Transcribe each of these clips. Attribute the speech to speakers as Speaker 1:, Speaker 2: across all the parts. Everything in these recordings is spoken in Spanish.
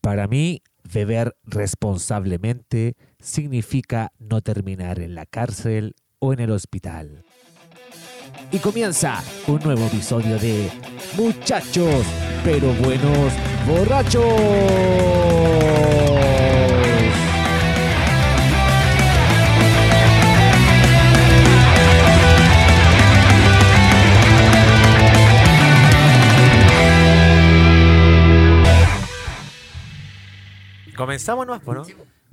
Speaker 1: Para mí, beber responsablemente significa no terminar en la cárcel o en el hospital. Y comienza un nuevo episodio de Muchachos, pero buenos borrachos. Comenzamos nomás, po, ¿no?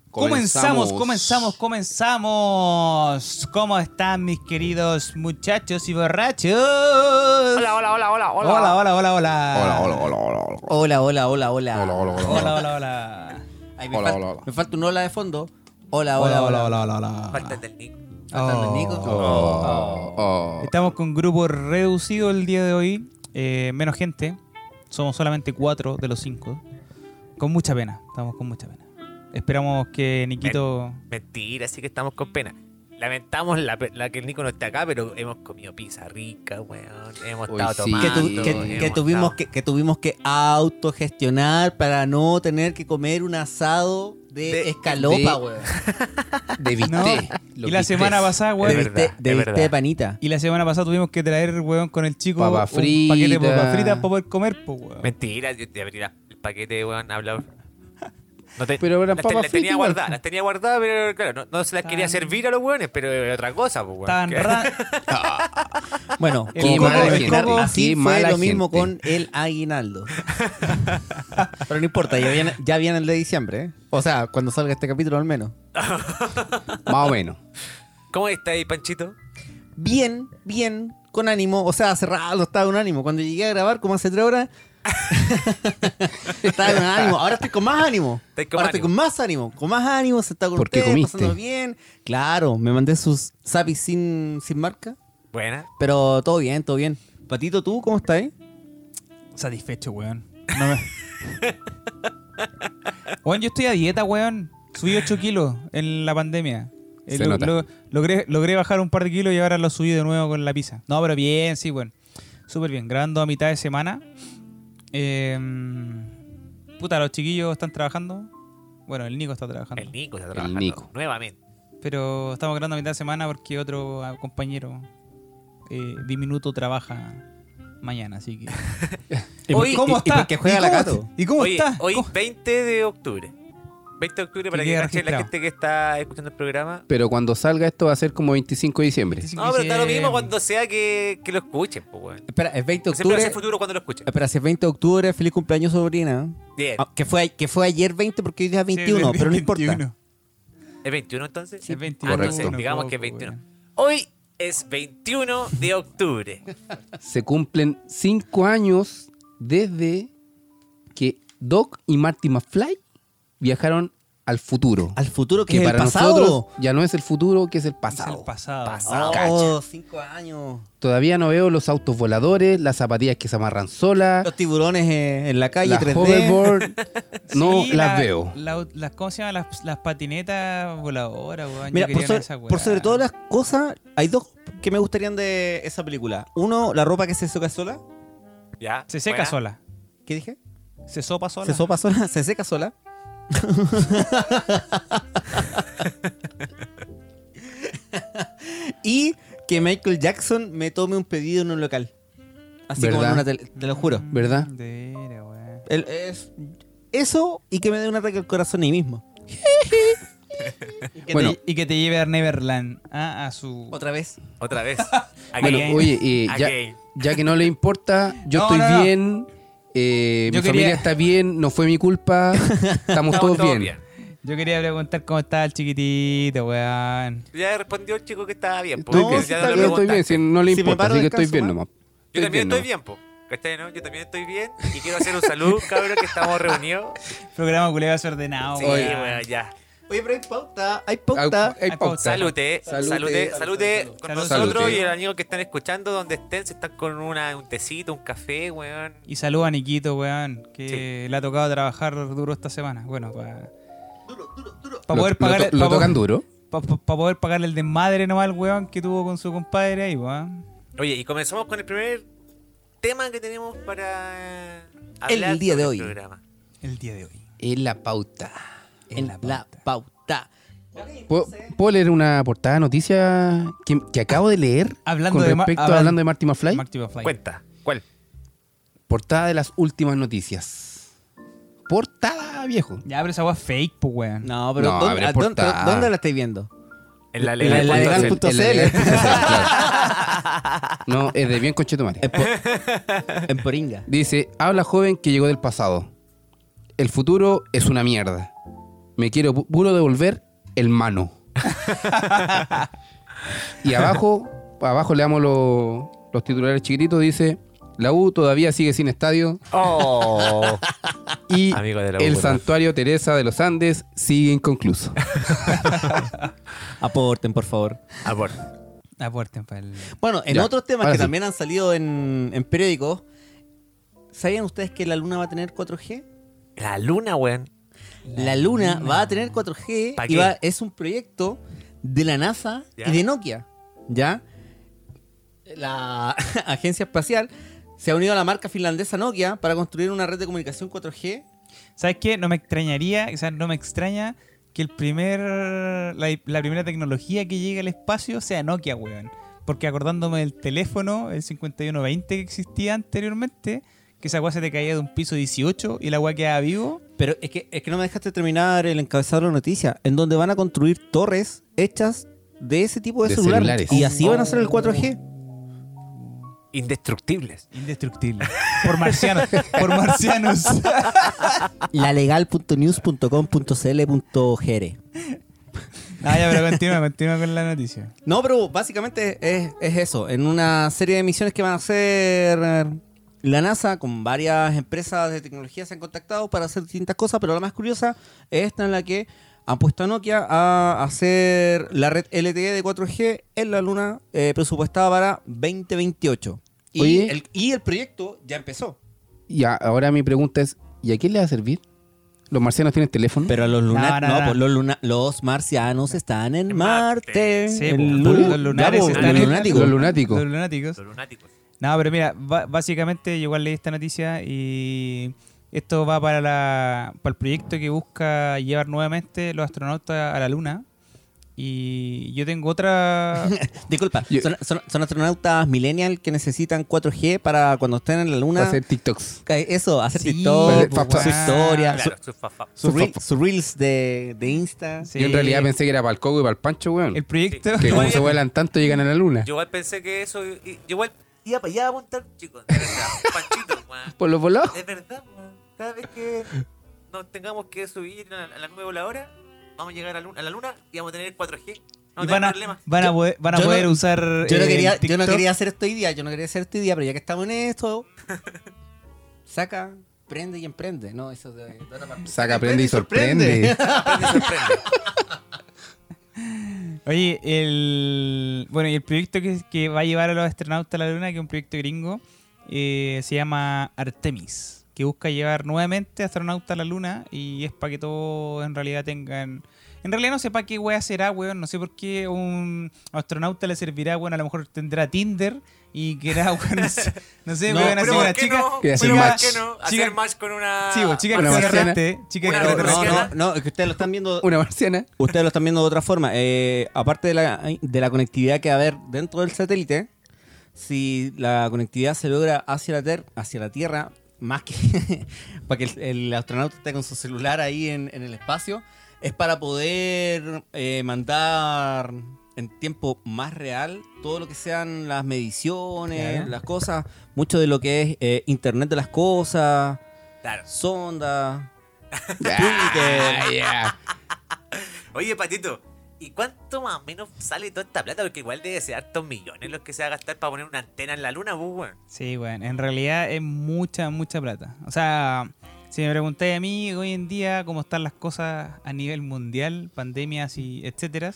Speaker 2: Comenzamos, comenzamos, comenzamos. ¿Cómo están mis queridos muchachos y borrachos? Hola, hola, hola, hola, hola. Hola, hola,
Speaker 3: Hola,
Speaker 2: hola, hola.
Speaker 3: hola, hola, hola, hola.
Speaker 4: Hola, hola, hola, hola.
Speaker 3: Hola, hola, hola.
Speaker 2: Hola, hola, hola.
Speaker 4: Ay, me,
Speaker 3: Hola,
Speaker 4: falta,
Speaker 3: hola, hola.
Speaker 4: me falta un hola de fondo. Hola,
Speaker 2: Hola,
Speaker 4: hola,
Speaker 2: hola, hola, hola, hola.
Speaker 1: del Nick.
Speaker 4: Faltan los Nicos.
Speaker 3: Oh, oh.
Speaker 2: Estamos con grupo reducido el día de hoy. eh, menos gente. Somos solamente cuatro de los cinco. Con mucha pena. Estamos con mucha pena. Esperamos que Nikito.
Speaker 1: Mentira, así que estamos con pena. Lamentamos la, pe- la que el Nico no esté acá, pero hemos comido pizza rica, weón. Hemos
Speaker 3: Uy,
Speaker 1: estado
Speaker 3: sí.
Speaker 1: tomando.
Speaker 4: Que, tu-
Speaker 3: Mando,
Speaker 4: que-
Speaker 1: hemos
Speaker 4: que tuvimos
Speaker 1: estado-
Speaker 4: que, que tuvimos que autogestionar para no tener que comer un asado de,
Speaker 1: De-
Speaker 4: escalopa,
Speaker 3: de-
Speaker 4: weón.
Speaker 3: De viste.
Speaker 2: No. Y la semana pasada,
Speaker 4: De,
Speaker 2: weón.
Speaker 1: Es verdad,
Speaker 4: biste- de
Speaker 1: es
Speaker 4: biste
Speaker 1: verdad.
Speaker 4: de panita.
Speaker 2: Y la semana pasada tuvimos que traer, weón, con el chico
Speaker 3: Papa
Speaker 2: un
Speaker 3: frita.
Speaker 2: paquete de papas fritas para poder comer, pues, weón.
Speaker 1: Mentira, yo te abrí la- el paquete, weón, hablaba. No te-
Speaker 3: Pero eran
Speaker 1: las,
Speaker 3: papas
Speaker 1: las
Speaker 3: fritas
Speaker 1: tenía
Speaker 3: igual.
Speaker 1: guardadas, las tenía guardadas, pero claro, no, no se las
Speaker 2: Tan-
Speaker 1: quería servir a los weones, pero era otra cosa, pues, weón.
Speaker 2: Estaban
Speaker 1: Que-
Speaker 2: ra-
Speaker 4: Bueno,
Speaker 2: Qué
Speaker 4: como
Speaker 2: mala
Speaker 4: como-
Speaker 2: gente,
Speaker 4: como así
Speaker 3: qué
Speaker 4: fue
Speaker 3: mala
Speaker 4: lo mismo
Speaker 3: gente.
Speaker 4: con el aguinaldo. Pero no importa, ya viene, ya viene el de diciembre, ¿eh? O sea, cuando salga este capítulo al menos.
Speaker 3: Más o menos.
Speaker 1: ¿Cómo está ahí, Panchito?
Speaker 4: bien, bien, con ánimo. O sea, hace rato estaba con ánimo. Cuando llegué a grabar como hace tres horas, estaba con ánimo. Ahora estoy con más ánimo.
Speaker 1: Estáis con
Speaker 4: Ahora
Speaker 1: ánimo.
Speaker 4: estoy con más ánimo. Con más ánimo, sentado con
Speaker 3: Porque
Speaker 4: ustedes,
Speaker 3: comiste.
Speaker 4: pasando bien. Claro, me mandé sus zapis sin, sin marca.
Speaker 1: Buena.
Speaker 4: Pero todo bien, todo bien. Patito, ¿tú cómo estás? eh?
Speaker 2: Satisfecho, weón. No me- weón, yo estoy a dieta, weón. Subí 8 kilos en la pandemia. Eh,
Speaker 3: Se nota.
Speaker 2: logré, logré bajar un par de kilos y ahora lo subí de nuevo con la pizza. No, pero bien, sí, weón. Súper bien. Grabando a mitad de semana. Eh, puta, los chiquillos están trabajando. Bueno, el Nico está trabajando.
Speaker 1: El Nico está trabajando.
Speaker 3: Nico.
Speaker 1: Nuevamente.
Speaker 2: Pero estamos grabando a mitad de semana porque otro ah, compañero eh, diminuto trabaja mañana, así que.
Speaker 4: ¿Y
Speaker 1: pues,
Speaker 4: por qué- y- y por qué juega
Speaker 2: ¿Y
Speaker 4: la
Speaker 2: cómo-
Speaker 4: Cato?
Speaker 2: ¿Y cómo
Speaker 1: hoy,
Speaker 2: está?
Speaker 1: hoy
Speaker 2: ¿Cómo-
Speaker 1: 20 de octubre. 20 de octubre para
Speaker 2: Que
Speaker 1: que
Speaker 2: quede
Speaker 1: cachen la
Speaker 2: registrado.
Speaker 1: gente que está escuchando el programa.
Speaker 3: Pero cuando salga esto va a ser como 25 de diciembre.
Speaker 2: 25
Speaker 1: No, pero está lo mismo
Speaker 2: diciembre.
Speaker 1: cuando sea que, que lo escuchen, pues, weón.
Speaker 4: Espera, es 20 de
Speaker 1: Siempre va a
Speaker 4: octubre.
Speaker 1: ser futuro cuando lo escuchen.
Speaker 4: Espera, si es 20 de octubre, feliz cumpleaños, sobrina.
Speaker 1: Bien.
Speaker 4: Ah, que, fue, que fue ayer 20 porque hoy día es
Speaker 2: Sí,
Speaker 4: 21, pero no importa.
Speaker 2: 21.
Speaker 1: ¿Es 21 entonces?
Speaker 2: Sí, es 21.
Speaker 1: Ah, entonces,
Speaker 3: Correcto.
Speaker 1: digamos
Speaker 2: Poco,
Speaker 1: que es 21.
Speaker 2: weón.
Speaker 1: Hoy es 21 de octubre.
Speaker 3: Se cumplen 5 años desde que Doc y Marty McFly viajaron al futuro.
Speaker 4: Al futuro que,
Speaker 3: que
Speaker 4: es el
Speaker 3: para
Speaker 4: pasado.
Speaker 3: nosotros ya no es el futuro, que es el
Speaker 2: Es el
Speaker 3: pasado.
Speaker 2: pasado.
Speaker 4: Oh, cinco años.
Speaker 3: Todavía no veo los autos voladores, las zapatillas que se amarran solas,
Speaker 4: Los tiburones eh, en la calle
Speaker 3: las
Speaker 4: 3D.
Speaker 3: hoverboard.
Speaker 2: Sí,
Speaker 3: No
Speaker 2: la-
Speaker 3: las veo.
Speaker 2: la- las, ¿Cómo se llaman? Las, las patinetas voladoras, weón. Yo
Speaker 4: Mira, por,
Speaker 2: quería
Speaker 4: sobre-
Speaker 2: esa weá.
Speaker 4: por sobre todas las cosas, hay dos que me gustarían de esa película. Uno, la ropa que se seca sola.
Speaker 1: ¿Ya?
Speaker 2: Se seca
Speaker 1: buena.
Speaker 2: sola.
Speaker 4: ¿Qué dije?
Speaker 2: Se sopa sola.
Speaker 4: Se sopa sola, se seca sola. y que Michael Jackson me tome un pedido en un local. Así como en
Speaker 3: ¿Verdad?
Speaker 4: una tele, te lo juro.
Speaker 3: ¿Verdad?
Speaker 2: De veras, weón.
Speaker 4: El- es- eso y que me dé un ataque al corazón ahí mismo.
Speaker 2: Y que
Speaker 3: Bueno.
Speaker 2: te- y que te lleve a Neverland. ah, a su.
Speaker 4: Otra vez.
Speaker 1: Otra vez.
Speaker 3: Bueno,
Speaker 1: Again.
Speaker 3: oye, eh, ya,
Speaker 1: Again.
Speaker 3: ya que no le importa, yo
Speaker 2: No,
Speaker 3: estoy
Speaker 2: no, no.
Speaker 3: bien, eh,
Speaker 2: Yo
Speaker 3: mi
Speaker 2: quería-
Speaker 3: familia está bien, no fue mi culpa, estamos, todos bien.
Speaker 2: Yo quería preguntar cómo estaba el chiquitito, weón.
Speaker 1: Ya respondió el chico que estaba bien. po.
Speaker 3: Estoy
Speaker 1: Ya
Speaker 3: bien,
Speaker 1: no lo
Speaker 3: yo estoy bien,
Speaker 1: preguntaste.
Speaker 3: si no le
Speaker 4: Si me
Speaker 3: importa,
Speaker 4: paro
Speaker 3: así que
Speaker 4: descalzo,
Speaker 3: estoy bien
Speaker 4: ¿no?
Speaker 3: nomás.
Speaker 1: Yo también estoy
Speaker 3: nomás.
Speaker 1: bien, po. ¿Cachai, no? Yo también estoy bien. Y quiero hacer un saludo, cabrón, que estamos reunidos.
Speaker 2: Programa culé desordenado,
Speaker 1: Sí,
Speaker 2: weón.
Speaker 1: weón, ya.
Speaker 4: Oye, pero hay pauta, hay
Speaker 3: Ah,
Speaker 4: pauta.
Speaker 3: hay
Speaker 2: Hay
Speaker 3: pauta.
Speaker 1: Salute,
Speaker 3: Salute,
Speaker 1: salute, salute
Speaker 4: salud,
Speaker 1: con
Speaker 2: salud.
Speaker 1: nosotros
Speaker 3: Salute.
Speaker 1: y los amigos que están escuchando, donde estén, si están con una, un tecito, un café, weón.
Speaker 2: Y saludo a Niquito, weón, que le ha tocado trabajar duro esta semana. Bueno, para.
Speaker 3: Lo-
Speaker 2: poder
Speaker 3: lo to-
Speaker 2: pagar
Speaker 3: Lo, tocan duro.
Speaker 2: poder pagarle el desmadre nomás al weón que tuvo con su compadre ahí, weón.
Speaker 1: Oye, y comenzamos con el primer tema que tenemos para
Speaker 4: El día de
Speaker 1: sobre
Speaker 4: hoy.
Speaker 1: programa.
Speaker 2: El día de hoy.
Speaker 3: En la pauta.
Speaker 4: En, la pauta.
Speaker 3: ¿Puedo, puedo leer una portada de noticia que, que acabo de leer?
Speaker 2: Hablando
Speaker 3: con
Speaker 2: de Mar-
Speaker 3: respecto
Speaker 2: hablan-
Speaker 3: a hablando de Marty McFly.
Speaker 2: Marty McFly.
Speaker 1: Cuenta. ¿Cuál?
Speaker 3: Portada de las últimas noticias. Portada, viejo.
Speaker 2: Ya, pero esa agua es fake, pues, weón.
Speaker 4: No, pero
Speaker 3: No,
Speaker 4: ¿dónde,
Speaker 3: abre
Speaker 4: a- dónde-
Speaker 3: portada.
Speaker 4: dónde la estáis viendo?
Speaker 1: En la
Speaker 4: En la
Speaker 1: legal.
Speaker 4: legal.
Speaker 1: Entonces,
Speaker 4: punto
Speaker 3: En la
Speaker 4: CL.
Speaker 3: legal punto CL, claro. No, es de bien conchetumare.
Speaker 4: En, por- en Poringa.
Speaker 3: Dice, habla joven que llegó del pasado. El futuro es una mierda. Me quiero pu- puro devolver el mano. y abajo, abajo le damos lo- los titulares chiquititos, dice, la U todavía sigue sin estadio
Speaker 1: Oh.
Speaker 3: y
Speaker 1: Amigo de la U,
Speaker 3: el
Speaker 1: ¿verdad?
Speaker 3: santuario Teresa de los Andes sigue inconcluso.
Speaker 4: Aporten, por favor.
Speaker 1: Ah, bueno.
Speaker 2: Aporten para el.
Speaker 4: Bueno, en
Speaker 3: Ya,
Speaker 4: otros temas
Speaker 3: ahora
Speaker 4: que
Speaker 3: sí.
Speaker 4: también han salido en, en periódicos, ¿sabían ustedes que la luna va a tener 4G?
Speaker 1: La luna, weón.
Speaker 4: La luna, va a tener 4G
Speaker 1: ¿Pa
Speaker 4: y
Speaker 1: qué?
Speaker 4: va- es un proyecto de la NASA
Speaker 1: ¿Ya?
Speaker 4: y de Nokia. ¿Ya? La agencia espacial se ha unido a la marca finlandesa Nokia para construir una red de comunicación 4G.
Speaker 2: ¿Sabes qué? No me extrañaría, o sea, no me extraña que el primer. La, la primera tecnología que llegue al espacio sea Nokia, weón. Porque acordándome del teléfono, el 5120 que existía anteriormente, que esa weá se te caía de un piso 18 y la weá quedaba vivo.
Speaker 4: Pero es que, es que no me dejaste terminar el encabezado de la noticia, en donde van a construir torres hechas de ese tipo de,
Speaker 3: De
Speaker 4: celular.
Speaker 3: celulares.
Speaker 4: Y así van a hacer el 4G.
Speaker 1: Indestructibles.
Speaker 2: Indestructible. Por marcianos. por marcianos.
Speaker 4: lalegal.news.com.cl.gr
Speaker 2: Ah, ya, pero continúa, continúa con la noticia.
Speaker 4: No, pero básicamente es, es eso. En una serie de misiones que van a hacer eh, la NASA con varias empresas de tecnología se han contactado para hacer distintas cosas, pero la más curiosa es esta en la que han puesto a Nokia a hacer la red LTE de 4G en la Luna eh, presupuestada para 2028. Y,
Speaker 3: Oye.
Speaker 4: El, y el proyecto ya empezó.
Speaker 3: Y a- ahora mi pregunta es, ¿y a quién le va a servir? ¿Los marcianos tienen teléfono?
Speaker 4: Pero los
Speaker 2: luna- no, pues
Speaker 4: los, marcianos están en
Speaker 1: Marte.
Speaker 4: Marte.
Speaker 2: Sí, El pues, lu- los lunares ya, pues, están los en- lunáticos.
Speaker 3: Los lunáticos.
Speaker 2: Los lunáticos.
Speaker 1: Los lunáticos.
Speaker 2: No, pero mira, ba- básicamente yo igual leí esta noticia y esto va para, la, para el proyecto que busca llevar nuevamente los astronautas a la Luna. Y yo tengo otra...
Speaker 4: Disculpa,
Speaker 3: Yo-
Speaker 4: son, son- son astronautas millennial que necesitan 4G para cuando estén en la luna.
Speaker 3: Para hacer TikToks.
Speaker 4: Eh, Eso, hacer
Speaker 2: Sí,
Speaker 4: TikTok,
Speaker 3: pues,
Speaker 4: su
Speaker 2: weá.
Speaker 4: historia,
Speaker 1: Claro, su fa- fa-
Speaker 4: Ah, su- su
Speaker 3: su
Speaker 4: reel-
Speaker 3: fa-
Speaker 4: sus reels de, de Insta.
Speaker 2: Sí.
Speaker 3: Yo en realidad pensé que era para el Coco y para el Pancho, weón.
Speaker 2: El proyecto...
Speaker 3: Que como
Speaker 1: Igual-
Speaker 3: se vuelan tanto llegan a la luna.
Speaker 1: Yo igual pensé que eso. y- y- Yo igual iba para allá a apuntar, chicos. De verdad, Panchito, weón.
Speaker 3: Por los volados.
Speaker 1: De verdad, weón. Cada vez que nos tengamos que subir a, a la nube voladora, vamos a llegar a la luna, a la luna y vamos a tener 4G. No
Speaker 2: Y
Speaker 1: vamos
Speaker 2: van
Speaker 1: a tener
Speaker 2: a,
Speaker 1: problemas.
Speaker 2: van a poder, van a
Speaker 4: yo no-
Speaker 2: poder usar...
Speaker 4: Yo, no
Speaker 2: eh,
Speaker 4: quería,
Speaker 2: el
Speaker 4: yo no
Speaker 2: TikTok.
Speaker 4: quería hacer esto hoy día, yo no quería hacer esto hoy día, pero ya que estamos en esto, saca, prende y emprende. No, eso de, de otra parte.
Speaker 3: Saca, prende y sorprende.
Speaker 2: Oye, el. Bueno, y el proyecto que, que va a llevar a los astronautas a la Luna, que es un proyecto gringo, eh, se llama Artemis, que busca llevar nuevamente astronautas a la Luna y es para que todos en realidad tengan. En realidad no sé para qué wea será, weón. No sé por qué un astronauta le servirá, weón. A lo mejor tendrá Tinder y querrá, weón. No sé, no sé
Speaker 4: No,
Speaker 2: weón.
Speaker 1: Pero
Speaker 2: Así
Speaker 1: ¿por
Speaker 2: una
Speaker 1: qué
Speaker 2: chica.
Speaker 1: no?
Speaker 3: que hace
Speaker 1: Pero
Speaker 3: un
Speaker 1: ¿por
Speaker 3: match.
Speaker 1: qué no? Hacer
Speaker 2: Chica-
Speaker 1: match con una.
Speaker 2: Sí, weón, chica
Speaker 3: Una
Speaker 2: extraterrestre. Chica
Speaker 1: Una
Speaker 4: No,
Speaker 2: extraterrestre.
Speaker 4: no, no, es que ustedes lo están viendo.
Speaker 3: Una marciana.
Speaker 4: Ustedes lo están viendo de otra forma. Eh, aparte de la, de la conectividad que va a haber dentro del satélite, si la conectividad se logra hacia la, ter- hacia la Tierra, más que para que el, el astronauta esté con su celular ahí en, en el espacio, es para poder eh, mandar en tiempo más real todo lo que sean las mediciones,
Speaker 2: Claro.
Speaker 4: las cosas, mucho de lo que es eh, Internet de las cosas,
Speaker 1: Claro.
Speaker 4: sonda.
Speaker 3: Ah, ya.
Speaker 1: Oye, Patito, ¿y cuánto más o menos sale toda esta plata? Porque igual debe ser hartos millones los que se va a gastar para poner una antena en la luna, pues, weón.
Speaker 2: Sí, bueno, en realidad es mucha, mucha plata. O sea, si me preguntáis a mí hoy en día cómo están las cosas a nivel mundial, pandemias y etcétera,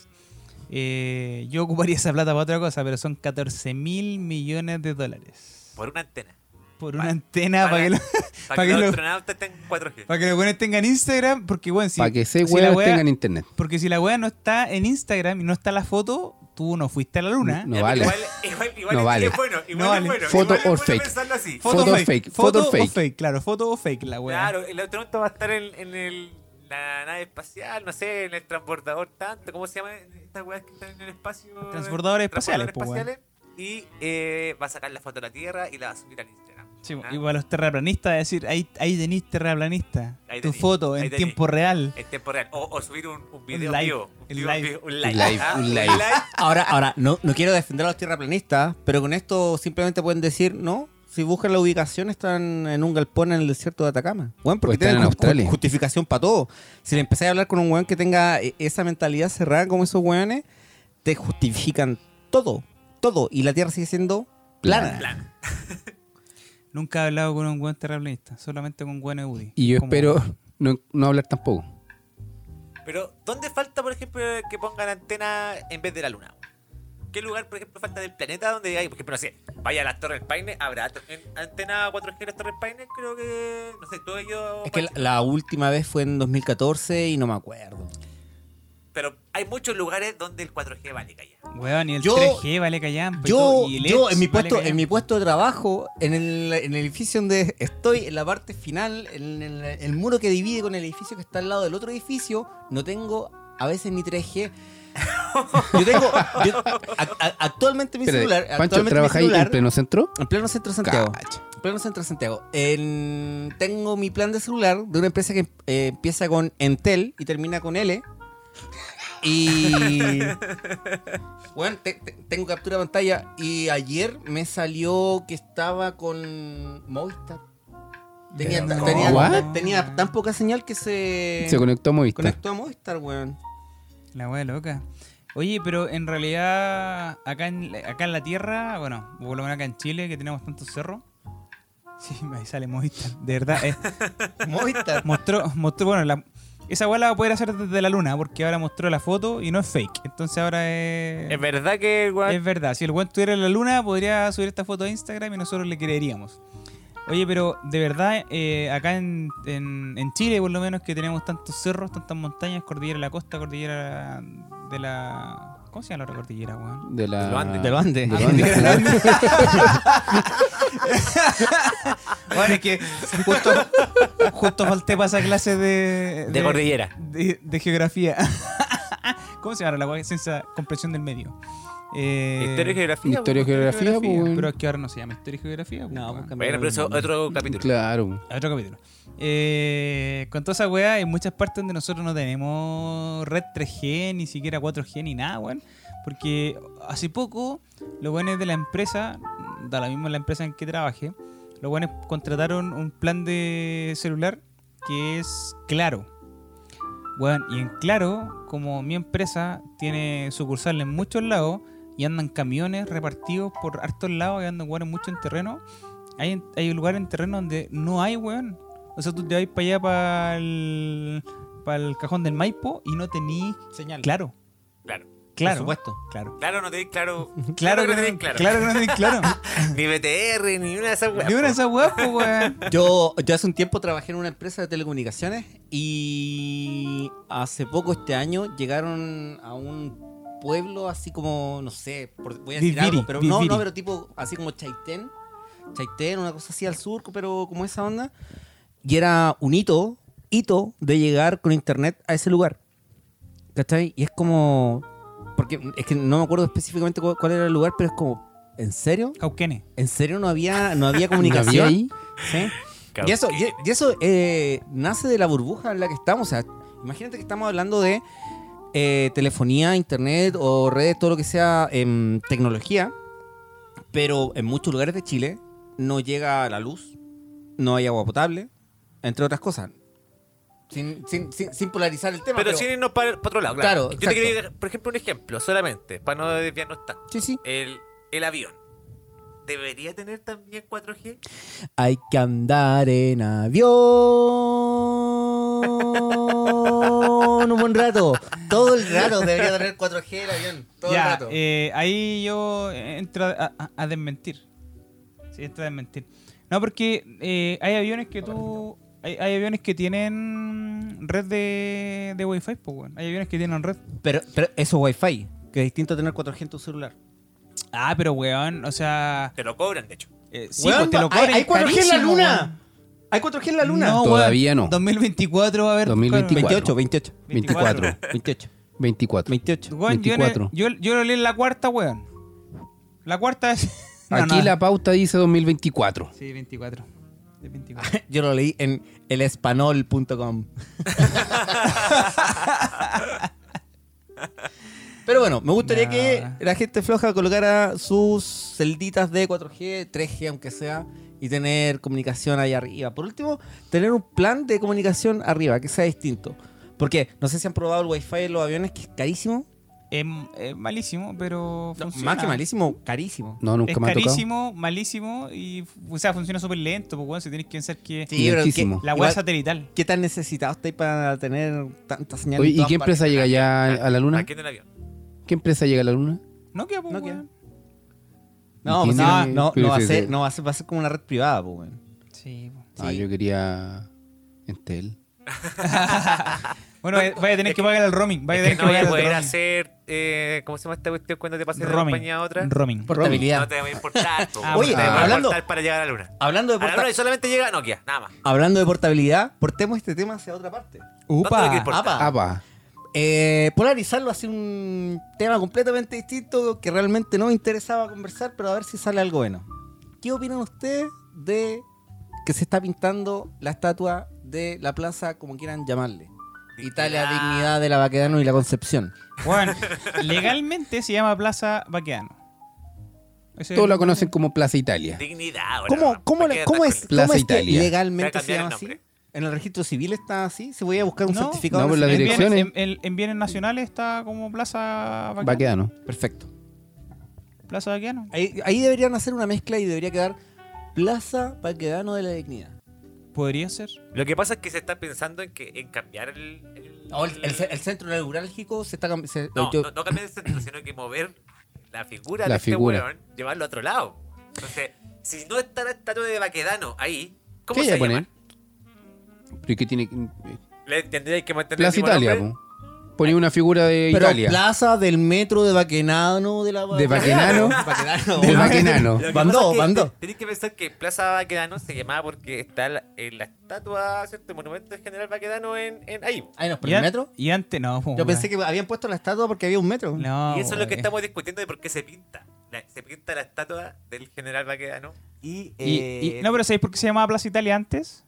Speaker 2: eh, yo ocuparía esa plata para otra cosa, pero son 14 mil millones de dólares.
Speaker 1: Por una antena.
Speaker 2: Por una antena
Speaker 1: para-
Speaker 2: para que, lo-
Speaker 1: Para
Speaker 2: Pa'
Speaker 1: que
Speaker 2: que
Speaker 1: los
Speaker 2: lo-
Speaker 1: astronautas estén en 4G.
Speaker 2: para que los buenos tengan Instagram, porque bueno, si,
Speaker 3: Para que
Speaker 2: si
Speaker 3: seis
Speaker 2: la
Speaker 3: huevos
Speaker 2: wea-
Speaker 3: tengan internet.
Speaker 2: porque si la wea no está en Instagram y no está la foto, tú no fuiste a la luna.
Speaker 3: No
Speaker 1: Ya, pero
Speaker 3: vale.
Speaker 1: Igual, igual, igual
Speaker 3: No
Speaker 1: es-
Speaker 3: vale.
Speaker 1: es bueno. Igual
Speaker 2: No
Speaker 1: es
Speaker 2: vale.
Speaker 1: bueno.
Speaker 3: Foto
Speaker 1: igual es
Speaker 3: or
Speaker 1: bueno
Speaker 3: fake.
Speaker 1: pensarlo así.
Speaker 3: Foto fake, foto
Speaker 2: Foto o
Speaker 3: fake.
Speaker 2: fake, claro, foto o fake la weá.
Speaker 1: Claro, el astronauta va a estar en, en el, la nave espacial, no sé, en el transbordador tanto. ¿Cómo se llaman estas weas que están en el espacio?
Speaker 2: Transbordadores espaciales, po, weón.
Speaker 1: espaciales. Y eh, va a sacar la foto de la Tierra y la va a subir al Instagram.
Speaker 2: Sí,
Speaker 1: Ah.
Speaker 2: y para los terraplanistas, decir, ahí, ahí tenís terraplanista.
Speaker 1: Ahí
Speaker 2: tu
Speaker 1: tenís,
Speaker 2: foto
Speaker 1: ahí
Speaker 2: en
Speaker 1: tenís.
Speaker 2: tiempo real.
Speaker 1: En tiempo real. O, o subir un, un video
Speaker 2: live,
Speaker 1: vivo.
Speaker 2: un
Speaker 1: vivo,
Speaker 2: live.
Speaker 1: vivo, Un
Speaker 4: Un
Speaker 1: live.
Speaker 4: live,
Speaker 1: ah,
Speaker 4: un live. Ahora, ahora no, no quiero defender a los tierraplanistas, pero con esto simplemente pueden decir, no, si buscan la ubicación están en un galpón en el desierto de Atacama. Bueno,
Speaker 3: O
Speaker 4: porque
Speaker 3: están
Speaker 4: tienen
Speaker 3: en
Speaker 4: ju-
Speaker 3: Australia.
Speaker 4: ju- justificación para todo. Si le empezáis a hablar con un weón que tenga eh, esa mentalidad cerrada como esos weones, te justifican todo, todo. Y la Tierra sigue siendo plana.
Speaker 2: Nunca he hablado con un buen terraplanista, solamente con buen Udi.
Speaker 3: Y yo
Speaker 2: Como-
Speaker 3: espero no, no hablar tampoco.
Speaker 1: Pero, ¿dónde falta, por ejemplo, que pongan antena en vez de la luna? ¿Qué lugar, por ejemplo, falta del planeta donde hay, por ejemplo, no sé, vaya a las Torres Paine, habrá to- en- antena 4G en las Torres Paine? Creo que, no sé, todo ello...
Speaker 4: Es que la, la última vez fue en 2014 y no me acuerdo.
Speaker 1: Pero hay muchos lugares donde el 4G vale calla.
Speaker 2: Weón, y el
Speaker 4: Yo-
Speaker 2: 3G vale callampa. y
Speaker 4: Yo,
Speaker 2: todo, Pues y el
Speaker 4: yo
Speaker 2: Edge
Speaker 4: en mi
Speaker 2: vale
Speaker 4: puesto, en
Speaker 2: callampa.
Speaker 4: mi puesto de trabajo, en el, en el edificio donde estoy, en la parte final, en el, el muro que divide con el edificio que está al lado del otro edificio, no tengo a veces ni 3G. Yo tengo yo- a- a- actualmente mi
Speaker 3: Espérate,
Speaker 4: celular,
Speaker 3: Pancho,
Speaker 4: actualmente mi
Speaker 3: ¿trabajáis
Speaker 4: celular-
Speaker 3: en pleno centro?
Speaker 4: en pleno centro de Santiago.
Speaker 3: Cacha.
Speaker 4: En pleno centro de Santiago. En- tengo mi plan de celular de una empresa que eh, empieza con Entel y termina con L. Y. Bueno, te- te- tengo captura de pantalla. Y ayer me salió que estaba con Movistar. Tenía,
Speaker 2: Pero,
Speaker 4: tenía-
Speaker 3: ¿what?
Speaker 4: tenía tan poca señal que se,
Speaker 3: Se conectó a Movistar.
Speaker 4: Eh, conectó a Movistar, weón.
Speaker 2: La wea loca. Oye, pero en realidad, acá en, la- acá en la tierra, bueno, por lo menos acá en Chile, que tenemos tantos cerros. Sí, ahí sale Movistar. De verdad, eh,
Speaker 4: Movistar.
Speaker 2: mostró, mostró, bueno, la- esa wea la va a poder hacer desde la luna, porque ahora mostró la foto y no es fake. Entonces ahora es.
Speaker 1: verdad que el
Speaker 2: Es verdad, si el weón estuviera en la luna, podría subir esta foto a Instagram y nosotros le creeríamos. Oye, pero de verdad, eh, acá en, en- en Chile, por lo menos, que tenemos tantos cerros, tantas montañas, cordillera de la costa, cordillera de la. ¿Cómo se llama la otra cordillera, weón?
Speaker 3: De la...
Speaker 1: Lo ande-
Speaker 4: De lo ande.
Speaker 3: Ah. De lo ande.
Speaker 2: Bueno, es que justo, justo falté para esa clase de.
Speaker 1: De cordillera.
Speaker 2: De, de geografía. ¿Cómo se llama la weá? Ciencia, comprensión del medio. Eh,
Speaker 1: Historia y geografía.
Speaker 3: Historia y geografía, pues, weón.
Speaker 2: Pero es que ahora no se llama historia y geografía. pues, weón.
Speaker 1: Bueno, pero eso otro capítulo.
Speaker 3: Claro.
Speaker 2: A otro capítulo. Eh, con toda esa weá, hay muchas partes donde nosotros no tenemos red 3G, ni siquiera 4G, ni nada, weón. Porque hace poco, los weones de la empresa, da la misma la empresa en que trabajé, los weones contrataron un plan de celular que es Claro. Weón, y en Claro, como mi empresa tiene sucursal en muchos lados y andan camiones repartidos por hartos lados y andan weones mucho en terreno, hay, hay lugares en terreno donde no hay, weón. O sea, tú te vas para allá, para el, cajón del Maipo y no tenís
Speaker 4: Señal.
Speaker 2: claro.
Speaker 1: Claro.
Speaker 2: Claro.
Speaker 4: Por supuesto.
Speaker 2: Claro.
Speaker 1: Claro, no tenéis claro.
Speaker 2: Claro que no
Speaker 1: tenéis claro.
Speaker 2: tenés claro. Claro que no tenés claro.
Speaker 1: Ni BTR, ni una de esas weas.
Speaker 2: Ni una de
Speaker 1: po.
Speaker 2: esas weas, po, weón.
Speaker 4: Yo, yo hace un tiempo trabajé en una empresa de telecomunicaciones y hace poco este año llegaron a un pueblo así como, no sé, por- voy a decir
Speaker 2: Viviri,
Speaker 4: algo, pero no,
Speaker 2: Viviri.
Speaker 4: no, pero tipo así como Chaitén, Chaitén, una cosa así al sur, pero como esa onda. Y era un hito, hito de llegar con internet a ese lugar. ¿Cachai? Y es como, porque es que no me acuerdo específicamente cu- cuál era el lugar, pero es como, ¿en serio?
Speaker 2: Cauquenes.
Speaker 4: ¿En serio no había, no había
Speaker 3: ¿No había
Speaker 4: comunicación?
Speaker 3: ahí?
Speaker 4: ¿Sí?
Speaker 1: Claro.
Speaker 4: Y eso, y, y eso eh, nace de la burbuja en la que estamos. O sea, imagínate que estamos hablando de eh, telefonía, internet o redes, todo lo que sea em, tecnología. Pero en muchos lugares de Chile no llega la luz, no hay agua potable, entre otras cosas. Sin, sin- sin- sin polarizar el tema.
Speaker 1: Pero sin irnos para, para otro lado, claro.
Speaker 4: Claro,
Speaker 1: Yo te
Speaker 4: exacto.
Speaker 1: quería dar, por ejemplo, un ejemplo solamente, para no desviarnos tanto.
Speaker 4: Sí, sí.
Speaker 1: El, el avión. ¿Debería tener también 4G?
Speaker 4: Hay que andar en avión un buen rato. Todo el rato debería tener 4G el avión. Todo el
Speaker 2: Ya,
Speaker 4: rato.
Speaker 2: eh, ahí yo entro a, a- a desmentir. Sí, entro a desmentir. No, porque eh, hay aviones que tú. Hay, hay aviones que tienen red de, de Wi-Fi, pues, weón. Hay aviones que tienen red.
Speaker 4: Pero, pero eso es Wi-Fi. Que es distinto a tener 4G en tu celular.
Speaker 2: Ah, pero weón, o sea.
Speaker 1: Te lo cobran, de hecho.
Speaker 2: eh, sí, pues,
Speaker 4: Weón,
Speaker 2: te lo
Speaker 4: hay-
Speaker 2: cobran
Speaker 4: hay 4G en la
Speaker 2: carísimo,
Speaker 4: luna. Hay 4G en la luna.
Speaker 2: No,
Speaker 3: Todavía
Speaker 2: weón,
Speaker 3: no.
Speaker 2: 2024 va a haber.
Speaker 3: 2024.
Speaker 4: 28, 28,
Speaker 3: 24.
Speaker 4: 28,
Speaker 3: 24.
Speaker 4: 28.
Speaker 2: Weón, yo en el-
Speaker 3: 24.
Speaker 2: Yo, yo lo leí en la cuarta, weón. La cuarta es. No,
Speaker 3: Aquí
Speaker 2: no.
Speaker 3: la pauta dice 2024.
Speaker 2: Sí, 24. Es 24.
Speaker 4: Yo lo leí en elespanol.com. Pero bueno, me gustaría
Speaker 2: No.
Speaker 4: que la gente floja colocara sus celditas de 4G, 3G, aunque sea, y tener comunicación ahí arriba. Por último, tener un plan de comunicación arriba, que sea distinto. Porque no sé si han probado el Wi-Fi en los aviones, que es carísimo.
Speaker 2: Es, es malísimo, pero.
Speaker 4: No,
Speaker 2: funciona.
Speaker 4: más que malísimo, carísimo.
Speaker 3: No, nunca
Speaker 2: Es
Speaker 3: me ha tocado.
Speaker 2: carísimo, malísimo y. O sea, funciona súper lento, pues, weón. Si tienes que pensar que.
Speaker 4: Sí, pero
Speaker 3: Lentísimo.
Speaker 2: La
Speaker 4: igual-
Speaker 2: weá satelital.
Speaker 4: ¿Qué tan necesitado estáis para tener tanta señal?
Speaker 3: Oye,
Speaker 4: en
Speaker 3: ¿Y
Speaker 4: todas
Speaker 3: qué
Speaker 4: partes?
Speaker 3: empresa llega ya
Speaker 1: Ah,
Speaker 3: a la luna?
Speaker 1: Aquí en el avión.
Speaker 3: ¿Qué empresa llega a la luna?
Speaker 2: No queda, pues,
Speaker 4: Nokia.
Speaker 2: weón.
Speaker 4: No, pues
Speaker 3: Tiene-
Speaker 4: no, no, no va a
Speaker 3: sí, sí,
Speaker 4: ser,
Speaker 3: sí.
Speaker 4: no va a ser, va a ser como una red privada, pues, weón.
Speaker 2: Sí, pues.
Speaker 3: Ah,
Speaker 4: Sí.
Speaker 3: yo quería Entel.
Speaker 2: Bueno, eh, vaya a tener que pagar el roaming. Vaya a
Speaker 1: Es que
Speaker 2: tener que
Speaker 1: no voy
Speaker 2: pagar
Speaker 1: a
Speaker 2: el
Speaker 1: poder
Speaker 2: roaming.
Speaker 1: hacer. eh, ¿Cómo se llama esta cuestión cuando te pasas de una
Speaker 2: Roaming.
Speaker 1: compañía a otra?
Speaker 2: Roaming.
Speaker 4: Portabilidad.
Speaker 1: No te voy a importar. po,
Speaker 2: Ah,
Speaker 1: weón.
Speaker 4: Oye,
Speaker 1: No te va a
Speaker 4: hablando-
Speaker 1: importar para llegar a la luna.
Speaker 4: Hablando, de
Speaker 1: A la
Speaker 4: porta-
Speaker 1: luna solamente llega Nokia, nada más.
Speaker 4: hablando de portabilidad, portemos este tema hacia otra parte.
Speaker 1: ¿Dónde lo quieres
Speaker 2: Upa.
Speaker 1: portar?
Speaker 4: Apa.
Speaker 3: Ah, va.
Speaker 4: Eh, polarizarlo hacia un tema completamente distinto que realmente no me interesaba conversar, pero a ver si sale algo bueno. ¿Qué opinan ustedes de que se está pintando la estatua de la plaza, como quieran llamarle? Italia, Dignidad de la Baquedano y la Concepción.
Speaker 2: Bueno, legalmente se llama Plaza Baqueano. Ese-
Speaker 3: Todos la conocen como Plaza Italia.
Speaker 1: Dignidad, ahora,
Speaker 4: ¿Cómo,
Speaker 1: weón.
Speaker 4: cómo,
Speaker 1: ¿Para qué
Speaker 4: la- cómo
Speaker 1: andar
Speaker 4: es,
Speaker 1: con-
Speaker 3: Plaza
Speaker 4: cómo es que
Speaker 3: Italia.
Speaker 4: legalmente
Speaker 1: Se
Speaker 4: se
Speaker 1: va a cambiar
Speaker 4: llama
Speaker 1: el
Speaker 4: así?
Speaker 1: nombre.
Speaker 4: ¿En el registro civil está así? ¿Se voy a buscar un
Speaker 2: No,
Speaker 4: certificado?
Speaker 3: no, por la
Speaker 2: en
Speaker 3: dirección es-
Speaker 2: bienes- En, en- en bienes nacionales está como Plaza Baqueano.
Speaker 3: Baquedano.
Speaker 4: Perfecto.
Speaker 2: Plaza Baqueano.
Speaker 4: Ahí, ahí deberían hacer una mezcla y debería quedar Plaza Paquedano de la Dignidad.
Speaker 2: Podría ser.
Speaker 1: Lo que pasa es que se está pensando en, que, en cambiar el. el-
Speaker 4: No, el, el ce- el centro neurálgico se está cam- se-
Speaker 1: No,
Speaker 4: yo-
Speaker 1: no, no cambiar el centro, sino que mover la figura
Speaker 3: La
Speaker 1: de este
Speaker 3: figura.
Speaker 1: weón, llevarlo a otro lado. Entonces, si no está la estatua de Baquedano ahí, ¿cómo
Speaker 3: ¿Qué
Speaker 1: se
Speaker 3: voy a
Speaker 1: llama?
Speaker 3: poner? Pero es que tiene. eh,
Speaker 1: Le tendría que mantener
Speaker 3: Plaza
Speaker 1: el mismo
Speaker 3: Italia,
Speaker 1: nombre.
Speaker 3: po. Ponía una figura de
Speaker 4: pero
Speaker 3: Italia.
Speaker 4: Plaza del metro de Baquenano de la
Speaker 3: De Baquenano.
Speaker 4: Baquedano.
Speaker 3: De Baquenano.
Speaker 1: Lo que
Speaker 4: Bandó,
Speaker 1: pasa es que
Speaker 4: bandó.
Speaker 1: te- Tenés que pensar que Plaza Baquedano se llamaba porque está la, en la estatua, ¿cierto? El monumento del general Baquedano en, en ahí.
Speaker 4: Ay, no,
Speaker 2: ¿Y
Speaker 4: pero el
Speaker 2: an-
Speaker 4: metro.
Speaker 2: Y antes, no.
Speaker 4: Yo pensé que habían puesto la estatua porque había un metro.
Speaker 2: Oh, No,
Speaker 1: y eso es lo que
Speaker 2: güey.
Speaker 1: estamos discutiendo de por qué se pinta. La- se pinta la estatua del general Baquedano.
Speaker 4: Y,
Speaker 2: Y-
Speaker 4: eh,
Speaker 2: y- no, pero ¿sabéis por qué se llamaba Plaza Italia antes?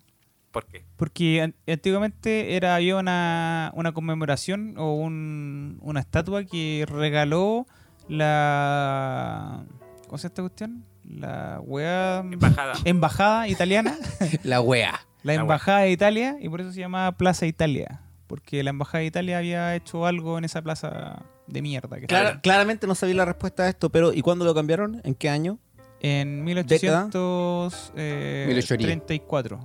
Speaker 1: ¿Por qué?
Speaker 2: Porque an- antiguamente era, había una, una conmemoración o un- una estatua que regaló la... ¿Cómo se llama esta cuestión? La weá...
Speaker 1: Embajada.
Speaker 2: Embajada italiana.
Speaker 3: La wea.
Speaker 2: la
Speaker 1: La
Speaker 2: embajada de Italia y por eso se llamaba Plaza Italia. Porque la embajada de Italia había hecho algo en esa plaza de mierda. Que
Speaker 4: clar-
Speaker 2: estaba
Speaker 4: claramente no sabía la respuesta a esto, pero ¿y cuándo lo cambiaron? ¿En qué año?
Speaker 2: En eh, 1834.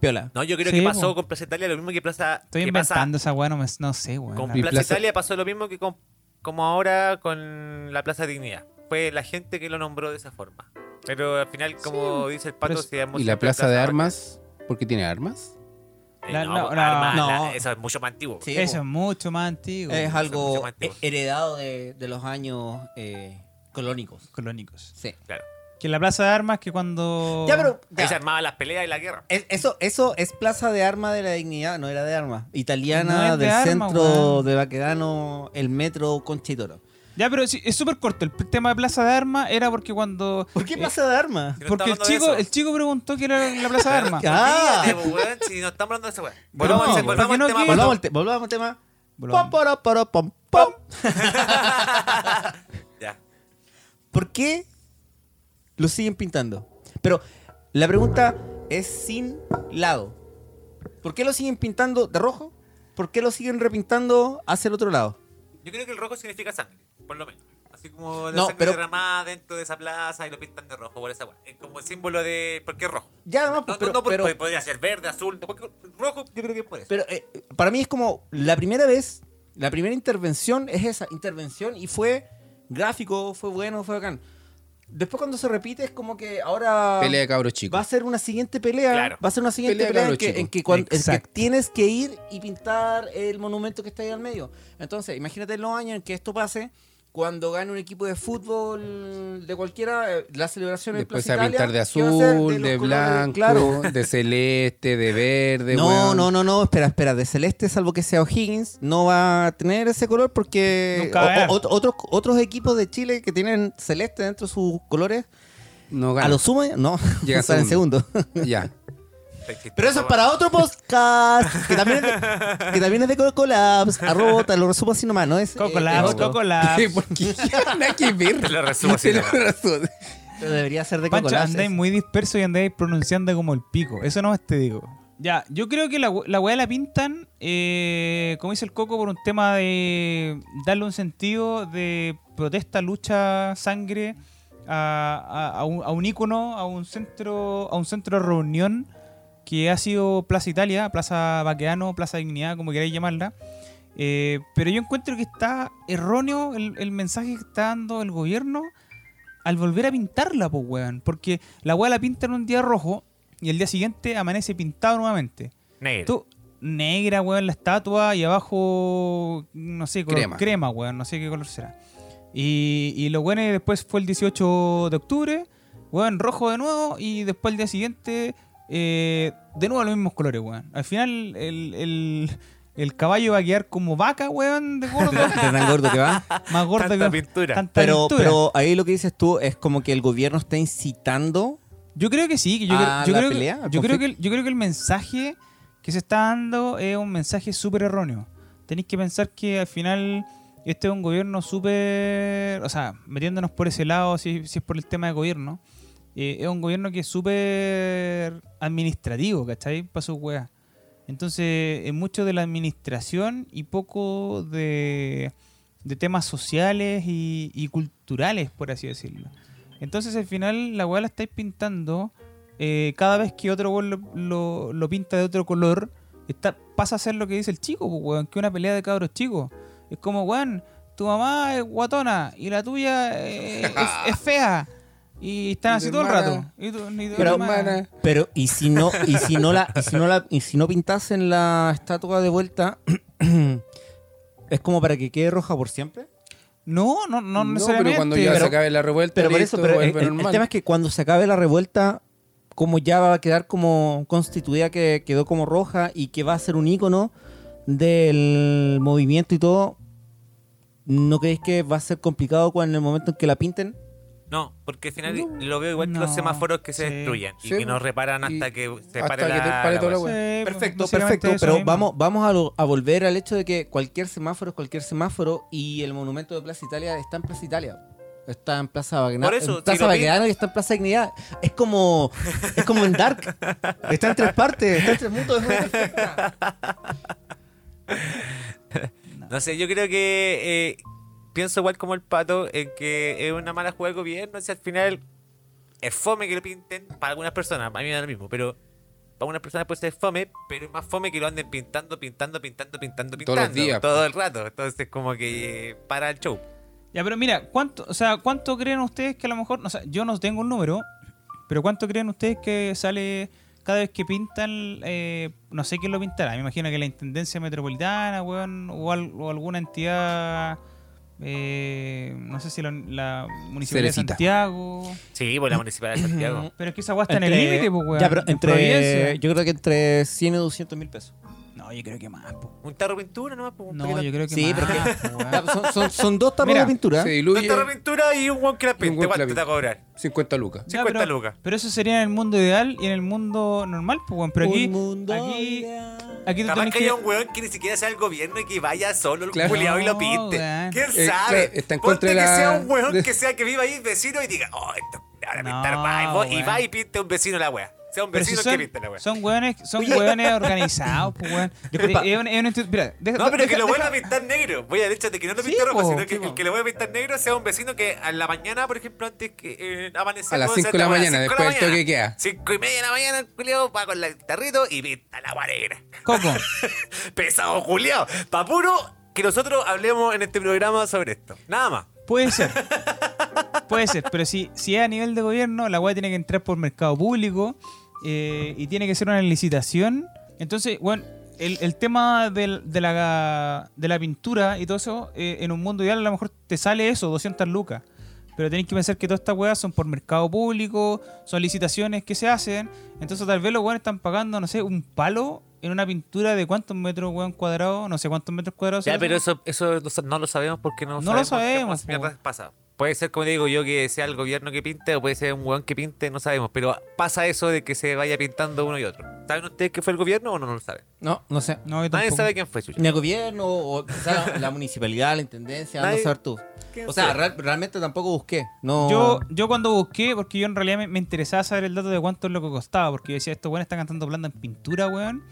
Speaker 4: Piola.
Speaker 1: No, yo creo
Speaker 2: Sí,
Speaker 1: que
Speaker 2: po.
Speaker 1: pasó con Plaza Italia lo mismo que Plaza.
Speaker 2: Estoy
Speaker 1: que
Speaker 2: inventando esa weá, no, me- no sé, weón.
Speaker 1: Pasa, con
Speaker 2: La-
Speaker 3: Y
Speaker 1: Plaza,
Speaker 3: Plaza-
Speaker 1: Italia pasó lo mismo que con, como ahora con la Plaza Dignidad. Fue la gente que lo nombró de esa forma. Pero al final, como dice el pato,
Speaker 2: pero-
Speaker 1: se llamó
Speaker 3: Y la
Speaker 1: siempre
Speaker 3: plaza de
Speaker 1: Baquedano.
Speaker 3: armas. Porque tiene armas.
Speaker 1: Eh,
Speaker 2: La-
Speaker 1: no,
Speaker 2: no,
Speaker 1: pues,
Speaker 2: no.
Speaker 1: armas, la-
Speaker 4: No.
Speaker 1: eso es mucho más antiguo.
Speaker 4: Sí,
Speaker 2: Eso
Speaker 4: po.
Speaker 2: es mucho más antiguo.
Speaker 4: Es
Speaker 2: weón.
Speaker 1: mucho
Speaker 4: algo
Speaker 1: más antiguo.
Speaker 4: heredado de, de los años eh, colónicos.
Speaker 2: Colónicos.
Speaker 4: Sí.
Speaker 1: Claro.
Speaker 2: Que la plaza de armas que cuando...
Speaker 4: Ya, pero.
Speaker 1: Ahí se
Speaker 4: ya.
Speaker 1: armaban las peleas y la guerra.
Speaker 4: Es- eso, eso es plaza de arma de la dignidad, no era de arma. Italiana
Speaker 2: No es de
Speaker 4: del
Speaker 2: arma,
Speaker 4: centro
Speaker 2: weón.
Speaker 4: de Baquedano, el metro Concha y Toro.
Speaker 2: Ya, pero sí, es súper corto. El p- tema de plaza de armas era porque cuando...
Speaker 4: ¿Por qué
Speaker 2: eh,
Speaker 4: plaza de arma?
Speaker 1: Si no
Speaker 2: porque el
Speaker 1: estamos hablando de
Speaker 2: chico,
Speaker 1: eso.
Speaker 2: el chico preguntó que era la plaza de armas.
Speaker 4: Ah.
Speaker 1: Olvídate, po, weón, si no estamos hablando de esa weá. Volvamos,
Speaker 2: No,
Speaker 1: al- volvamos
Speaker 2: porque
Speaker 1: al
Speaker 2: no
Speaker 1: tema.
Speaker 2: quiero-
Speaker 1: Pablo.
Speaker 4: Volvamos al, te- volvamos al tema.
Speaker 2: Volvamos.
Speaker 4: Pom, poro, poro, pom, pom.
Speaker 1: Ya.
Speaker 4: ¿Por qué lo siguen pintando? Pero la pregunta es sin lado. ¿Por qué lo siguen pintando de rojo? ¿Por qué lo siguen repintando hacia el otro lado?
Speaker 1: Yo creo que el rojo significa sangre, por lo menos. Así como la
Speaker 4: No,
Speaker 1: sangre
Speaker 4: pero-
Speaker 1: derramada dentro de esa plaza y lo pintan de rojo por esa weá. Es como el símbolo de. ¿Por qué rojo?
Speaker 4: Ya, no,
Speaker 1: No, no,
Speaker 4: pero-
Speaker 1: no, porque
Speaker 4: pero,
Speaker 1: podría ser verde, azul. de cualquier- Rojo, yo creo que es por eso.
Speaker 4: Pero eh, para mí es como la primera vez, la primera intervención es esa intervención y fue gráfico, fue bueno, fue bacán. Después cuando se repite es como que ahora
Speaker 3: Pelea de cabros
Speaker 4: Ah, va a
Speaker 3: chicos.
Speaker 4: ser una siguiente pelea,
Speaker 1: Claro.
Speaker 4: va a ser una siguiente
Speaker 3: Pelea de
Speaker 4: pelea, en
Speaker 3: cabros
Speaker 4: que,
Speaker 3: chicos.
Speaker 4: en que cuan- en que
Speaker 2: Exacto.
Speaker 4: tienes que ir y pintar el monumento que está ahí al medio. Entonces, imagínate los años en que esto pase Cuando gane un equipo de fútbol de cualquiera, eh, la celebración en
Speaker 3: Después se
Speaker 4: Plaza
Speaker 3: va a pintar de
Speaker 4: Italia, ¿qué va a ser?
Speaker 3: azul,
Speaker 4: los
Speaker 3: de
Speaker 4: colores,
Speaker 3: blanco,
Speaker 4: claro.
Speaker 3: de celeste, de verde.
Speaker 4: No,
Speaker 3: weón.
Speaker 4: no, no, no, espera, espera. De celeste, salvo que sea O'Higgins, no va a tener ese color porque
Speaker 2: Nunca va a ganar.
Speaker 4: o- o- otros, otros equipos de Chile que tienen celeste dentro de sus colores,
Speaker 3: No gana.
Speaker 4: a lo sumo, no,
Speaker 3: Llega
Speaker 4: salen
Speaker 3: segundo.
Speaker 4: segundo.
Speaker 3: Ya.
Speaker 4: Pero eso es para otro podcast, que también es de, que también es de Coco Labs. Arroba, te lo resumo así nomás, ¿no? Es,
Speaker 2: Coco
Speaker 4: eh,
Speaker 2: Labs,
Speaker 4: otro.
Speaker 2: Coco Labs.
Speaker 3: ¿Por qué? Nada que ver.
Speaker 1: Te lo resumo así
Speaker 3: Te lo
Speaker 1: nomás.
Speaker 3: resumo.
Speaker 4: Pero debería ser de Coco
Speaker 2: Pancho,
Speaker 4: Labs.
Speaker 2: andáis muy disperso y andáis pronunciando como el pico. Eso nomás te digo. Ya, yo creo que la, we- la weá la pintan, eh, como dice el Coco, por un tema de darle un sentido de protesta, lucha, sangre a, a- a un, a un ícono, a un centro, a un centro de reunión que ha sido Plaza Italia, Plaza Baqueano, Plaza Dignidad, como queráis llamarla. Eh, pero yo encuentro que está erróneo el, el mensaje que está dando el gobierno al volver a pintarla, pues, weón. Porque la weá la pintan un día rojo y el día siguiente amanece pintado nuevamente.
Speaker 1: Negro.
Speaker 2: Tú, negra, weón, la estatua y abajo, no sé, color
Speaker 3: Crema.
Speaker 2: crema, weón, no sé qué color será. Y, y lo bueno es que después fue el 18 de octubre, weón, rojo de nuevo y después el día siguiente, eh, de nuevo los mismos colores, weón. Al final, el, el- el caballo va a quedar como vaca, weón, de gordo,
Speaker 4: tan gordo que va.
Speaker 2: más gordo
Speaker 1: Tanta
Speaker 2: que
Speaker 1: pintura.
Speaker 2: tanta
Speaker 4: Pero,
Speaker 2: pintura.
Speaker 4: pero ahí lo que dices tú es como que el gobierno está incitando
Speaker 2: Yo creo que sí, que yo,
Speaker 4: Ah,
Speaker 2: creo- yo
Speaker 4: la
Speaker 2: creo, que-
Speaker 4: pelea, el
Speaker 2: yo creo que el- yo creo que el mensaje que se está dando es un mensaje súper erróneo. Tenéis que pensar que al final este es un gobierno súper, o sea, metiéndonos por ese lado, si, si es por el tema de gobierno, eh, es un gobierno que es súper administrativo, ¿cachai? Para sus weas. Entonces, es mucho de la administración y poco de, de temas sociales y, y culturales, por así decirlo. Entonces, al final, la weá la estáis pintando. eh, cada vez que otro weón lo, lo- lo pinta de otro color, está, pasa a ser lo que dice el chico, pues, weón, que una pelea de cabros chicos. Es como, weón, tu mamá es guatona y la tuya eh, es, es fea. Y están
Speaker 3: Y
Speaker 2: así
Speaker 3: tu
Speaker 2: todo el
Speaker 3: hermana.
Speaker 2: rato. Y tu- y tu
Speaker 4: Pero,
Speaker 2: hermana.
Speaker 4: Pero y si no y si no la y si no la y si no pintasen la estatua de vuelta es como para que quede roja por siempre.
Speaker 2: No, no, no, necesariamente.
Speaker 3: pero cuando ya se
Speaker 2: Pero-
Speaker 3: acabe la revuelta,
Speaker 4: Pero por
Speaker 3: listo,
Speaker 4: eso, pero el,
Speaker 3: vuelve
Speaker 4: el- el
Speaker 3: normal.
Speaker 4: tema es que cuando se acabe la revuelta como ya va a quedar como constituida que quedó como roja y que va a ser un icono del movimiento y todo. ¿No creéis que va a ser complicado cuando en el momento en que la pinten?
Speaker 1: No, porque al final lo veo igual que los
Speaker 2: No,
Speaker 1: semáforos que se
Speaker 2: sí.
Speaker 1: destruyen y
Speaker 3: Sí,
Speaker 1: que no reparan
Speaker 3: y
Speaker 1: hasta que se
Speaker 3: hasta
Speaker 1: pare
Speaker 3: que
Speaker 1: la,
Speaker 3: te pare
Speaker 1: la
Speaker 3: toda la
Speaker 1: hueá.
Speaker 3: wea.
Speaker 2: Sí,
Speaker 4: Perfecto,
Speaker 2: básicamente
Speaker 4: perfecto,
Speaker 2: eso
Speaker 4: pero
Speaker 2: mismo.
Speaker 4: vamos, vamos a, lo- a volver al hecho de que cualquier semáforo es cualquier semáforo y el monumento de Plaza Italia está en Plaza Italia. Está en Plaza Baquedano.
Speaker 1: Por eso,
Speaker 4: en
Speaker 1: si
Speaker 4: Plaza
Speaker 1: lo vi-
Speaker 4: Baquedano y está en Plaza Dignidad. Es como, es como en Dark. Está en tres partes, está en tres mundos. es una perfecta.
Speaker 1: No sé, yo creo que eh, pienso igual como el pato en que es una mala jugada del gobierno. Si al final es fome que lo pinten para algunas personas, a mí me da lo mismo, pero para algunas personas puede ser fome, pero es más fome que lo anden pintando, pintando, pintando, pintando, pintando
Speaker 3: Todos los días,
Speaker 1: todo el rato. Entonces, como que eh, para el show.
Speaker 2: Ya, pero mira, ¿cuánto, o sea, ¿cuánto creen ustedes que a lo mejor, o sea, yo no tengo un número, pero ¿cuánto creen ustedes que sale cada vez que pintan, eh, no sé quién lo pintará, me imagino que la Intendencia Metropolitana, weón, o, al- o alguna entidad, eh, no sé si la, la Municipalidad de
Speaker 3: Cerecita.
Speaker 2: Santiago,
Speaker 1: Sí,
Speaker 3: Mm.
Speaker 1: por la municipalidad de Santiago.
Speaker 2: pero es que esa weá está en el
Speaker 4: Entre-
Speaker 2: límite, pues, weón.
Speaker 4: Ya, pero
Speaker 2: en
Speaker 4: entre,
Speaker 2: Providencia.
Speaker 4: yo creo que entre 100 y 200 mil pesos.
Speaker 2: No, yo creo que más, po.
Speaker 1: Un tarro de pintura nomás. pues, un
Speaker 2: No,
Speaker 1: paquete-
Speaker 2: yo creo que
Speaker 4: Sí,
Speaker 2: más.
Speaker 4: pero
Speaker 2: po, weón.
Speaker 4: Ya, Son, son- son dos tarros
Speaker 2: Mira,
Speaker 4: de pintura.
Speaker 3: Se diluye
Speaker 1: Un tarro de pintura y un guan que la
Speaker 3: Y un
Speaker 1: pinte.
Speaker 3: guan que la
Speaker 1: ¿Cuánto te va a cobrar?
Speaker 3: 50 lucas.
Speaker 2: Ya,
Speaker 1: 50
Speaker 2: pero,
Speaker 1: lucas.
Speaker 2: Pero eso sería en el mundo ideal y en el mundo normal, pues, weón. Pero aquí.
Speaker 4: Un mundo
Speaker 2: aquí,
Speaker 4: ideal.
Speaker 2: aquí te
Speaker 1: Capaz
Speaker 2: tenés
Speaker 1: que
Speaker 2: que.
Speaker 1: haya un weón que ni siquiera sea el gobierno y que vaya solo el
Speaker 3: Claro.
Speaker 1: culiao y lo
Speaker 2: No,
Speaker 1: pinte.
Speaker 2: weón.
Speaker 1: ¿Quién sabe?
Speaker 3: Eh, claro, está
Speaker 1: Ponte
Speaker 3: en contra de
Speaker 1: que
Speaker 3: la-
Speaker 1: sea un weón
Speaker 3: de-
Speaker 1: que sea que viva ahí vecino y diga, oh, esto ahora
Speaker 2: No,
Speaker 1: pintar va", y vo- y
Speaker 2: weón.
Speaker 1: va y pinte un vecino la wea. Sea un
Speaker 2: Pero si
Speaker 1: vecino el que
Speaker 2: son,
Speaker 1: pinte la wea.
Speaker 2: son weones, son weones organizados, pues, weón.
Speaker 4: Disculpa.
Speaker 2: Eh, es un- es un instituto- mira, deja-
Speaker 1: No, pero
Speaker 2: deja-
Speaker 1: que lo vuelva
Speaker 2: deja-
Speaker 1: a pintar negro. Voy al hecho de que no lo
Speaker 2: Sí,
Speaker 1: pinte rojo,
Speaker 2: po,
Speaker 1: sino que
Speaker 2: sí, po.
Speaker 1: el que le voy a pintar negro sea un vecino que a la mañana, por ejemplo, antes que eh, amanezca.
Speaker 3: A las
Speaker 1: todo,
Speaker 3: cinco
Speaker 1: sea
Speaker 3: de la
Speaker 1: esta wea,
Speaker 3: mañana,
Speaker 1: cinco
Speaker 3: después del toque queda.
Speaker 1: Cinco y media de la mañana, el culiao va con el guitarrito y pinta la wea negra.
Speaker 2: Coco,
Speaker 1: Pesado, Juliado. Pa' puro que nosotros hablemos en este programa sobre esto. Nada más.
Speaker 2: puede ser. Puede ser, pero si, si es a nivel de gobierno, la weá tiene que entrar por mercado público eh, y tiene que ser una licitación. Entonces, weón, el, el tema del- de, la, de la pintura y todo eso, eh, en un mundo ideal a lo mejor te sale eso, 200 lucas. Pero tenés que pensar que todas estas weas son por mercado público, son licitaciones que se hacen. Entonces tal vez los weones están pagando, no sé, un palo en una pintura de cuántos metros weón cuadrados, no sé cuántos metros cuadrados.
Speaker 1: Ya,
Speaker 2: son.
Speaker 1: pero eso, eso no sa- no lo sabemos porque no,
Speaker 2: No lo sabemos,
Speaker 1: qué más mierda
Speaker 2: po.
Speaker 1: pasa. Puede ser, como digo yo, que sea el gobierno que pinte o puede ser un weón que pinte, no sabemos. Pero pasa eso de que se vaya pintando uno y otro. ¿Saben ustedes que fue el gobierno o no, no lo saben?
Speaker 4: No, no sé.
Speaker 2: No,
Speaker 1: Nadie
Speaker 2: yo tampoco.
Speaker 1: sabe quién fue, chucha.
Speaker 4: Ni el gobierno, o quizá la municipalidad, la intendencia, no
Speaker 1: Nadie-
Speaker 4: saber tú.
Speaker 1: ¿Quién
Speaker 4: O sea,
Speaker 1: sabe?
Speaker 4: real- realmente tampoco busqué. No.
Speaker 2: Yo, yo cuando busqué, porque yo en realidad me, me interesaba saber el dato de cuánto es lo que costaba, porque yo decía, estos weones están cantando blanda en pintura, weón,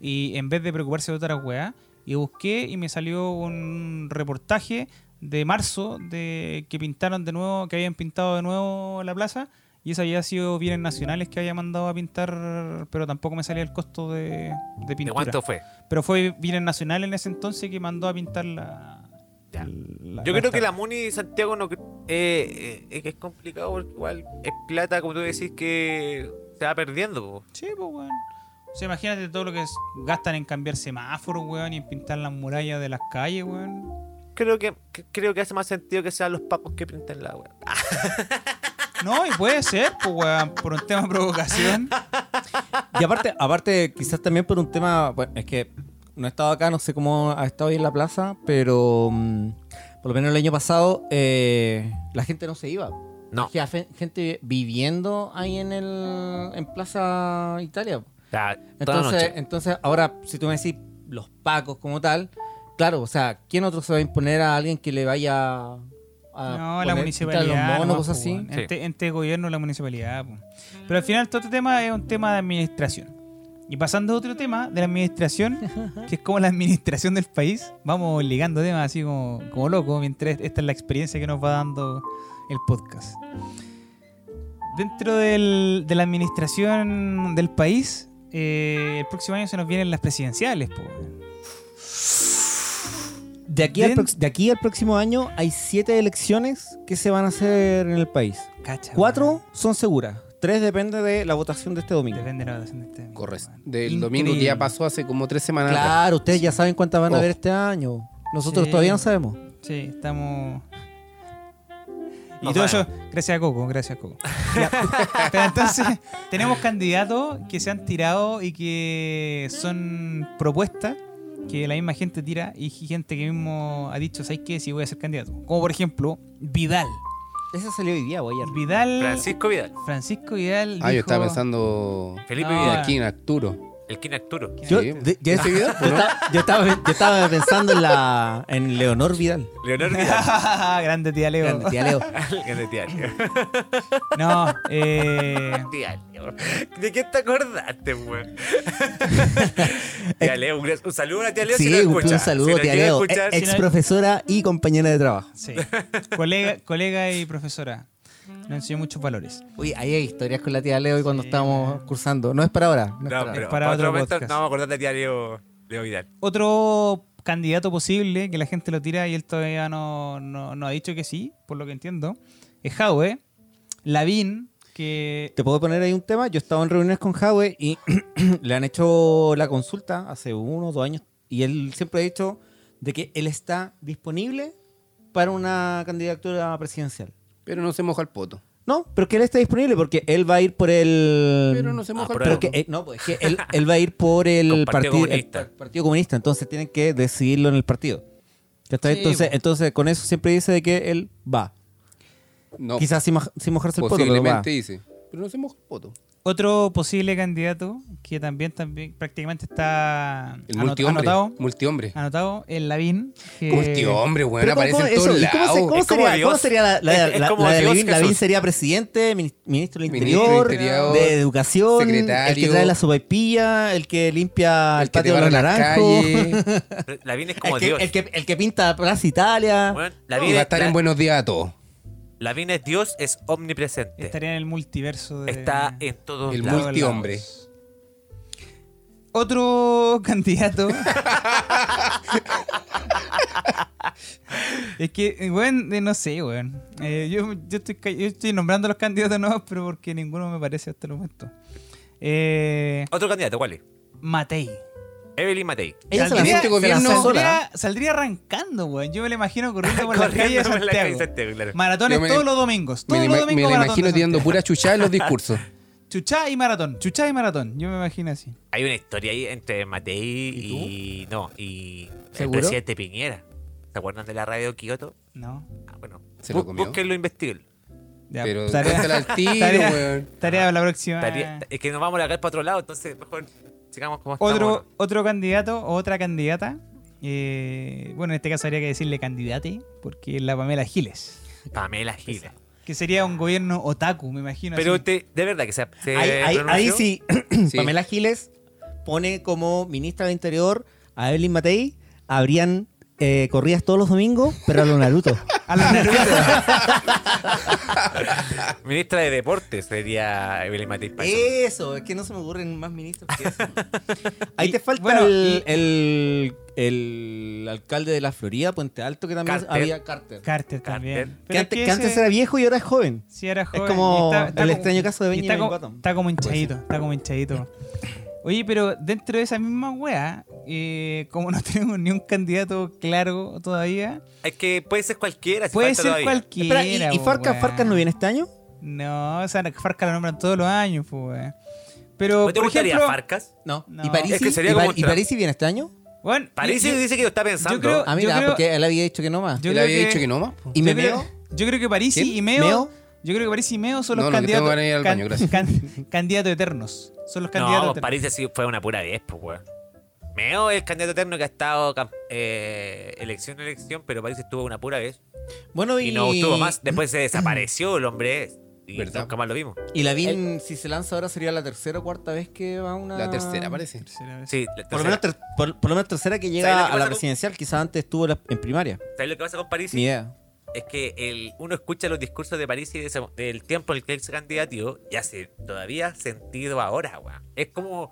Speaker 2: y en vez de preocuparse de otras weas, y busqué y me salió un reportaje de marzo de que pintaron de nuevo, que habían pintado de nuevo la plaza, y eso había sido bienes nacionales que había mandado a pintar, pero tampoco me salía el costo de, de
Speaker 1: ¿De
Speaker 2: pintura.
Speaker 1: cuánto fue?
Speaker 2: pero fue bienes nacional en ese entonces que mandó a pintar la...
Speaker 1: Ya.
Speaker 2: la-
Speaker 1: Yo creo que
Speaker 2: esta-
Speaker 1: la Muni Santiago no cre- eh, eh, es que es complicado porque igual es plata, como tú decís, que se va perdiendo. po.
Speaker 2: Sí, pues, weón. O sea, imagínate todo lo que es- gastan en cambiar semáforos, weón, y en pintar las murallas de las calles, weón.
Speaker 1: Creo que, que- creo que hace más sentido que sean los pacos que pinten la Ah, weá.
Speaker 2: No, y puede ser, pues, weón, por un tema de provocación.
Speaker 4: Y aparte, aparte, quizás también por un tema. Bueno, es que no he estado acá, no sé cómo ha estado hoy en la plaza, pero mm, por lo menos el año pasado eh, la gente no se iba.
Speaker 1: No.
Speaker 4: Que fe- gente viviendo ahí en el en Plaza Italia.
Speaker 1: Ya, Ah, toda
Speaker 4: Entonces,
Speaker 1: noche.
Speaker 4: entonces ahora, si tú me decís los pacos como tal, claro, o sea, ¿quién otro se va a imponer a alguien que le vaya a.
Speaker 2: No, la
Speaker 4: poner-
Speaker 2: municipalidad.
Speaker 4: quitar Los monos,
Speaker 2: nomás,
Speaker 4: cosas
Speaker 2: pues,
Speaker 4: así.
Speaker 2: weón. Ente, ente de gobierno, la municipalidad. pues. Pero al final todo este tema es un tema de administración. Y pasando a otro tema de la administración, que es como la administración del país, vamos ligando temas así como, como locos, mientras esta es la experiencia que nos va dando el podcast. Dentro del- de la administración del país, eh, el próximo año se nos vienen las presidenciales. po, weón.
Speaker 4: De aquí, al
Speaker 2: Den-
Speaker 4: prox- de aquí al próximo año hay siete elecciones que se van a hacer en el país.
Speaker 2: Cacha, weón.
Speaker 4: Cuatro son seguras. Tres depende de la votación de este domingo.
Speaker 2: Depende de la votación de este domingo,
Speaker 3: Correcto.
Speaker 2: weón.
Speaker 3: Del domingo que
Speaker 2: Increíble.
Speaker 3: ya pasó hace como tres semanas. atrás.
Speaker 4: Claro, ustedes ya saben cuántas van a
Speaker 3: Ojo.
Speaker 4: haber este año. Nosotros
Speaker 2: Sí.
Speaker 4: todavía no sabemos.
Speaker 2: Sí, estamos. Y
Speaker 1: No
Speaker 2: todo
Speaker 1: sabemos.
Speaker 2: eso, gracias a Coco, gracias a Coco. Ya. Pero entonces, tenemos candidatos que se han tirado y que son propuestas que la misma gente tira y gente que mismo ha dicho, ¿sabes qué? Si voy a ser candidato. Como por ejemplo, Vidal.
Speaker 4: Esa salió hoy día o ayer.
Speaker 2: Vidal.
Speaker 1: Francisco Vidal,
Speaker 2: Francisco Vidal.
Speaker 3: Ah, yo
Speaker 2: dijo-
Speaker 3: estaba pensando
Speaker 1: Felipe
Speaker 2: No,
Speaker 1: Vidal,
Speaker 3: aquí en Arturo.
Speaker 1: el King Arturo.
Speaker 4: Yo,
Speaker 3: Sí.
Speaker 4: de- yo-
Speaker 3: ¿Ese video?
Speaker 4: yo estaba, yo estaba- yo estaba pensando en, la, en Leonor Vidal.
Speaker 1: Leonor Vidal.
Speaker 2: Grande tía Leo.
Speaker 4: Grande, tía Leo.
Speaker 1: Grande tía Leo.
Speaker 2: No, eh.
Speaker 1: Tía Leo. ¿De qué te acordaste, weón? tía Leo, un, un saludo a tía Leo. si
Speaker 4: Sí,
Speaker 1: lo
Speaker 4: un
Speaker 1: escucha.
Speaker 4: un saludo,
Speaker 1: Si lo
Speaker 4: tía
Speaker 1: llega a
Speaker 4: Leo.
Speaker 1: escuchar,
Speaker 4: Ex
Speaker 2: no-
Speaker 4: profesora y compañera de trabajo.
Speaker 2: Sí. colega, colega y profesora. Nos enseñó muchos valores.
Speaker 4: Uy, ahí hay historias con la tía Leo y cuando estábamos cursando. No es para ahora. No es para
Speaker 1: No,
Speaker 4: ahora.
Speaker 1: pero
Speaker 2: para
Speaker 1: para
Speaker 2: otro
Speaker 1: otro momento
Speaker 2: podcast.
Speaker 1: no vamos a acordar de tía Leo, Leo Vidal.
Speaker 2: otro candidato posible que la gente lo tira y él todavía no, no- no ha dicho que sí, por lo que entiendo, es Jadwe, Lavín, que
Speaker 4: Te puedo poner ahí un tema. Yo he estado en reuniones con Jadwe y le han hecho la consulta hace uno o dos años y él siempre ha dicho de que él está disponible para una candidatura presidencial.
Speaker 3: Pero no se moja el poto.
Speaker 4: No, pero que él está disponible porque él va a ir por el...
Speaker 3: Pero no se
Speaker 1: Ah,
Speaker 3: moja el
Speaker 1: pero-
Speaker 3: poto.
Speaker 4: Em, Pero que, eh, no, pues es que él, él va a ir por el
Speaker 1: Con Partido
Speaker 4: partido,
Speaker 1: Comunista.
Speaker 4: el par- partido comunista, entonces tienen que decidirlo en el partido. ¿Cachai?
Speaker 2: Sí,
Speaker 4: entonces,
Speaker 3: pues.
Speaker 2: bueno.
Speaker 4: entonces con eso siempre dice de que él va.
Speaker 3: No,
Speaker 4: eh, Quizás sin, maj- sin mojarse el poto, pero va.
Speaker 3: posiblemente dice. Pero no se moja el poto.
Speaker 2: otro posible candidato que también, también prácticamente está
Speaker 3: El
Speaker 2: ano-
Speaker 3: multihombre.
Speaker 2: anotado,
Speaker 3: Multihombre.
Speaker 2: anotado, el Lavín. que-
Speaker 3: Multihombre, weón.
Speaker 4: Ah, eh, Pero
Speaker 3: Aparece
Speaker 4: ¿cómo-
Speaker 3: en todos
Speaker 4: eso? ¿Y cómo se-
Speaker 3: lados.
Speaker 4: ¿Cómo,
Speaker 1: Es como
Speaker 4: sería,
Speaker 1: Dios.
Speaker 4: cómo sería la, la,
Speaker 1: Es- es
Speaker 4: la-
Speaker 1: como
Speaker 4: la de
Speaker 1: Dios
Speaker 4: Lavín?
Speaker 1: Jesús.
Speaker 4: Lavín sería presidente, mini- ministro del
Speaker 3: Ministro del
Speaker 4: interior,
Speaker 3: Interior,
Speaker 4: de educación, el
Speaker 3: secretario,
Speaker 4: que trae la sopaipilla, el que limpia el,
Speaker 3: El que te
Speaker 4: patio de
Speaker 3: barra
Speaker 4: los
Speaker 3: la
Speaker 4: naranjos, el
Speaker 3: calle.
Speaker 1: Pero Lavín es como
Speaker 4: que,
Speaker 1: Dios.
Speaker 4: el, que, el que pinta Plaza Italia.
Speaker 1: Bueno,
Speaker 3: Y
Speaker 1: Lavín,
Speaker 3: va a
Speaker 1: es,
Speaker 3: estar
Speaker 1: la-
Speaker 3: en Buenos Días a todos.
Speaker 1: Lavín es Dios, es omnipresente.
Speaker 2: Estaría en el multiverso. de-
Speaker 1: Está en todos
Speaker 3: El
Speaker 1: lados.
Speaker 2: todos
Speaker 3: multihombre.
Speaker 2: lados. Otro candidato. es que, weón, eh, no sé, weón. Eh, yo, yo estoy, ca- yo estoy nombrando los candidatos nuevos, pero porque ninguno me parece hasta el momento. Eh,
Speaker 1: Otro candidato, ¿cuál es?
Speaker 2: Matei.
Speaker 1: Evelyn Matei.
Speaker 3: Ella se la
Speaker 2: Saldría,
Speaker 3: siente gobierno sola.
Speaker 2: saldría, saldría arrancando, weón. Yo me la imagino corriendo por las
Speaker 1: Corriendo
Speaker 2: calles de
Speaker 1: por la calle de
Speaker 2: Santiago.
Speaker 1: Santiago, claro.
Speaker 2: Maratones
Speaker 3: Yo me-
Speaker 2: todos los domingos. Todos
Speaker 3: Me,
Speaker 2: los
Speaker 3: la ima-
Speaker 2: domingos
Speaker 3: me la
Speaker 2: maratón
Speaker 3: imagina
Speaker 2: de
Speaker 3: tirando
Speaker 2: Santiago.
Speaker 3: pura chuchada en los discursos.
Speaker 4: pues,
Speaker 2: Chuchá y maratón. Chuchá y maratón. Yo me imagino así.
Speaker 1: Hay una historia ahí entre Matei y. No, y. El
Speaker 3: ¿Seguro?
Speaker 1: presidente Piñera. ¿Se acuerdan de la radio Kioto?
Speaker 2: No.
Speaker 1: Ah, bueno.
Speaker 3: ¿Se lo
Speaker 1: Bú-
Speaker 3: comió?
Speaker 1: Búsquenlo, investiguen.
Speaker 2: Eh. Ya, pues,
Speaker 3: Pero cuéntala
Speaker 2: tarea,
Speaker 3: al tiro,
Speaker 2: tarea,
Speaker 3: weón.
Speaker 2: tarea para la próxima.
Speaker 1: Estaría- Es que nos vamos a largar para otro lado, entonces mejor sigamos como estamos.
Speaker 2: Otro,
Speaker 1: ahora.
Speaker 2: otro candidato o otra candidata. eh, bueno, en este caso habría que decirle candidate, porque es la Pamela Giles.
Speaker 1: Pamela Giles.
Speaker 2: Que sería un gobierno otaku, me imagino.
Speaker 1: Pero
Speaker 2: así.
Speaker 1: usted, de verdad que se, se
Speaker 4: ahí, ahí- ahí
Speaker 1: pronunció.
Speaker 4: sí,
Speaker 3: Sí.
Speaker 4: Pamela Giles pone como ministra de Interior a Evelyn Matei, habrían eh, corridas todos los domingos, pero a los Naruto.
Speaker 2: A la Naruto.
Speaker 1: Ministra de Deportes sería Evelyn Matei Paso.
Speaker 4: Eh. eso, es que no se me ocurren más ministros que eso. Ahí te falta
Speaker 2: bueno,
Speaker 4: el, el- el alcalde de la Florida, Puente Alto, que también
Speaker 1: Carter.
Speaker 4: había Carter.
Speaker 2: Carter también.
Speaker 4: Que,
Speaker 2: Pero es
Speaker 4: antes,
Speaker 2: que
Speaker 4: que antes
Speaker 2: ese-
Speaker 4: era viejo y ahora es joven.
Speaker 2: Sí, era joven.
Speaker 4: como
Speaker 2: Y
Speaker 4: el extraño caso de
Speaker 2: y
Speaker 4: Benjamin
Speaker 2: está, co-
Speaker 4: Button.
Speaker 2: Está como hinchadito, está como hinchadito. Oye, pero dentro de esa misma wea, eh, como no tenemos ni un candidato claro todavía,
Speaker 1: Es que puede ser cualquiera. si
Speaker 2: puede
Speaker 1: falta
Speaker 2: ser
Speaker 1: todavía.
Speaker 2: cualquiera.
Speaker 4: Espera, ¿y- ¿y,
Speaker 2: po,
Speaker 4: Farca,
Speaker 2: wea.
Speaker 4: Farca no viene este año?
Speaker 2: No, o sea, Farca la nombran todos los años, pues, wea. Pero,
Speaker 1: ¿No te
Speaker 2: por
Speaker 1: gustaría
Speaker 2: ejemplo,
Speaker 1: Farcas?
Speaker 4: No.
Speaker 2: No.
Speaker 4: ¿Y París?
Speaker 1: Es que sería
Speaker 4: ¿Y,
Speaker 1: como
Speaker 4: Par- y
Speaker 1: tra-
Speaker 4: Parisi viene este año?
Speaker 2: bueno,
Speaker 1: París
Speaker 2: yo- yo-
Speaker 1: dice que lo está pensando.
Speaker 2: creo-
Speaker 4: Ah, mira,
Speaker 2: creo-
Speaker 4: porque él había dicho que no más.
Speaker 2: Yo
Speaker 3: Él
Speaker 2: creo
Speaker 3: había
Speaker 2: que-
Speaker 3: dicho que no más. po.
Speaker 4: ¿Y me
Speaker 2: yo creo-
Speaker 4: veo?
Speaker 2: Yo creo que París
Speaker 4: ¿Quién?
Speaker 2: y Meo,
Speaker 4: ¿Meo?
Speaker 2: Yo creo que París y Meo son los
Speaker 3: No, no, que tengo
Speaker 2: candidatos.
Speaker 3: ganas de ir al baño, gracias.
Speaker 2: can- candidatos eternos. Son los candidatos
Speaker 1: No, pues,
Speaker 2: eternos.
Speaker 1: París sí fue una pura 10, pues, weón. Meo es el candidato eterno que ha estado cam- eh, elección a elección, pero París estuvo una pura vez.
Speaker 4: Bueno, y,
Speaker 1: Y no estuvo más. Después se desapareció el hombre. Y
Speaker 3: ¿Verdad?
Speaker 1: nunca más lo vimos.
Speaker 4: Y Lavín, si se lanza ahora, sería la tercera o cuarta vez que va a una.
Speaker 3: La tercera parece.
Speaker 2: Tercera vez.
Speaker 1: Sí, la
Speaker 4: Por lo,
Speaker 1: tercera.
Speaker 4: menos ter- por, por lo menos tercera que
Speaker 1: ¿Sabes lo
Speaker 4: llega
Speaker 1: que
Speaker 4: a la
Speaker 1: pasa con-
Speaker 4: presidencial. Quizás antes estuvo la- en primaria.
Speaker 1: ¿Sabes lo que pasa con París?
Speaker 4: Ni idea.
Speaker 1: es que el, uno escucha los discursos de París y de ese- del tiempo en el que él se candidateó y hace todavía sentido ahora, weón. Es como,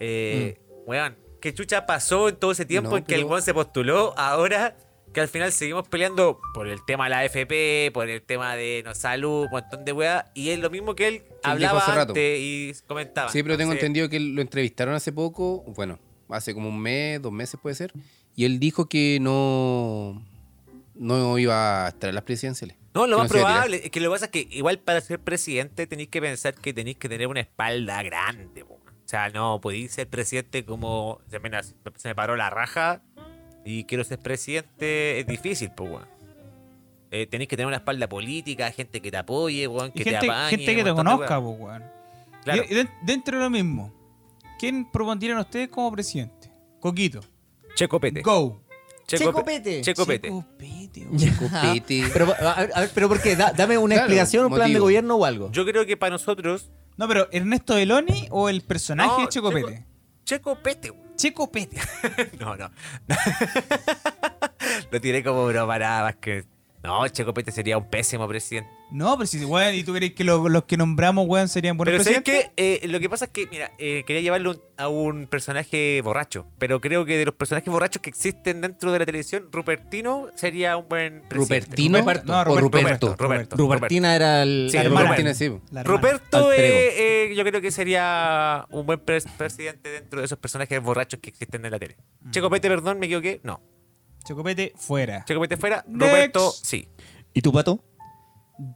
Speaker 1: eh, weón, ¿qué chucha pasó en todo ese tiempo
Speaker 3: Mm. No,
Speaker 1: en que el
Speaker 3: pero-
Speaker 1: weón se postuló? Ahora que al final seguimos peleando por el tema de la AFP, por el tema de no, salud, un montón de weas, y es lo mismo que él hablaba
Speaker 3: dijo hace rato.
Speaker 1: antes y comentaba.
Speaker 3: Sí, pero tengo
Speaker 1: Entonces,
Speaker 3: entendido que lo entrevistaron hace poco, bueno, hace como un mes, dos meses puede ser, y él dijo que no, no iba a estar en las presidenciales.
Speaker 1: No, lo
Speaker 3: que
Speaker 1: más
Speaker 3: se iba a tirar.
Speaker 1: probable es que lo que pasa es que igual para ser presidente tenéis que pensar que tenéis que tener una espalda grande. po. O sea, no podéis ser presidente como se me, nac- se me paró la raja y quiero ser presidente. Es difícil, pues, weón. Eh, tenéis que tener una espalda política, gente que te apoye, weón,
Speaker 2: Y
Speaker 1: que
Speaker 2: gente,
Speaker 1: te apañe.
Speaker 2: gente que
Speaker 1: un
Speaker 2: te
Speaker 1: montón de
Speaker 2: conozca,
Speaker 1: weas.
Speaker 2: pues, weón.
Speaker 1: Claro.
Speaker 2: Y- y den- dentro de lo mismo, ¿quién propondrían ustedes como presidente? Coquito.
Speaker 1: Checo Pete.
Speaker 2: Go.
Speaker 1: Checo Pete.
Speaker 4: Pete.
Speaker 1: Checo Pete.
Speaker 2: Copete,
Speaker 3: Copete.
Speaker 4: Pero, a ver, a ver, pero ¿por qué? Da- dame una
Speaker 3: Claro,
Speaker 4: explicación, un plan de
Speaker 3: motivo.
Speaker 4: gobierno o algo.
Speaker 1: Yo creo que para nosotros,
Speaker 2: No, pero ¿Ernesto Deloni o el personaje
Speaker 1: No,
Speaker 2: de Checopete?
Speaker 1: Checo Pete, weón.
Speaker 2: Checopete.
Speaker 1: No, no. Lo tiré como broma nada más que. No, Checo Pete sería un pésimo presidente.
Speaker 2: No, pero si, weón, ¿y tú crees que lo- los que nombramos, weón, serían buenos
Speaker 1: Pero ¿sabes
Speaker 2: presidentes?
Speaker 1: qué? Eh, lo que pasa es que, mira, eh, quería llevarlo un- a un personaje borracho, pero creo que de los personajes borrachos que existen dentro de la televisión, Rupertino sería un buen presidente.
Speaker 3: Rupertino
Speaker 2: Ruperto. No,
Speaker 3: o
Speaker 2: Ruperto.
Speaker 3: Ruperto.
Speaker 1: Ruperto. Ruperto.
Speaker 4: Rupertina era el.
Speaker 1: Sí,
Speaker 4: la
Speaker 1: el
Speaker 4: hermana.
Speaker 1: Rupertina.
Speaker 3: Martínez, sí, po.
Speaker 2: La hermana.
Speaker 1: Ruperto
Speaker 4: Alter ego.
Speaker 1: eh, eh, yo creo que sería un buen pres- presidente dentro de esos personajes borrachos que existen en la tele. Checo Pete, perdón, me equivoqué. No.
Speaker 2: Checopete, fuera.
Speaker 1: Checo Pete fuera.
Speaker 2: Next.
Speaker 1: Ruperto, sí.
Speaker 4: ¿Y tu pato?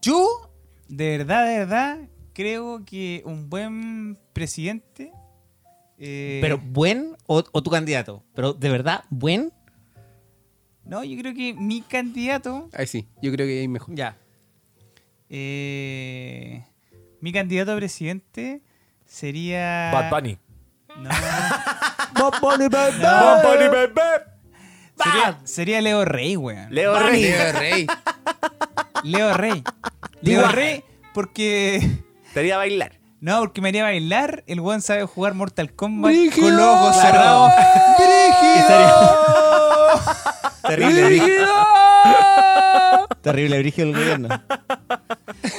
Speaker 2: Yo, de verdad, de verdad, creo que un buen presidente... eh,
Speaker 4: Pero buen o, o tu candidato. Pero de verdad, buen.
Speaker 2: No, yo creo que mi candidato...
Speaker 3: Ahí sí, yo creo que ahí mejor.
Speaker 4: Ya.
Speaker 2: eh, mi candidato a presidente sería...
Speaker 1: Bunny.
Speaker 2: No,
Speaker 4: Bob Bunny, baby.
Speaker 1: Bad Bunny, baby.
Speaker 2: sería, sería Leo Rey, weón.
Speaker 1: Leo Rey.
Speaker 3: Diego Rey.
Speaker 2: Leo Rey. Leo Rey, porque.
Speaker 1: Te haría bailar.
Speaker 2: No, porque me haría bailar. El weón sabe jugar Mortal Kombat
Speaker 3: ¡Brígido!
Speaker 2: con los ojos cerrados.
Speaker 4: Terrible, brígido. Terrible, brígido el gobierno.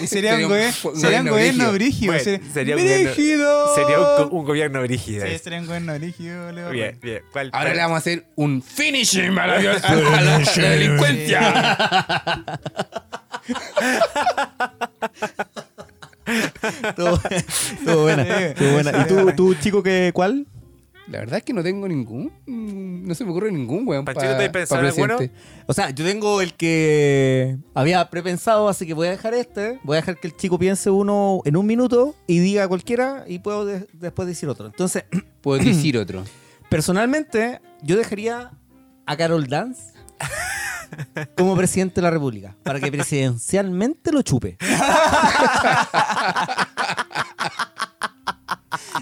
Speaker 2: Y sería un,
Speaker 3: Sería un
Speaker 2: gobier-
Speaker 3: fu-
Speaker 2: sería un
Speaker 3: gobierno
Speaker 2: gobierno brígido.
Speaker 1: brígido.
Speaker 2: sería,
Speaker 1: Bueno, sería un gobierno-
Speaker 2: ¡Brígido!
Speaker 1: Sería un, go- un gobierno brígido. este.
Speaker 2: Sí, sería un gobierno brígido, Leo
Speaker 1: Bien,
Speaker 2: Rey.
Speaker 1: bien. ¿Cuál-
Speaker 3: Ahora
Speaker 1: cuál-
Speaker 3: le vamos a hacer un finishing maravilloso a la, a la- a la delincuencia.
Speaker 4: Estuvo estuvo buena.
Speaker 2: Sí.
Speaker 4: Estuvo buena. ¿Y tú, tú, chico, que, cuál?
Speaker 3: La verdad es que no tengo ningún. mm, No se me ocurre ningún, weón.
Speaker 1: Panchito, ¿estáis pensando en alguno?
Speaker 4: O sea, yo tengo el que había prepensado, así que voy a dejar este. Voy a dejar que el chico piense uno en un minuto y diga cualquiera y puedo de- después decir otro. Entonces,
Speaker 3: Puedo decir otro.
Speaker 4: personalmente, yo dejaría a Carol Dance como presidente de la República para que presidencialmente lo chupe.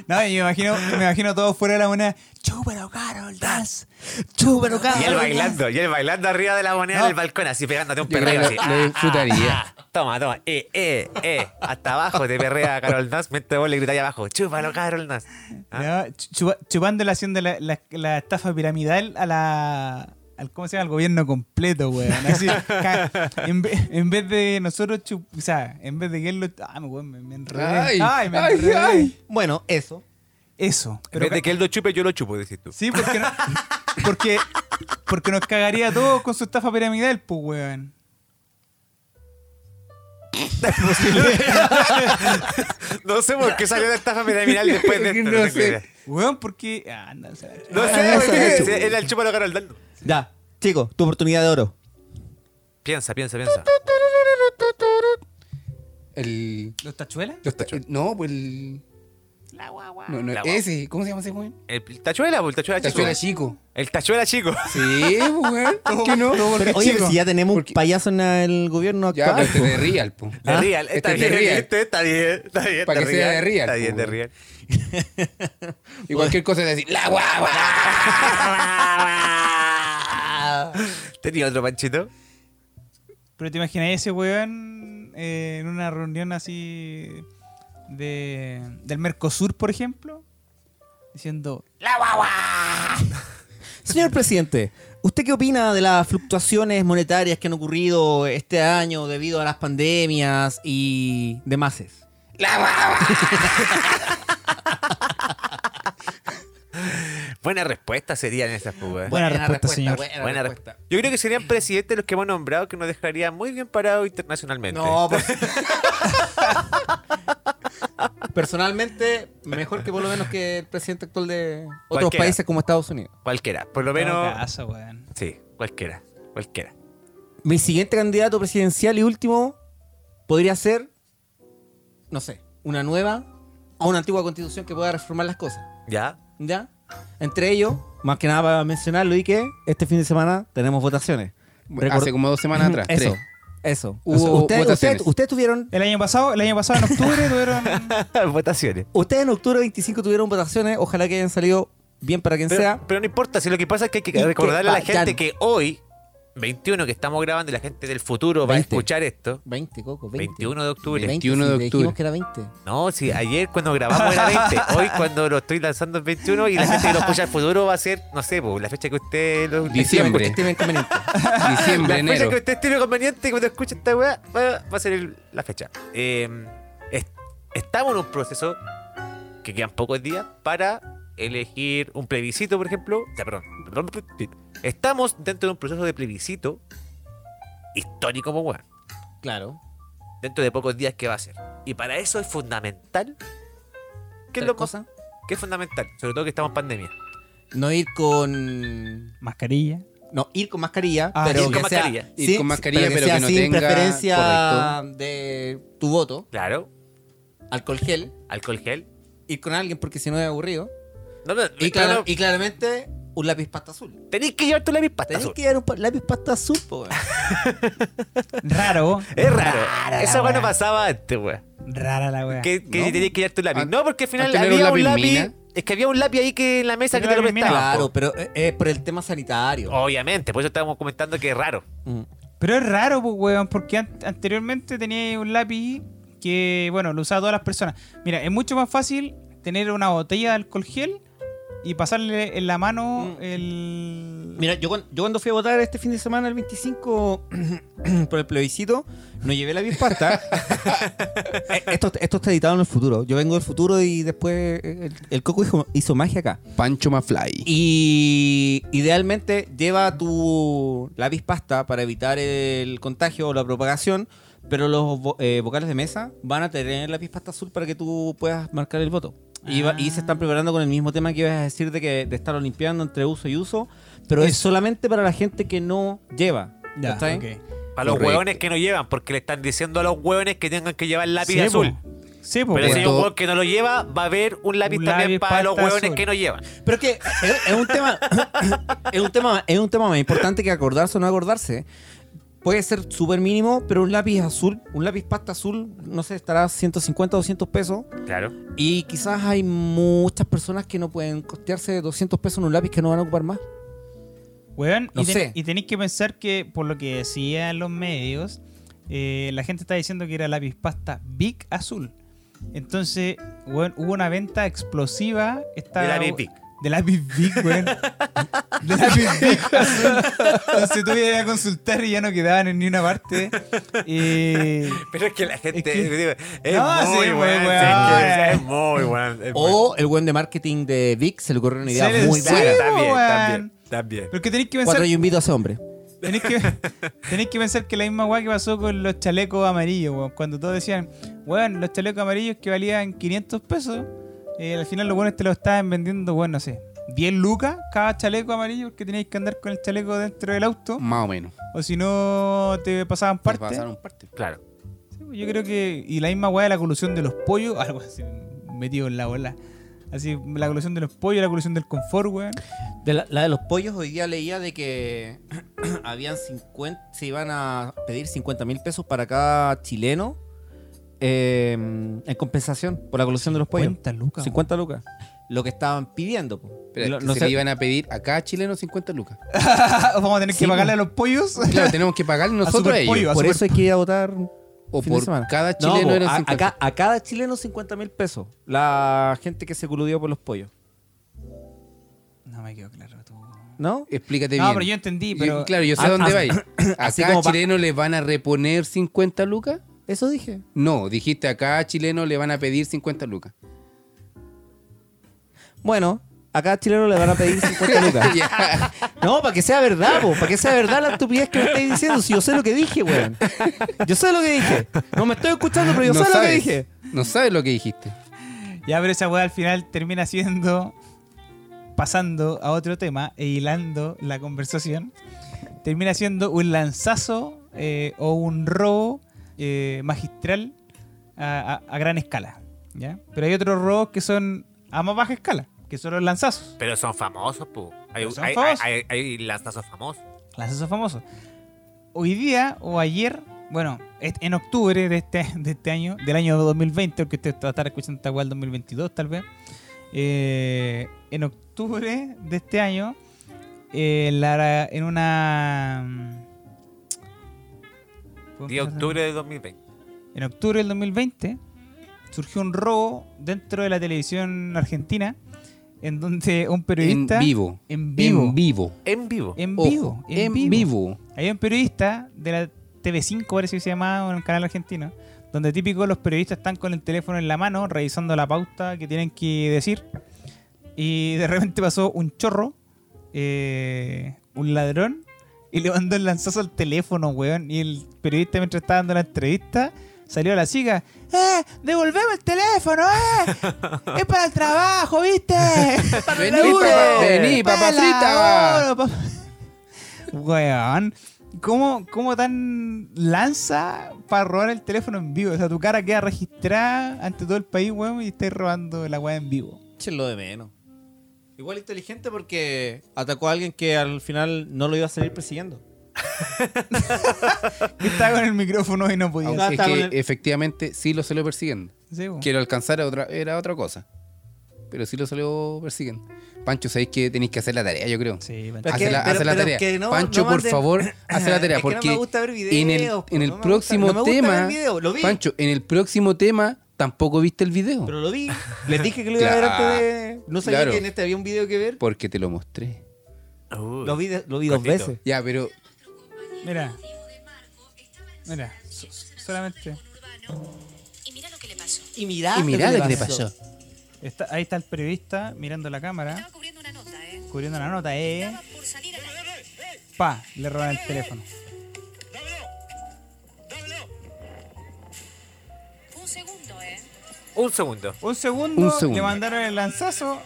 Speaker 2: No, y me imagino, me imagino todo fuera de la moneda. Chúpalo, Carol, dance.
Speaker 4: Chúpelo, Carol.
Speaker 1: Y él
Speaker 4: Dance.
Speaker 1: bailando, y él bailando arriba de la moneda
Speaker 4: No.
Speaker 1: del balcón, así pegándote un
Speaker 3: Yo creo
Speaker 1: perreo
Speaker 3: que
Speaker 1: así. Ah,
Speaker 3: lo- lo disfrutaría.
Speaker 1: Toma, toma. Eh, eh, eh. Hasta abajo te perrea Carol Nas, mientras vos le gritáis abajo. Chúpalo, Carol Ah. Nas.
Speaker 2: No, chupa- chupándole haciendo la, la- la estafa piramidal a la. Al, ¿Cómo se llama? Al gobierno completo, weón. Así, ca- en, ve- en vez de nosotros chup, O sea, en vez de que él lo. Ah, me, weón, me, me enredé.
Speaker 3: Ay,
Speaker 2: me
Speaker 3: ay,
Speaker 2: enredé.
Speaker 3: ay.
Speaker 4: Bueno, eso.
Speaker 2: Eso.
Speaker 1: En
Speaker 2: Pero
Speaker 1: vez de que él lo chupe, yo lo chupo, decís tú.
Speaker 2: Sí, porque, no- porque, porque nos cagaría a todos con su estafa piramidal, pues, weón.
Speaker 1: No sé por qué salió la estafa piramidal después de esto.
Speaker 3: No
Speaker 1: No, tengo
Speaker 3: sé.
Speaker 1: idea.
Speaker 2: Weón, porque. Ah, anda, o sea,
Speaker 1: No sé,
Speaker 4: Ah,
Speaker 1: por
Speaker 4: esa
Speaker 1: qué.
Speaker 4: la chupo.
Speaker 1: Sí, Era el chúpalo, Carol Dance.
Speaker 4: Ya, chico, tu oportunidad de oro.
Speaker 1: Piensa, piensa, piensa.
Speaker 3: El.
Speaker 2: ¿Los tachuelas?
Speaker 3: los ta- no, pues el.
Speaker 2: La guagua.
Speaker 3: No, no,
Speaker 1: La guagua.
Speaker 3: ese, ¿cómo se llama ese weón?
Speaker 1: El tachuela, o el tachuela chico.
Speaker 3: Tachuela chico.
Speaker 1: El tachuela chico.
Speaker 3: Sí, weón. ¿Por qué no?
Speaker 4: Pero, oye, si ya tenemos un
Speaker 3: Porque-
Speaker 4: payaso en el gobierno
Speaker 3: Ya,
Speaker 4: actual.
Speaker 3: pero este de Real, po.
Speaker 2: Ah,
Speaker 1: De Real.
Speaker 3: Este
Speaker 1: Está
Speaker 3: es de
Speaker 1: bien,
Speaker 3: Real.
Speaker 1: este está bien, está bien.
Speaker 3: Para
Speaker 1: está
Speaker 3: que sea de Real,
Speaker 1: Está
Speaker 3: pues.
Speaker 1: bien,
Speaker 3: po,
Speaker 1: de
Speaker 3: weón.
Speaker 1: Real.
Speaker 3: Y cualquier cosa es decir, la guagua.
Speaker 1: ¿Tenía otro panchito?
Speaker 2: Pero te imaginas ese weón eh, en una reunión así de, del Mercosur, por ejemplo, diciendo,
Speaker 4: Señor presidente, ¿usted qué opina de las fluctuaciones monetarias que han ocurrido este año debido a las pandemias y demás?
Speaker 1: Buenas respuestas serían esas, pues. weón.
Speaker 2: buena, respuesta, señor.
Speaker 1: Buena respuesta. Yo creo que serían presidentes los que hemos nombrado que nos dejaría muy bien parados internacionalmente.
Speaker 4: No, por- Personalmente, mejor que por lo menos que el presidente actual de otros
Speaker 1: Cualquiera.
Speaker 4: países como Estados Unidos.
Speaker 1: Cualquiera. Por lo
Speaker 2: Todo
Speaker 1: menos.
Speaker 2: caso, weón.
Speaker 1: Sí, cualquiera. Cualquiera.
Speaker 4: Mi siguiente candidato presidencial y último podría ser, no sé, una nueva o una antigua constitución que pueda reformar las cosas.
Speaker 1: ¿Ya?
Speaker 4: ¿Ya? Entre ellos, más que nada para mencionarlo y que este fin de semana tenemos votaciones. Record-
Speaker 3: Hace como dos semanas atrás.
Speaker 4: Eso.
Speaker 3: tres.
Speaker 4: Eso.
Speaker 3: Hubo
Speaker 4: Ustedes- ustedes-
Speaker 3: votaciones.
Speaker 4: ustedes tuvieron
Speaker 2: El año pasado, el año pasado en octubre tuvieron...
Speaker 1: Votaciones.
Speaker 4: Ustedes en octubre 25 tuvieron votaciones. Ojalá que hayan salido bien para quien
Speaker 1: Pero,
Speaker 4: sea.
Speaker 1: pero no importa, si lo que pasa es que hay
Speaker 4: Y que
Speaker 1: que recordarle a la
Speaker 4: vayan.
Speaker 1: gente que hoy, 21 que estamos grabando y la gente del futuro va a
Speaker 4: 20.
Speaker 1: escuchar esto.
Speaker 4: 20, Coco. 20.
Speaker 1: 21 de octubre.
Speaker 3: 21 de
Speaker 4: sí, dijimos
Speaker 3: octubre.
Speaker 4: que era 20.
Speaker 1: No, sí, ayer cuando grabamos era 20. Hoy cuando lo estoy lanzando es 21 y la gente que lo escucha al futuro va a ser, no sé, pues, la fecha que usted lo
Speaker 3: Diciembre.
Speaker 4: Este es mi inconveniente.
Speaker 3: Diciembre,
Speaker 1: La fecha
Speaker 3: enero.
Speaker 1: que usted estime conveniente cuando escuche esta weá va, va a ser el- la fecha. Eh, es- estamos en un proceso que quedan pocos días para elegir un plebiscito, por ejemplo. O sea, perdón, perdón, perdón. Estamos dentro de un proceso de plebiscito histórico como weá.
Speaker 4: claro.
Speaker 1: Dentro de pocos días que va a ser. Y para eso es fundamental. ¿Qué es
Speaker 4: Otra
Speaker 1: lo cosa?
Speaker 4: cosa?
Speaker 1: ¿Qué es fundamental? Sobre todo que estamos en pandemia.
Speaker 4: No ir con.
Speaker 2: Mascarilla.
Speaker 4: No, ir con mascarilla.
Speaker 2: Ah,
Speaker 4: pero
Speaker 1: ir con
Speaker 4: que sea-
Speaker 1: mascarilla.
Speaker 3: Ir
Speaker 4: sin-
Speaker 3: con mascarilla, pero
Speaker 4: sea
Speaker 3: que no
Speaker 4: sin
Speaker 3: tenga-
Speaker 4: preferencia de tu voto.
Speaker 1: Claro.
Speaker 4: Alcohol gel.
Speaker 1: Alcohol gel.
Speaker 4: Ir con alguien porque si no es aburrido.
Speaker 1: No, no,
Speaker 4: Y, claro,
Speaker 1: claro,
Speaker 4: y claramente un lápiz pasta azul.
Speaker 1: tenéis que llevar tu lápiz pasta
Speaker 4: Tenés
Speaker 1: azul.
Speaker 4: que llevar un pa- lápiz pasta azul, po, weón.
Speaker 2: Raro.
Speaker 1: Es raro.
Speaker 2: Rara la
Speaker 1: Esa weá no
Speaker 2: weá.
Speaker 1: pasaba antes, weá.
Speaker 2: Rara la weá.
Speaker 1: Que, que
Speaker 3: No.
Speaker 1: tenías que llevar tu
Speaker 2: Ah,
Speaker 1: lápiz.
Speaker 3: An-
Speaker 1: no, porque al final
Speaker 3: antes no
Speaker 1: había
Speaker 3: era
Speaker 1: un
Speaker 3: un
Speaker 1: lápiz.
Speaker 3: lápiz mina.
Speaker 1: Es que había un lápiz ahí que en la mesa
Speaker 2: Un
Speaker 1: que te lo
Speaker 2: lápiz mina.
Speaker 1: prestaban.
Speaker 4: Claro,
Speaker 1: po.
Speaker 4: pero es es por el tema sanitario.
Speaker 1: Obviamente, por eso estábamos comentando que es raro.
Speaker 4: Mm.
Speaker 2: Pero es raro, pues, weón, porque an- anteriormente tenía un lápiz que, bueno, lo usaban todas las personas. Mira, es mucho más fácil tener una botella de alcohol gel y pasarle en la mano
Speaker 4: Mm.
Speaker 2: el...
Speaker 4: Mira, yo, cuan- yo cuando fui a votar este fin de semana, el 25, por el plebiscito, no llevé la bispasta. Eh, esto, esto está editado en el futuro. Yo vengo del futuro y después eh, el, el Coco hizo, hizo magia acá.
Speaker 3: Pancho Mafly.
Speaker 4: Y idealmente lleva tu lápiz pasta para evitar el contagio o la propagación, pero los vo- eh, vocales de mesa van a tener el lápiz pasta azul para que tú puedas marcar el voto. Y, va- y se
Speaker 2: Ah.
Speaker 4: están preparando con el mismo tema que ibas a decir de que de estar limpiando entre uso y uso, pero es solamente para la gente que no lleva.
Speaker 2: Ya,
Speaker 4: ¿cachai?
Speaker 2: ok.
Speaker 1: Para los
Speaker 3: Correcto.
Speaker 1: hueones que no llevan, porque le están diciendo a los hueones que tengan que llevar lápiz
Speaker 2: Sí, po.
Speaker 1: azul.
Speaker 2: Sí, po,
Speaker 1: Pero si hay un
Speaker 3: Esto-
Speaker 1: hueón que no lo lleva, va a haber un lápiz
Speaker 2: Un
Speaker 1: también
Speaker 2: lápiz
Speaker 1: para los
Speaker 2: pasta
Speaker 1: hueones
Speaker 2: azul.
Speaker 1: que no llevan.
Speaker 4: Pero es que es, es un tema es un tema es un tema más importante que acordarse o no acordarse. Puede ser súper mínimo, pero un lápiz azul, un lápiz pasta azul, no sé, estará 150, 200 pesos.
Speaker 1: Claro.
Speaker 4: Y quizás hay muchas personas que no pueden costearse 200 pesos en un lápiz que no van a ocupar más.
Speaker 2: Weón,
Speaker 4: No
Speaker 2: y, ten-
Speaker 4: sé.
Speaker 2: y tenéis que pensar que, por lo que decían los medios, eh, la gente está diciendo que era lápiz pasta Big Azul. Entonces, weón, hubo una venta explosiva. Esta,
Speaker 1: De lápiz Bic.
Speaker 2: De lápiz Big, weón. de lápiz Big Azul. Entonces tú ibas a consultar y ya no quedaban en ni una parte. Eh,
Speaker 1: Pero es que la gente.
Speaker 2: Es que-
Speaker 1: digo, Es,
Speaker 2: No, sí,
Speaker 1: muy
Speaker 2: muy
Speaker 1: buen, sí,
Speaker 2: hueón.
Speaker 1: que es muy buen. es muy-
Speaker 4: O el buen de marketing de Vic se le ocurrió una idea
Speaker 2: Se le-
Speaker 4: muy
Speaker 2: sí.
Speaker 4: buena.
Speaker 1: también,
Speaker 2: hueón.
Speaker 1: también, también.
Speaker 2: pero que tenéis que pensar
Speaker 4: Cuatro yo invito a ese hombre.
Speaker 2: Tenéis que, tenéis que pensar que la misma weá que pasó con los chalecos amarillos, weón. Cuando todos decían, weón, los chalecos amarillos que valían 500 pesos, eh, al final los buenos te lo estaban vendiendo, weón, no sé, 10 lucas cada chaleco amarillo porque teníais que andar con el chaleco dentro del auto,
Speaker 3: Más o menos.
Speaker 2: o si no te pasaban
Speaker 3: Parte.
Speaker 2: parte.
Speaker 3: Pasaron parte.
Speaker 1: Claro.
Speaker 2: Sí, pues, Yo creo que. Y la misma weá de la colusión de los pollos, algo así, metido en la bola. Así, la colusión de los pollos, la colusión del confort, weón.
Speaker 4: De la, la de los pollos, hoy día leía de que habían 50, se iban a pedir 50 mil pesos para cada chileno eh, en compensación por la colusión de los pollos.
Speaker 2: 50 lucas.
Speaker 4: 50 lucas. Lo que estaban pidiendo. po.
Speaker 3: Pero
Speaker 4: Lo-
Speaker 3: es que
Speaker 4: no
Speaker 3: se
Speaker 4: sé-
Speaker 3: le iban a pedir a cada chileno 50 lucas.
Speaker 2: Vamos a tener que
Speaker 4: Sí,
Speaker 2: pagarle a los pollos.
Speaker 3: Claro, tenemos que pagarle nosotros a
Speaker 2: Superpollo.
Speaker 3: ellos.
Speaker 2: a
Speaker 4: por
Speaker 2: super-
Speaker 4: eso hay que ir a votar.
Speaker 3: O
Speaker 4: Fin de
Speaker 3: por
Speaker 4: semana.
Speaker 3: cada
Speaker 4: No,
Speaker 3: chileno
Speaker 4: po,
Speaker 3: eran
Speaker 4: a,
Speaker 3: 50.
Speaker 4: a ca- a cada chileno 50 mil pesos. La gente que se coludió por los pollos.
Speaker 2: No me quedó claro. tú.
Speaker 4: ¿No?
Speaker 3: Explícate
Speaker 2: No,
Speaker 3: bien.
Speaker 2: pero yo entendí,
Speaker 3: Yo-
Speaker 2: pero.
Speaker 3: claro, yo sé
Speaker 4: Ah,
Speaker 3: dónde
Speaker 4: ah,
Speaker 3: vais. ¿A
Speaker 4: así
Speaker 3: cada
Speaker 4: como pa-
Speaker 3: chileno les van a reponer 50 lucas?
Speaker 4: Eso dije.
Speaker 3: No, dijiste a cada chileno le van a pedir 50 lucas.
Speaker 4: Bueno, a cada chileno le van a pedir 50 lucas.
Speaker 3: Ya.
Speaker 4: No, para que sea verdad, po, para que sea verdad la estupidez que me estáis diciendo. Si yo sé lo que dije, weón. Yo sé lo que dije. No me estoy escuchando, pero
Speaker 3: No
Speaker 4: yo sé lo que
Speaker 3: sabes.
Speaker 4: dije.
Speaker 3: No sabes lo que dijiste.
Speaker 2: Ya, pero esa weá al final termina siendo. Pasando a otro tema e hilando la conversación. Termina siendo un lanzazo eh, o un robo eh, magistral a, a- a gran escala. ¿ya? Pero hay otros robos que son a más baja escala, que son los lanzazos.
Speaker 1: Pero son famosos, pu. Hay,
Speaker 2: Pero son
Speaker 1: hay-
Speaker 2: famosos.
Speaker 1: hay- hay- hay lanzazos famosos.
Speaker 2: Lanzazos famosos. Hoy día o ayer, bueno, est- en octubre de este, de este año, del año 2020, porque usted va a estar escuchando esta weá el 2022 tal vez. eh, en octubre de este año, eh, la- en una...
Speaker 1: 10 de octubre de 2020.
Speaker 2: En octubre del 2020 surgió un robo dentro de la televisión argentina en donde un
Speaker 3: En
Speaker 2: periodista...
Speaker 3: vivo.
Speaker 2: En vivo.
Speaker 3: En vivo.
Speaker 1: En vivo.
Speaker 2: En
Speaker 3: Ojo,
Speaker 2: vivo.
Speaker 3: en vivo.
Speaker 2: Había un periodista de la TV5, parece que se llamaba, en un canal argentino, donde típico los periodistas están con el teléfono en la mano, revisando la pauta que tienen que decir. Y de repente pasó un chorro, eh, un ladrón, y le mandó el lanzazo al teléfono, weón. Y el periodista, mientras estaba dando la entrevista, salió a la siga. ¡Eh! ¡Devolvemos el teléfono! ¡Eh! ¡Es para el trabajo, viste! ¡Para el
Speaker 3: Vení,
Speaker 2: laburo!
Speaker 3: papá- vení, papá
Speaker 2: ¡Para el
Speaker 3: frita,
Speaker 2: laburo, papá! Weón, ¿cómo, ¿cómo tan lanza para robar el teléfono en vivo? O sea, tu cara queda registrada ante todo el país, weón, y estás robando la weá en vivo.
Speaker 4: Échenlo de menos. Igual inteligente porque atacó a alguien que al final no lo iba a salir persiguiendo.
Speaker 2: Yo estaba con el micrófono y no podía.
Speaker 3: Aunque
Speaker 4: No,
Speaker 3: es
Speaker 4: está
Speaker 3: que
Speaker 4: con el-
Speaker 3: efectivamente sí lo salió persiguiendo.
Speaker 2: Sí, weón.
Speaker 3: Quiero alcanzar a otra, era otra cosa. Pero sí lo salió persiguiendo. Pancho, sabéis que tenéis que hacer la tarea, yo creo.
Speaker 2: Sí,
Speaker 4: Pero
Speaker 3: hace
Speaker 4: que-
Speaker 3: la, hace
Speaker 4: pero-
Speaker 3: la
Speaker 4: pero
Speaker 3: tarea.
Speaker 4: que no-
Speaker 3: Pancho,
Speaker 4: no
Speaker 3: por
Speaker 4: manden-
Speaker 3: favor, hace la tarea.
Speaker 4: Es que no
Speaker 3: porque
Speaker 4: me gusta ver videos,
Speaker 3: en el,
Speaker 4: po,
Speaker 3: en el
Speaker 4: no me
Speaker 3: próximo
Speaker 4: gusta- no me gusta
Speaker 3: tema.
Speaker 4: ver videos, lo vi.
Speaker 3: Pancho, en el próximo tema tampoco viste el video.
Speaker 4: Pero lo vi. Les dije que lo iba a ver antes de. No sabía
Speaker 3: Claro.
Speaker 4: que en este había un video que ver.
Speaker 3: Porque te lo mostré.
Speaker 1: Uy.
Speaker 4: Lo vi, de- lo vi dos
Speaker 1: Cortito.
Speaker 4: veces.
Speaker 3: Ya, pero
Speaker 2: Mira. Mira, so- solamente.
Speaker 5: Y mira lo que le pasó.
Speaker 4: Y mirá,
Speaker 3: Y mirá
Speaker 4: lo
Speaker 3: lo que le pasó.
Speaker 2: Está, ahí está el periodista mirando la cámara,
Speaker 5: Estaba cubriendo una nota, ¿eh?
Speaker 2: cubriendo la nota, eh.
Speaker 5: Estaba por salir al aire.
Speaker 2: Pa, le roban el teléfono.
Speaker 5: Fue un segundo, ¿eh?
Speaker 1: Un segundo.
Speaker 2: Un segundo,
Speaker 3: Un segundo.
Speaker 2: le mandaron el lanzazo.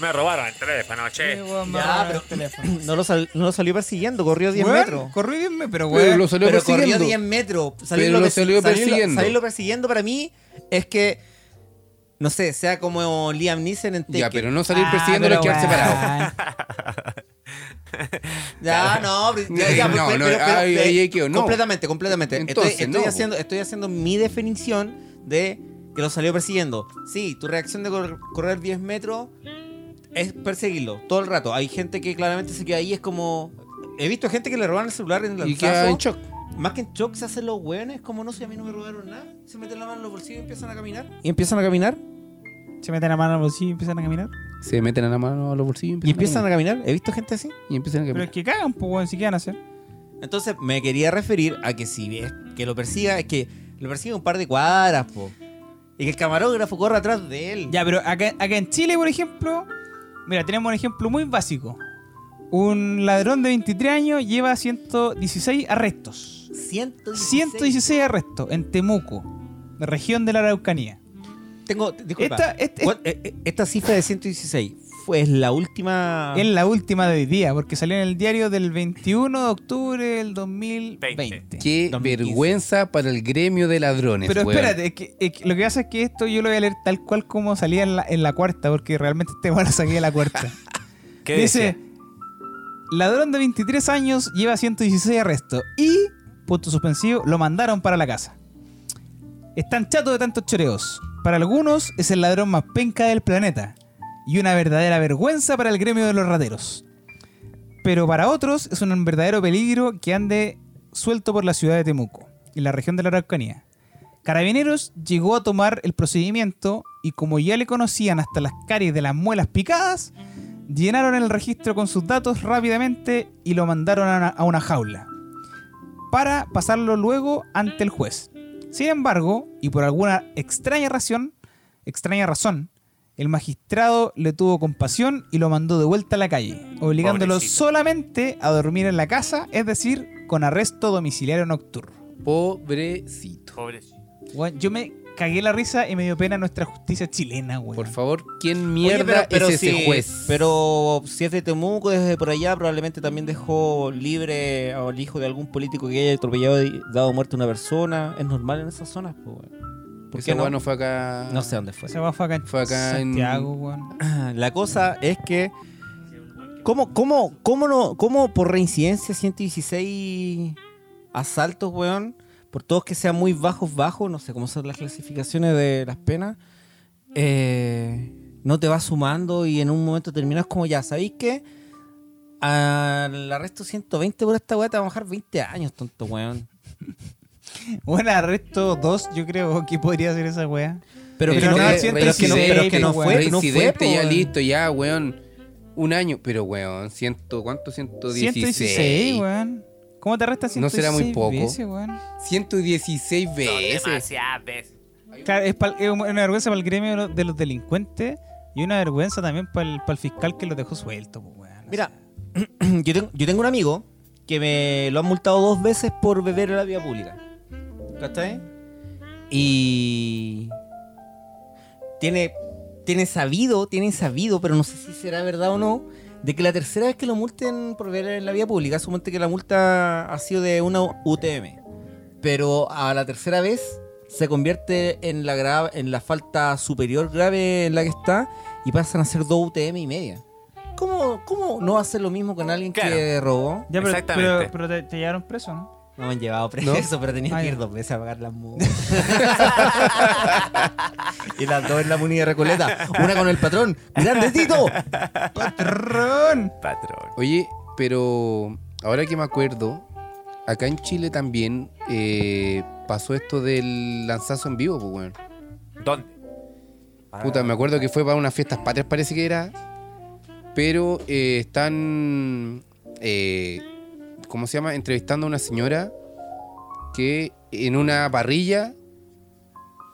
Speaker 1: Me robaron el teléfono,
Speaker 2: y,
Speaker 1: che.
Speaker 2: weón, me
Speaker 4: Ya,
Speaker 2: robaron
Speaker 4: pero-
Speaker 2: el teléfono.
Speaker 4: No lo, sal- no lo salió persiguiendo, corrió 10
Speaker 2: Weón,
Speaker 4: metros.
Speaker 2: Corrí 10 metros, pero
Speaker 3: Pero
Speaker 2: weón.
Speaker 3: lo salió
Speaker 4: pero corrió
Speaker 3: persiguiendo.
Speaker 4: 10 metros.
Speaker 3: Pero lo
Speaker 4: persi-
Speaker 3: salió
Speaker 4: salirlo-
Speaker 3: persiguiendo.
Speaker 4: Salirlo persiguiendo para mí es que, no sé, sea como Liam Neeson en Taken.
Speaker 3: Ya, pero no salir
Speaker 2: Ah,
Speaker 3: persiguiéndolo es
Speaker 2: pero
Speaker 3: quedarse
Speaker 2: weón.
Speaker 3: parado.
Speaker 4: Ya, no, pero- ya, ya,
Speaker 3: No,
Speaker 4: pero-
Speaker 3: no,
Speaker 4: pero- pero-
Speaker 3: ahí-
Speaker 4: pero-
Speaker 3: ahí hay que- no.
Speaker 4: Completamente, completamente. Estoy-
Speaker 3: Entonces,
Speaker 4: estoy,
Speaker 3: no,
Speaker 4: haciendo,
Speaker 3: po.
Speaker 4: estoy haciendo mi definición de que lo salió persiguiendo. Sí, tu reacción de cor- correr 10 metros es perseguirlo todo el rato. Hay gente que claramente se queda ahí, es como. He visto gente que le roban el celular en el
Speaker 3: Y queda en
Speaker 4: lanzazo.
Speaker 3: shock.
Speaker 4: Más que en shock se hacen los hueones, como no sé, a mí no me robaron nada. Se meten la mano en los bolsillos y empiezan a caminar. Y empiezan a caminar.
Speaker 2: Se meten la mano al bolsillo y empiezan a caminar.
Speaker 3: Se meten a la mano a los bolsillos
Speaker 4: Y empiezan a caminar. He visto gente así.
Speaker 3: Y empiezan a
Speaker 2: Pero
Speaker 3: caminar.
Speaker 2: es que cagan, pues, weón, si qué van a hacer.
Speaker 4: Entonces me quería referir a que si ves que lo persiga, es que lo persigue un par de cuadras, po. Y que el camarógrafo corra atrás de él.
Speaker 2: Ya, pero acá, acá en Chile, por ejemplo, mira, tenemos un ejemplo muy básico. Un ladrón de 23 años lleva 116 arrestos.
Speaker 4: 116.
Speaker 2: 116 arrestos en Temuco, región de la Araucanía.
Speaker 4: Tengo, disculpa.
Speaker 2: Esta- este-
Speaker 4: ¿Cuál- eh, eh, esta cifra de 116 fue es la última.
Speaker 2: Es la última de hoy día, porque salió en el diario del 21 de octubre del 2020.
Speaker 3: Qué
Speaker 4: 2015.
Speaker 3: vergüenza para el gremio de ladrones.
Speaker 2: Pero
Speaker 3: weón.
Speaker 2: espérate, es que, es que lo que pasa es que esto yo lo voy a leer tal cual como salía en la, en la cuarta, porque realmente este bueno saqué de la cuarta.
Speaker 1: ¿Qué
Speaker 2: Dice,
Speaker 1: decía?
Speaker 2: ladrón de 23 años lleva 116 arrestos y, punto suspensivo, lo mandaron para la casa. Están chatos de tantos choreos. Para algunos es el ladrón más penca del planeta y una verdadera vergüenza para el gremio de los rateros. Pero para otros es un verdadero peligro que ande suelto por la ciudad de Temuco y la región de la Araucanía. Carabineros llegó a tomar el procedimiento y como ya le conocían hasta las caries de las muelas picadas, llenaron el registro con sus datos rápidamente y lo mandaron a una, a una jaula para pasarlo luego ante el juez. Sin embargo, y por alguna extraña razón, extraña razón, el magistrado le tuvo compasión y lo mandó de vuelta a la calle, obligándolo
Speaker 1: Pobrecito.
Speaker 2: solamente a dormir en la casa, es decir, con arresto domiciliario nocturno.
Speaker 3: Pobrecito.
Speaker 1: Pobre.
Speaker 2: Weón, yo me cagué la risa y me dio pena nuestra justicia chilena, weón.
Speaker 3: Por favor, ¿quién
Speaker 4: Oye,
Speaker 3: mierda es ese
Speaker 4: si-
Speaker 3: juez?
Speaker 4: Pero si es de Temuco, desde por allá, probablemente también dejó libre al hijo de algún político que haya atropellado y dado muerte a una persona. Es normal en esas zonas, po, weón. ¿Por
Speaker 3: Esa
Speaker 4: qué no?
Speaker 3: weá no fue acá.
Speaker 4: No sé dónde fue.
Speaker 2: Esa weá fue acá en
Speaker 3: Fue acá en-
Speaker 2: Santiago, weón.
Speaker 4: La cosa es que. ¿Cómo, cómo, cómo, no, cómo por reincidencia 116 asaltos, weón? Por todos que sean muy bajos, bajos, no sé cómo son las clasificaciones de las penas. eh, no te vas sumando y en un momento terminas como ya, ¿sabéis qué? Al arresto 120 por esta weá te va a bajar 20 años, tonto weón.
Speaker 2: Bueno, arresto 2, yo creo que podría ser esa weá.
Speaker 4: Pero,
Speaker 2: Pero
Speaker 4: que no, eh,
Speaker 2: no,
Speaker 4: pero
Speaker 2: siento
Speaker 4: que no- pero que no fue, no fue,
Speaker 3: Reincidente,
Speaker 4: po,
Speaker 3: ya
Speaker 4: weón.
Speaker 3: listo, ya, weón. Un año, pero weón, ciento, ¿cuánto? 116.
Speaker 2: 116, weón. ¿Cómo te arrestas 116
Speaker 3: No será muy poco.
Speaker 2: veces, weón?
Speaker 3: 116
Speaker 1: Son
Speaker 3: veces.
Speaker 1: demasiadas veces.
Speaker 2: Claro, es, pal- es una vergüenza para el gremio de los- de los delincuentes y una vergüenza también para el, para el fiscal que los dejó suelto, pues, weón.
Speaker 4: Mira, yo tengo, yo tengo un amigo que me lo han multado dos veces por beber en la vía pública. ¿Cachai? Y. Tiene, tiene sabido, tiene sabido, pero no sé si será verdad o no, de que la tercera vez que lo multen por beber en la vía pública, suponte que la multa ha sido de una UTM. Pero a la tercera vez se convierte en la, gra- en la falta superior grave en la que está y pasan a ser dos UTM y media. ¿Cómo, cómo no hacer lo mismo con alguien que
Speaker 1: Claro.
Speaker 4: robó?
Speaker 2: Ya, pero,
Speaker 1: Exactamente.
Speaker 2: Pero, pero te, te llevaron preso, ¿no?
Speaker 4: No me han llevado preso, pero tenía
Speaker 2: Ah,
Speaker 4: que
Speaker 2: ya.
Speaker 4: ir dos veces a pagar las multas. y las dos en la muni de Recoleta. Una con el patrón. ¡Grande Tito!
Speaker 2: ¡Patrón!
Speaker 1: Patrón.
Speaker 3: Oye, pero ahora que me acuerdo, acá en Chile también eh, pasó esto del lanzazo en vivo, pues, weón.
Speaker 1: ¿Dónde?
Speaker 3: Puta, me acuerdo que fue para unas fiestas patrias, parece que era. Pero eh, están. eh, ¿Cómo se llama? Entrevistando a una señora que en una parrilla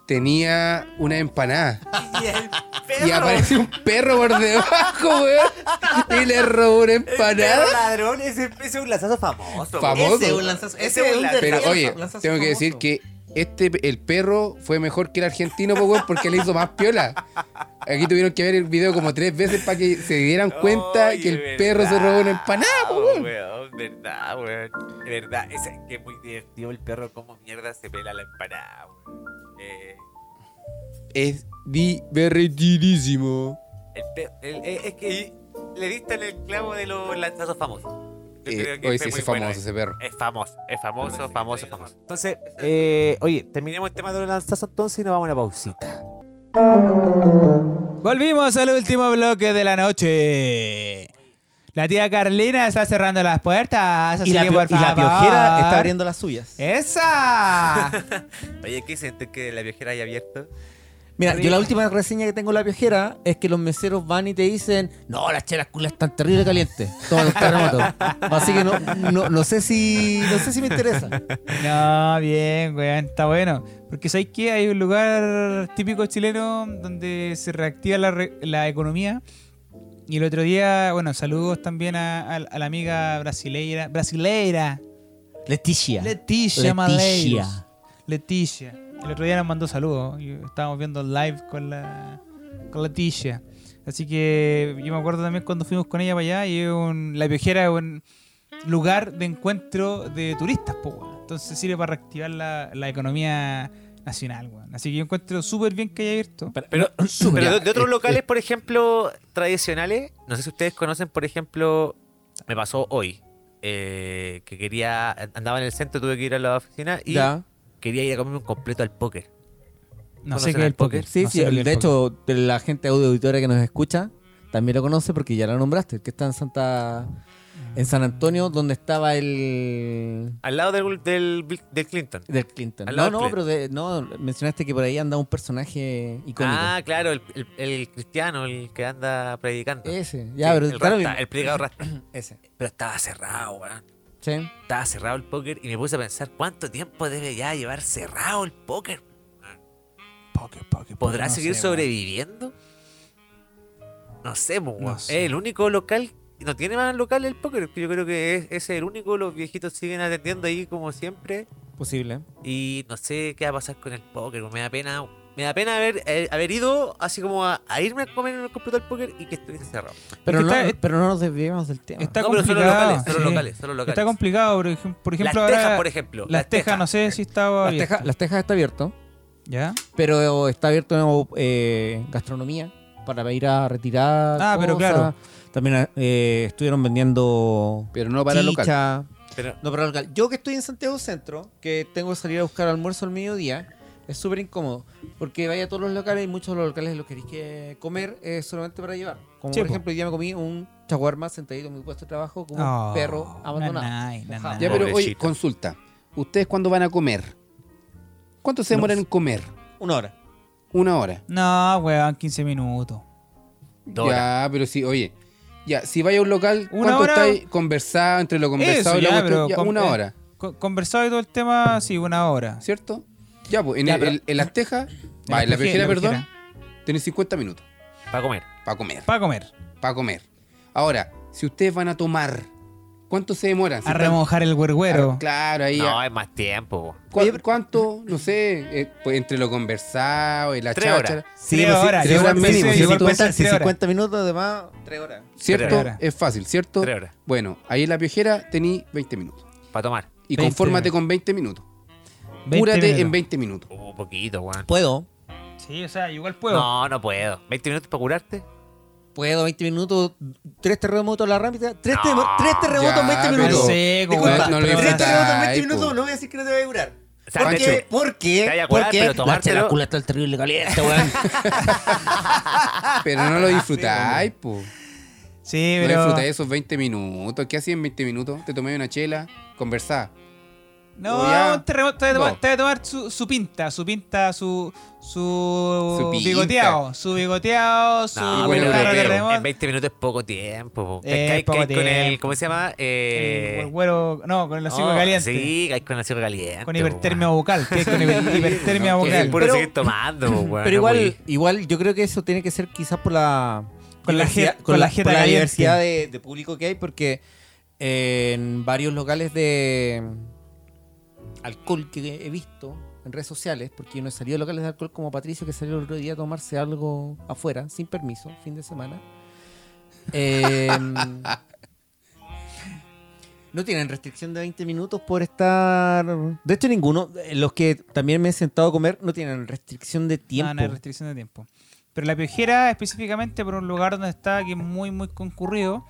Speaker 3: tenía una empanada. Y apareció un perro por debajo, weón. Y le robó una empanada.
Speaker 4: ladrón, ese, ese es un lanzazo famoso.
Speaker 3: Famoso.
Speaker 4: Ese es un lanzazo. Ese
Speaker 1: Ese
Speaker 4: es
Speaker 1: es
Speaker 4: un
Speaker 1: un
Speaker 4: de-
Speaker 3: Pero
Speaker 4: lanzazo-
Speaker 3: oye,
Speaker 4: lanzazo
Speaker 3: tengo que
Speaker 4: famoso.
Speaker 3: decir que este, el perro fue mejor que el argentino, po, weón, porque le hizo más piola. Aquí tuvieron que ver el video como tres veces para que se dieran cuenta
Speaker 1: Oye,
Speaker 3: que el
Speaker 1: verdad,
Speaker 3: perro se robó una empanada, po, weón.
Speaker 1: weón, Verdad, weón. De verdad, es que es muy divertido el perro como mierda se pela la empanada, weón. Eh,
Speaker 3: Es divertidísimo.
Speaker 1: el pe- el- eh, es que le diste en el clavo de los lanzazos famosos. Yo creo
Speaker 3: Eh,
Speaker 1: que fue muy
Speaker 3: Oye, sí, ese es
Speaker 1: bueno
Speaker 3: famoso ese perro.
Speaker 1: Es famoso, es famoso, famoso, famoso. Entonces, eh, oye, terminemos el tema de los lanzazos entonces y nos vamos a una pausita.
Speaker 2: Volvimos al último bloque de la noche. La tía Carlina está cerrando las puertas. así
Speaker 4: Y la,
Speaker 2: que,
Speaker 4: pio-
Speaker 2: por
Speaker 4: y la
Speaker 2: favor.
Speaker 4: piojera está abriendo las suyas.
Speaker 2: ¡Esa!
Speaker 1: Oye, ¿qué sientes que la viajera haya abierto?
Speaker 4: Mira, yo la última reseña que tengo de la piojera es que los meseros van y te dicen, no, las chelas culas están terrible calientes. Todo los terremotos. Así que no, no, no sé si no sé si me interesa.
Speaker 2: No, bien, weón, está bueno. Porque ¿sabes qué? Hay un lugar típico chileno donde se reactiva la, re- la economía. Y el otro día, bueno, saludos también a, a- a la amiga brasileira. Brasileira. Leticia
Speaker 4: Leticia. Leticia.
Speaker 2: Maleiros. Leticia. El otro día nos mandó saludos. y Estábamos viendo live con la con Leticia. Así que yo me acuerdo también cuando fuimos con ella para allá y es un- la piojera es un lugar de encuentro de turistas, po, weón. Entonces sirve para reactivar la, la economía nacional, weón. Así que yo encuentro súper bien que haya abierto.
Speaker 1: Pero, pero de, de otros
Speaker 3: eh,
Speaker 1: locales, por ejemplo, tradicionales, no sé si ustedes conocen, por ejemplo, me pasó hoy, eh, que quería, andaba en el centro, tuve que ir a la oficina y
Speaker 4: Ya.
Speaker 1: quería ir a comerme un completo al póker.
Speaker 2: No sé
Speaker 1: ¿Conocen
Speaker 2: qué es
Speaker 1: al
Speaker 2: el póker.
Speaker 4: Sí,
Speaker 2: No
Speaker 4: sí,
Speaker 2: sé qué es el
Speaker 4: de
Speaker 2: póker.
Speaker 4: hecho, de la gente audio auditora que nos escucha también lo conoce porque ya la nombraste, que está en Santa en San Antonio donde estaba el
Speaker 1: Al lado del, del, Bill- del Clinton.
Speaker 4: del Clinton.
Speaker 1: Al
Speaker 4: No,
Speaker 1: lado
Speaker 4: no,
Speaker 1: del
Speaker 4: pero de- no mencionaste que por ahí anda un personaje icónico.
Speaker 1: Ah, claro, el, el- el cristiano, el que anda predicando.
Speaker 4: ese, ya,
Speaker 1: Sí,
Speaker 4: pero
Speaker 1: el,
Speaker 4: claro,
Speaker 1: rasta, el predicador rasta.
Speaker 4: ese.
Speaker 1: Pero estaba cerrado, weón.
Speaker 4: Sí.
Speaker 1: Estaba cerrado el póker y me puse a pensar cuánto tiempo debe ya llevar cerrado el póker.
Speaker 2: Póker, póker,
Speaker 1: ¿Podrá
Speaker 2: póker, no
Speaker 1: seguir
Speaker 2: sé, weón.
Speaker 1: sobreviviendo? No sé, pues,
Speaker 2: No
Speaker 1: weón.
Speaker 2: sé.
Speaker 1: Es el único local. No tiene más local el póker. Yo creo que es, es el único. Los viejitos siguen atendiendo ahí como siempre.
Speaker 4: Posible.
Speaker 1: Y no sé qué va a pasar con el póker. Me da pena. Me da pena haber, eh, haber ido así como a, a irme a comer en el completo del póker y que estuviese cerrado.
Speaker 4: Pero,
Speaker 2: Es que
Speaker 4: no,
Speaker 2: está-
Speaker 4: pero no nos desviemos del tema.
Speaker 2: Está
Speaker 1: no, pero solo
Speaker 2: complicado,
Speaker 1: locales, solo
Speaker 2: sí.
Speaker 1: locales, solo locales.
Speaker 2: Está complicado, por ej- por ejemplo,
Speaker 1: las
Speaker 2: ahora-
Speaker 1: Tejas, por ejemplo.
Speaker 2: Las Tejas, no sé si estaba
Speaker 4: Las Tejas,
Speaker 2: abierto.
Speaker 4: Las Tejas está abierto,
Speaker 2: ¿Ya?
Speaker 4: pero está abierto eh, gastronomía para ir a retirar.
Speaker 2: Ah, pero
Speaker 4: cosas.
Speaker 2: claro.
Speaker 4: También eh, estuvieron vendiendo
Speaker 3: Pero no para el local.
Speaker 4: chicha.
Speaker 1: Pero-
Speaker 4: No para el local. Yo que estoy en Santiago Centro, que tengo que salir a buscar almuerzo al mediodía, es súper incómodo. Porque vaya a todos los locales y muchos de los locales los queréis que comer eh, solamente para llevar. Como
Speaker 2: Sí,
Speaker 4: por
Speaker 2: po.
Speaker 4: ejemplo, hoy día me comí un chaguarma sentadito en mi puesto de trabajo como
Speaker 2: Oh,
Speaker 4: un perro abandonado.
Speaker 2: nanay,
Speaker 4: Mojado.
Speaker 2: nanay.
Speaker 3: Ya, pero oye,
Speaker 1: Pobrecito.
Speaker 3: consulta. ¿Ustedes cuándo van a comer? ¿Cuánto se demoran en comer?
Speaker 4: Una hora.
Speaker 3: Una hora.
Speaker 2: No, weón, 15 minutos.
Speaker 1: Dos
Speaker 3: Ya, pero sí, oye. Ya, si vais a un local,
Speaker 2: Una
Speaker 3: ¿cuánto
Speaker 2: hora-
Speaker 3: estáis conversado entre lo conversado
Speaker 2: Eso,
Speaker 3: y la
Speaker 2: ya,
Speaker 3: cuestión?
Speaker 2: pero
Speaker 3: Ya,
Speaker 2: con-
Speaker 3: una
Speaker 2: eh,
Speaker 3: hora,
Speaker 2: Co- Conversado y todo el tema, sí, una hora.
Speaker 3: ¿cierto? Ya, pues, en,
Speaker 4: Ya,
Speaker 3: el-
Speaker 4: pero-
Speaker 3: el- en las tejas,
Speaker 2: En
Speaker 3: va,
Speaker 2: la
Speaker 3: en la
Speaker 2: pejera,
Speaker 3: pejera,
Speaker 2: la
Speaker 3: perdón,
Speaker 2: pejera.
Speaker 3: tenéis 50 minutos
Speaker 1: para comer.
Speaker 3: para comer,
Speaker 2: Para comer.
Speaker 3: para comer. Ahora, si ustedes van a tomar, ¿cuánto se demoran? Si
Speaker 2: A
Speaker 3: están-
Speaker 2: remojar el
Speaker 3: Ah,
Speaker 2: huerguero.
Speaker 3: Claro, ahí.
Speaker 1: No, eh.
Speaker 3: a-
Speaker 1: es más tiempo.
Speaker 3: ¿cu- ¿Cuánto? No sé, eh, pues, entre lo conversado y la
Speaker 1: Tres
Speaker 3: cháchara.
Speaker 1: horas.
Speaker 4: Sí,
Speaker 2: Tres
Speaker 4: pues, sí,
Speaker 2: horas,
Speaker 4: tres
Speaker 3: igual
Speaker 4: horas
Speaker 3: pensé,
Speaker 4: mínimo. Si
Speaker 3: igual
Speaker 4: 50,
Speaker 2: pensé,
Speaker 4: si
Speaker 2: tres horas.
Speaker 4: 50 minutos, además, tres horas.
Speaker 3: ¿Cierto?
Speaker 1: Tres
Speaker 2: horas.
Speaker 3: Es fácil, ¿cierto?
Speaker 1: Tres horas.
Speaker 3: Bueno, ahí en la piojera tení 20 minutos.
Speaker 1: Para tomar.
Speaker 3: Y
Speaker 2: 20
Speaker 3: confórmate
Speaker 2: minutos.
Speaker 3: con 20 minutos.
Speaker 2: 20
Speaker 3: Cúrate en
Speaker 2: minutos.
Speaker 3: 20 minutos.
Speaker 1: Un poquito, weón.
Speaker 4: Puedo.
Speaker 2: Sí, o sea, igual puedo.
Speaker 1: No, no puedo. ¿20 minutos para curarte?
Speaker 4: Puedo, 20 minutos, tres terremotos a la rápida. Tres,
Speaker 1: No,
Speaker 4: terremo- tres terremotos en
Speaker 3: ya,
Speaker 4: 20
Speaker 3: pero-
Speaker 4: minutos.
Speaker 2: Seco,
Speaker 4: Disculpa,
Speaker 2: weón, no lo
Speaker 4: tres
Speaker 2: disfrutáis,
Speaker 4: terremotos en 20
Speaker 3: po.
Speaker 4: minutos, no voy a decir que no te va a durar.
Speaker 1: pues. O sea,
Speaker 4: ¿Por
Speaker 1: de
Speaker 4: qué?
Speaker 1: hecho,
Speaker 4: ¿Por
Speaker 1: te vaya
Speaker 4: qué?
Speaker 1: a curar,
Speaker 4: ¿Por qué?
Speaker 1: pero
Speaker 4: La
Speaker 1: tomártelo-
Speaker 4: chela cula está el terrible caliente, weón.
Speaker 3: Pero no lo disfrutáis, po.
Speaker 2: Sí,
Speaker 3: No
Speaker 2: pero.
Speaker 3: disfrutáis esos 20 minutos. ¿Qué hacías en 20 minutos? Te tomé una chela, conversá.
Speaker 2: No,
Speaker 3: O ya-
Speaker 2: un terremoto, te, va a tomar-
Speaker 3: No.
Speaker 2: te va a tomar su, su pinta, su pinta, su. Su,
Speaker 3: Su pinta.
Speaker 2: bigoteado, su bigoteado, su.
Speaker 1: No,
Speaker 3: Sí, bueno,
Speaker 1: pero
Speaker 2: jarro de
Speaker 1: pero
Speaker 2: terremoto.
Speaker 1: en 20 minutos es poco tiempo. po.
Speaker 2: Eh,
Speaker 1: Hay- hay-
Speaker 2: poco
Speaker 1: hay con el,
Speaker 2: tiempo.
Speaker 1: ¿Cómo se llama? Eh,
Speaker 2: El huerguero- no, con el hocico
Speaker 1: no,
Speaker 2: caliente.
Speaker 1: Oh, Sí, hay con el hocico caliente.
Speaker 2: Con
Speaker 1: po,
Speaker 2: hipertermia
Speaker 1: weón.
Speaker 2: vocal, que es con hiper- hipertermia
Speaker 3: No, que
Speaker 1: Es el
Speaker 2: vocal.
Speaker 1: puro
Speaker 4: Pero-
Speaker 1: seguir tomando, po, weón.
Speaker 4: Pero
Speaker 1: no
Speaker 4: igual,
Speaker 1: podí.
Speaker 4: igual, yo creo que eso tiene que ser quizás por la
Speaker 2: pues, Con la
Speaker 4: diversidad-
Speaker 2: je- con la jeta
Speaker 4: por la
Speaker 2: caliente.
Speaker 4: diversidad de, de público que hay, porque en varios locales de alcohol que he visto, en redes sociales, porque yo no he salido de locales de alcohol como Patricio, que salió el otro día a tomarse algo afuera, sin permiso, fin de semana. Eh, no tienen restricción de 20 minutos por estar... De hecho, ninguno. Eh, Los que también me he sentado a comer no tienen restricción de tiempo.
Speaker 2: Ah, no hay restricción de tiempo. Pero la piojera, específicamente por un lugar donde está, que es muy, muy concurrido,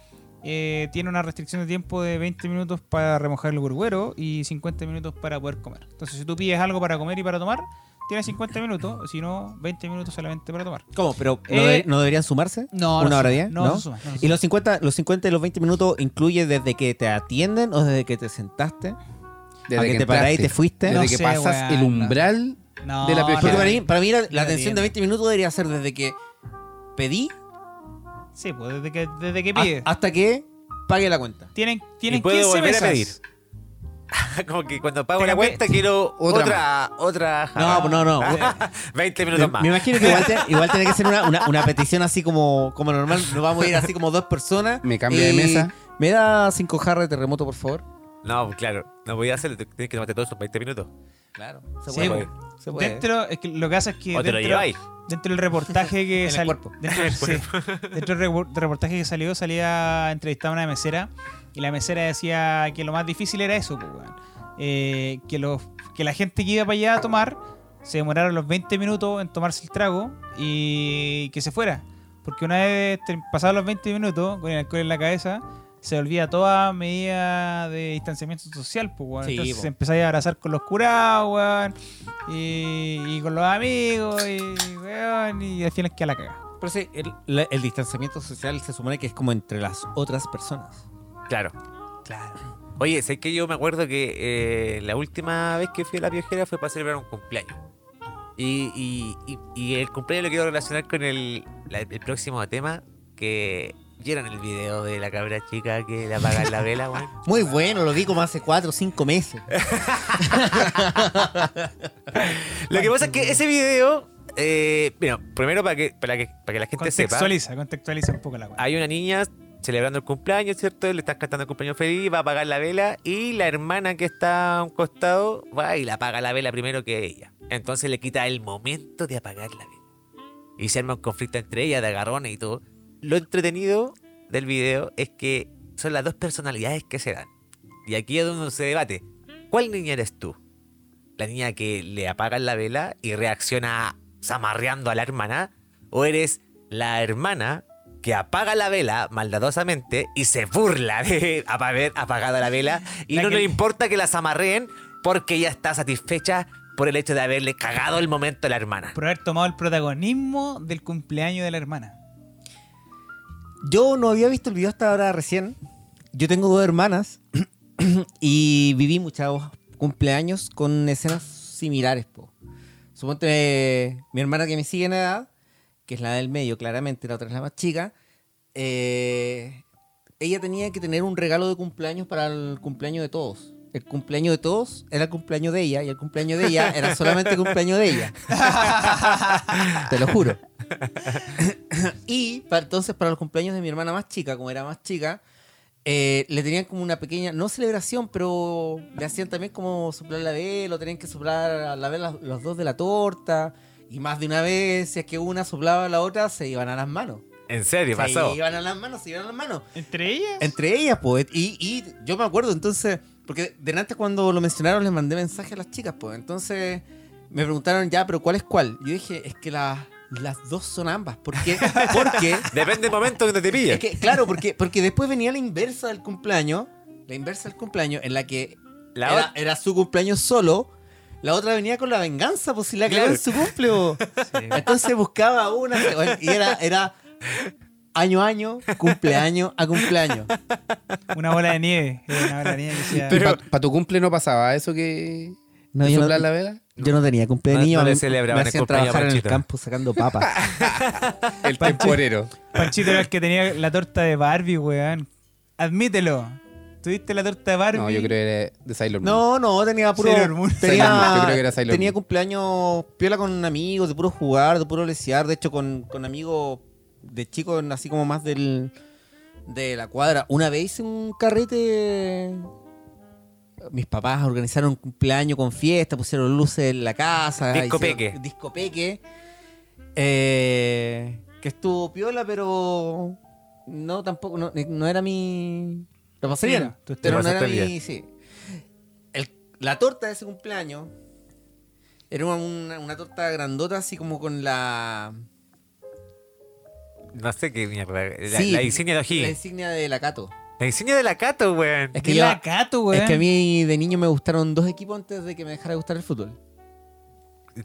Speaker 2: eh, tiene una restricción de tiempo de 20 minutos para remojar el burguero y 50 minutos para poder comer. Entonces, si tú pides algo para comer y para tomar, tienes 50 minutos, si no, 20 minutos solamente para tomar.
Speaker 4: ¿Cómo? ¿Pero
Speaker 2: Eh,
Speaker 4: ¿no, debe- no deberían sumarse?
Speaker 2: no, no
Speaker 4: ¿Una
Speaker 2: suma,
Speaker 4: hora diez?
Speaker 2: no, no suma, no
Speaker 4: ¿Y
Speaker 2: suma.
Speaker 4: los 50, los 50 y los 20 minutos incluye desde que te atienden o desde que te sentaste?
Speaker 3: Desde
Speaker 4: ¿A que te parás y te fuiste?
Speaker 3: Desde
Speaker 2: No
Speaker 3: que
Speaker 2: sé,
Speaker 3: pasas
Speaker 2: weón,
Speaker 3: el
Speaker 2: no.
Speaker 3: umbral.
Speaker 2: No,
Speaker 3: de la piojera.
Speaker 4: Porque
Speaker 2: no.
Speaker 4: para mí, para mí la, la
Speaker 2: Mira,
Speaker 4: atención
Speaker 2: bien.
Speaker 4: de 20 minutos debería ser desde que pedí
Speaker 2: Sí, pues desde que, desde que
Speaker 4: a-
Speaker 2: pides.
Speaker 4: hasta que pague la cuenta.
Speaker 2: Tienen, tienen
Speaker 1: Ah, Y puedo
Speaker 2: 15
Speaker 1: volver a
Speaker 2: mesas.
Speaker 1: pedir. Como que cuando pago
Speaker 2: Te
Speaker 1: la
Speaker 2: cambié-
Speaker 1: cuenta quiero
Speaker 3: Otra
Speaker 1: otra otra,
Speaker 4: No,
Speaker 1: jarra.
Speaker 4: no, no.
Speaker 1: 20 minutos
Speaker 4: Me,
Speaker 1: más.
Speaker 4: me imagino que igual, te- igual tiene que ser una, una- una petición así como, como normal. No vamos a ir así como dos personas.
Speaker 3: Me cambio de
Speaker 4: y
Speaker 3: mesa.
Speaker 4: Me da cinco jarras de terremoto, por favor.
Speaker 1: No, claro, no voy a hacerlo, te- tienes que tomarte todos esos 20 minutos.
Speaker 4: Claro.
Speaker 1: Se
Speaker 4: Se
Speaker 1: Sí, puede.
Speaker 4: puede.
Speaker 1: po.
Speaker 4: Se puede.
Speaker 2: Dentro, es que lo que hace es que
Speaker 1: O te lo
Speaker 2: dentro,
Speaker 1: lleváis.
Speaker 2: dentro del reportaje
Speaker 4: En
Speaker 2: que
Speaker 4: el
Speaker 2: salió.
Speaker 4: cuerpo.
Speaker 2: Dentro, sí, dentro del repo- del reportaje que salió, salía entrevistada una mesera. Y la mesera decía que lo más difícil era eso, pues, weón. Eh, que, los, que la gente que iba para allá a tomar se demoraron los 20 minutos en tomarse el trago y que se fuera. Porque una vez te- pasados los 20 minutos con el alcohol en la cabeza, se olvida toda medida de distanciamiento social, pues, weón.
Speaker 4: Sí,
Speaker 2: Entonces
Speaker 4: po.
Speaker 2: se empezáis a abrazar con los curados, weón, y, y con los amigos, y, weón, y al final queda la cagada.
Speaker 4: Pero sí, el, la- el distanciamiento social se supone que es como entre las otras personas.
Speaker 1: Claro. Claro. Oye, sé que yo me acuerdo que eh, la última vez que fui a la viajera fue para celebrar un cumpleaños. Y, y- y- y el cumpleaños lo quiero relacionar con el, la- el próximo tema que vieron el video de la cabra chica que le apagan la vela, weón.
Speaker 4: Muy bueno, lo vi como hace cuatro o cinco meses.
Speaker 1: Lo que pasa es que ese video, eh, mira, primero para que, para que, para que la gente sepa.
Speaker 2: Contextualiza, contextualiza un poco la weón.
Speaker 1: hay una niña celebrando el cumpleaños, ¿cierto? Le están cantando el cumpleaños feliz, va a apagar la vela y la hermana que está a un costado va y la apaga la vela primero que ella. Entonces le quita el momento de apagar la vela. Y se arma un conflicto entre ellas de agarrones y todo. Lo entretenido del video es que son las dos personalidades que se dan. Y aquí es donde se debate. ¿Cuál niña eres tú? ¿La niña que le apagan la vela y reacciona zamarreando a la hermana? ¿O eres la hermana que apaga la vela maldadosamente y se burla de haber apagado la vela y
Speaker 2: La
Speaker 1: no
Speaker 2: que-
Speaker 1: le importa que la zamarreen porque ella está satisfecha por el hecho de haberle cagado el momento a la hermana?
Speaker 2: Por haber tomado el protagonismo del cumpleaños de la hermana.
Speaker 4: Yo no había visto el video hasta ahora recién. Yo tengo dos hermanas y viví muchos cumpleaños con escenas similares. Po. Suponte eh, mi hermana que me sigue en edad, que es la del medio claramente, la otra es la más chica, eh, ella tenía que tener un regalo de cumpleaños para el cumpleaños de todos. El cumpleaños de todos era el cumpleaños de ella y el cumpleaños de ella era solamente el cumpleaños de ella. Te lo juro. y para, entonces para los cumpleaños de mi hermana más chica, como era más chica, eh, le tenían como una pequeña, no celebración, pero le hacían también como soplar la vela, o tenían que soplar a la vela los dos de la torta. Y más de una vez, si es que una soplaba a la otra, se iban a las manos.
Speaker 1: ¿En serio
Speaker 4: Se
Speaker 1: pasó?
Speaker 4: iban a las manos, se iban a las manos.
Speaker 2: ¿Entre ellas?
Speaker 4: Entre ellas, pues. Y, y yo me acuerdo, entonces, porque de antes cuando lo mencionaron les mandé mensaje a las chicas, pues. Entonces me preguntaron ya, pero ¿cuál es cuál? Yo dije, es que las las dos son ambas. ¿Por qué? Porque.
Speaker 1: Depende del momento donde te pillas.
Speaker 4: es que, claro, porque, porque después venía la inversa del cumpleaños. La inversa del cumpleaños, en la que
Speaker 1: La
Speaker 4: era,
Speaker 1: otra-
Speaker 4: era su cumpleaños solo. La otra venía con la venganza, pues si la clavó en su cumple. po. Entonces buscaba una y era, era año a año, cumpleaños a cumpleaños.
Speaker 2: Una bola de nieve. Era una bola de nieve que decía-
Speaker 3: Pero... ¿Para tu cumple no pasaba eso que.
Speaker 4: No,
Speaker 3: de
Speaker 4: yo no-
Speaker 3: soplar la vela?
Speaker 4: Yo no tenía cumpleaños,
Speaker 1: No- no
Speaker 4: me-
Speaker 1: le celebraban el
Speaker 4: me hacían
Speaker 1: cumpleaños a
Speaker 4: trabajar en el
Speaker 1: Panchito.
Speaker 4: campo sacando papas.
Speaker 3: El
Speaker 2: Pancho.
Speaker 3: temporero.
Speaker 2: Panchito era el que tenía la torta de Barbie, weón. Admítelo. Tuviste la torta de Barbie.
Speaker 3: No, yo creo que era de Sailor Moon.
Speaker 4: no, no, tenía puro
Speaker 2: Sailor Moon.
Speaker 4: tenía,
Speaker 3: Sailor Moon, yo creo que era Sailor
Speaker 4: tenía
Speaker 3: Moon.
Speaker 4: cumpleaños piola con amigos, de puro jugar, de puro lesear, de hecho con, con amigos de chicos así como más del de la cuadra. Una vez hice un carrete mis papás organizaron un cumpleaños con fiesta, pusieron luces en la casa.
Speaker 1: Disco
Speaker 4: hicieron
Speaker 1: peque.
Speaker 4: Disco peque. Eh, que estuvo piola, pero no tampoco, no, no era mi... Lo pasé
Speaker 2: Sí,
Speaker 4: bien,
Speaker 2: no, tú-
Speaker 4: pero
Speaker 3: lo
Speaker 4: no era
Speaker 3: pasaste
Speaker 4: mi...
Speaker 3: bien.
Speaker 4: Sí. El- la torta de ese cumpleaños era una, una- una torta grandota así como con la...
Speaker 1: No sé qué mierda. La,
Speaker 4: Sí,
Speaker 1: la insignia de
Speaker 4: La
Speaker 1: O'Higgins.
Speaker 4: insignia de la Cato.
Speaker 1: La insignia de la Cato, weón.
Speaker 4: Es que
Speaker 2: Que
Speaker 4: yo-
Speaker 2: la cato, weón.
Speaker 4: Es que a mí de niño me gustaron dos equipos antes de que me dejara gustar el fútbol.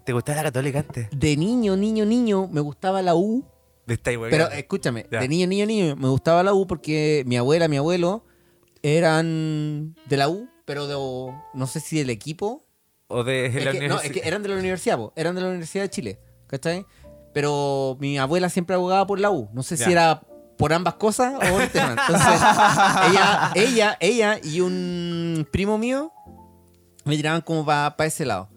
Speaker 1: ¿Te gustaba la Católica antes?
Speaker 4: De niño, niño, niño, me gustaba la U.
Speaker 1: De esta weón.
Speaker 4: Pero escúchame,
Speaker 1: Ya.
Speaker 4: de niño, niño, niño, me gustaba la U porque mi abuela, mi abuelo eran de la U, pero de, no sé si del equipo.
Speaker 1: O de
Speaker 4: Es
Speaker 1: la
Speaker 4: que- no, es que eran de la universidad, po, eran de la Universidad de Chile, ¿cachai? Pero mi abuela siempre abogaba por la U. No sé
Speaker 1: Ya.
Speaker 4: si era por ambas cosas o por el tema. Entonces, ella, ella, ella y un primo mío me tiraban como para ese lado.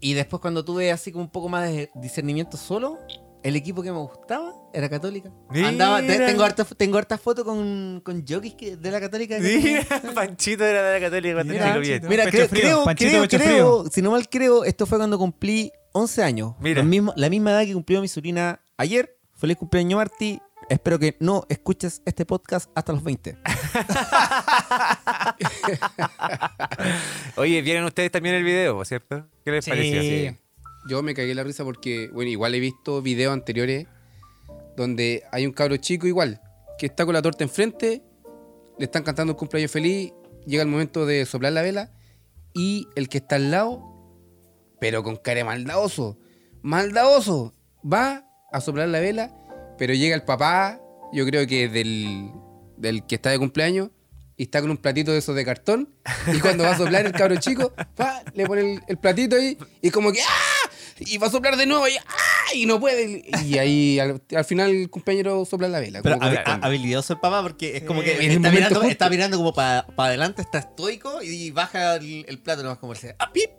Speaker 4: Y después cuando tuve así como un poco más de discernimiento solo, el equipo que me gustaba era Católica.
Speaker 1: Mira.
Speaker 4: Andaba, te- tengo harta, tengo harta foto con, con jockeys que- de la Católica. que-
Speaker 1: Mira, Panchito era de la Católica cuando
Speaker 2: Mira,
Speaker 1: chico,
Speaker 2: Panchito.
Speaker 1: bien.
Speaker 4: Mira,
Speaker 2: Pecho
Speaker 4: creo,
Speaker 2: frío,
Speaker 4: creo,
Speaker 2: Panchito
Speaker 4: creo,
Speaker 2: pecho
Speaker 4: creo, si no mal creo, esto fue cuando cumplí 11 años.
Speaker 1: Mira.
Speaker 4: Lo mismo- la misma edad que cumplió mi sobrina ayer. Feliz cumpleaños, Marti. Espero que no escuches este podcast hasta los 20.
Speaker 1: Oye, vieron ustedes también el video, ¿cierto? ¿Qué les
Speaker 2: Sí.
Speaker 1: pareció? Sí.
Speaker 3: Yo me cagué la risa porque, bueno, igual he visto videos anteriores donde hay un cabro chico igual, que está con la torta enfrente, le están cantando un cumpleaños feliz, llega el momento de soplar la vela y el que está al lado, pero con cara de maldadoso, maldadoso, va a soplar la vela, pero llega el papá, yo creo que del, del que está de cumpleaños, y está con un platito de esos de cartón, y cuando va a soplar el cabro chico, pa, le pone el, el platito ahí, y como que ¡ah! Y va a soplar de nuevo, y ¡ah! Y no puede. Y ahí al, al final el compañero sopla la vela. como corresponde.
Speaker 4: habilidoso el papá porque es como que
Speaker 3: En el momento justo.
Speaker 4: mirando como para adelante, está estoico y baja el, el plato nomás como dice, ¡ah, pip!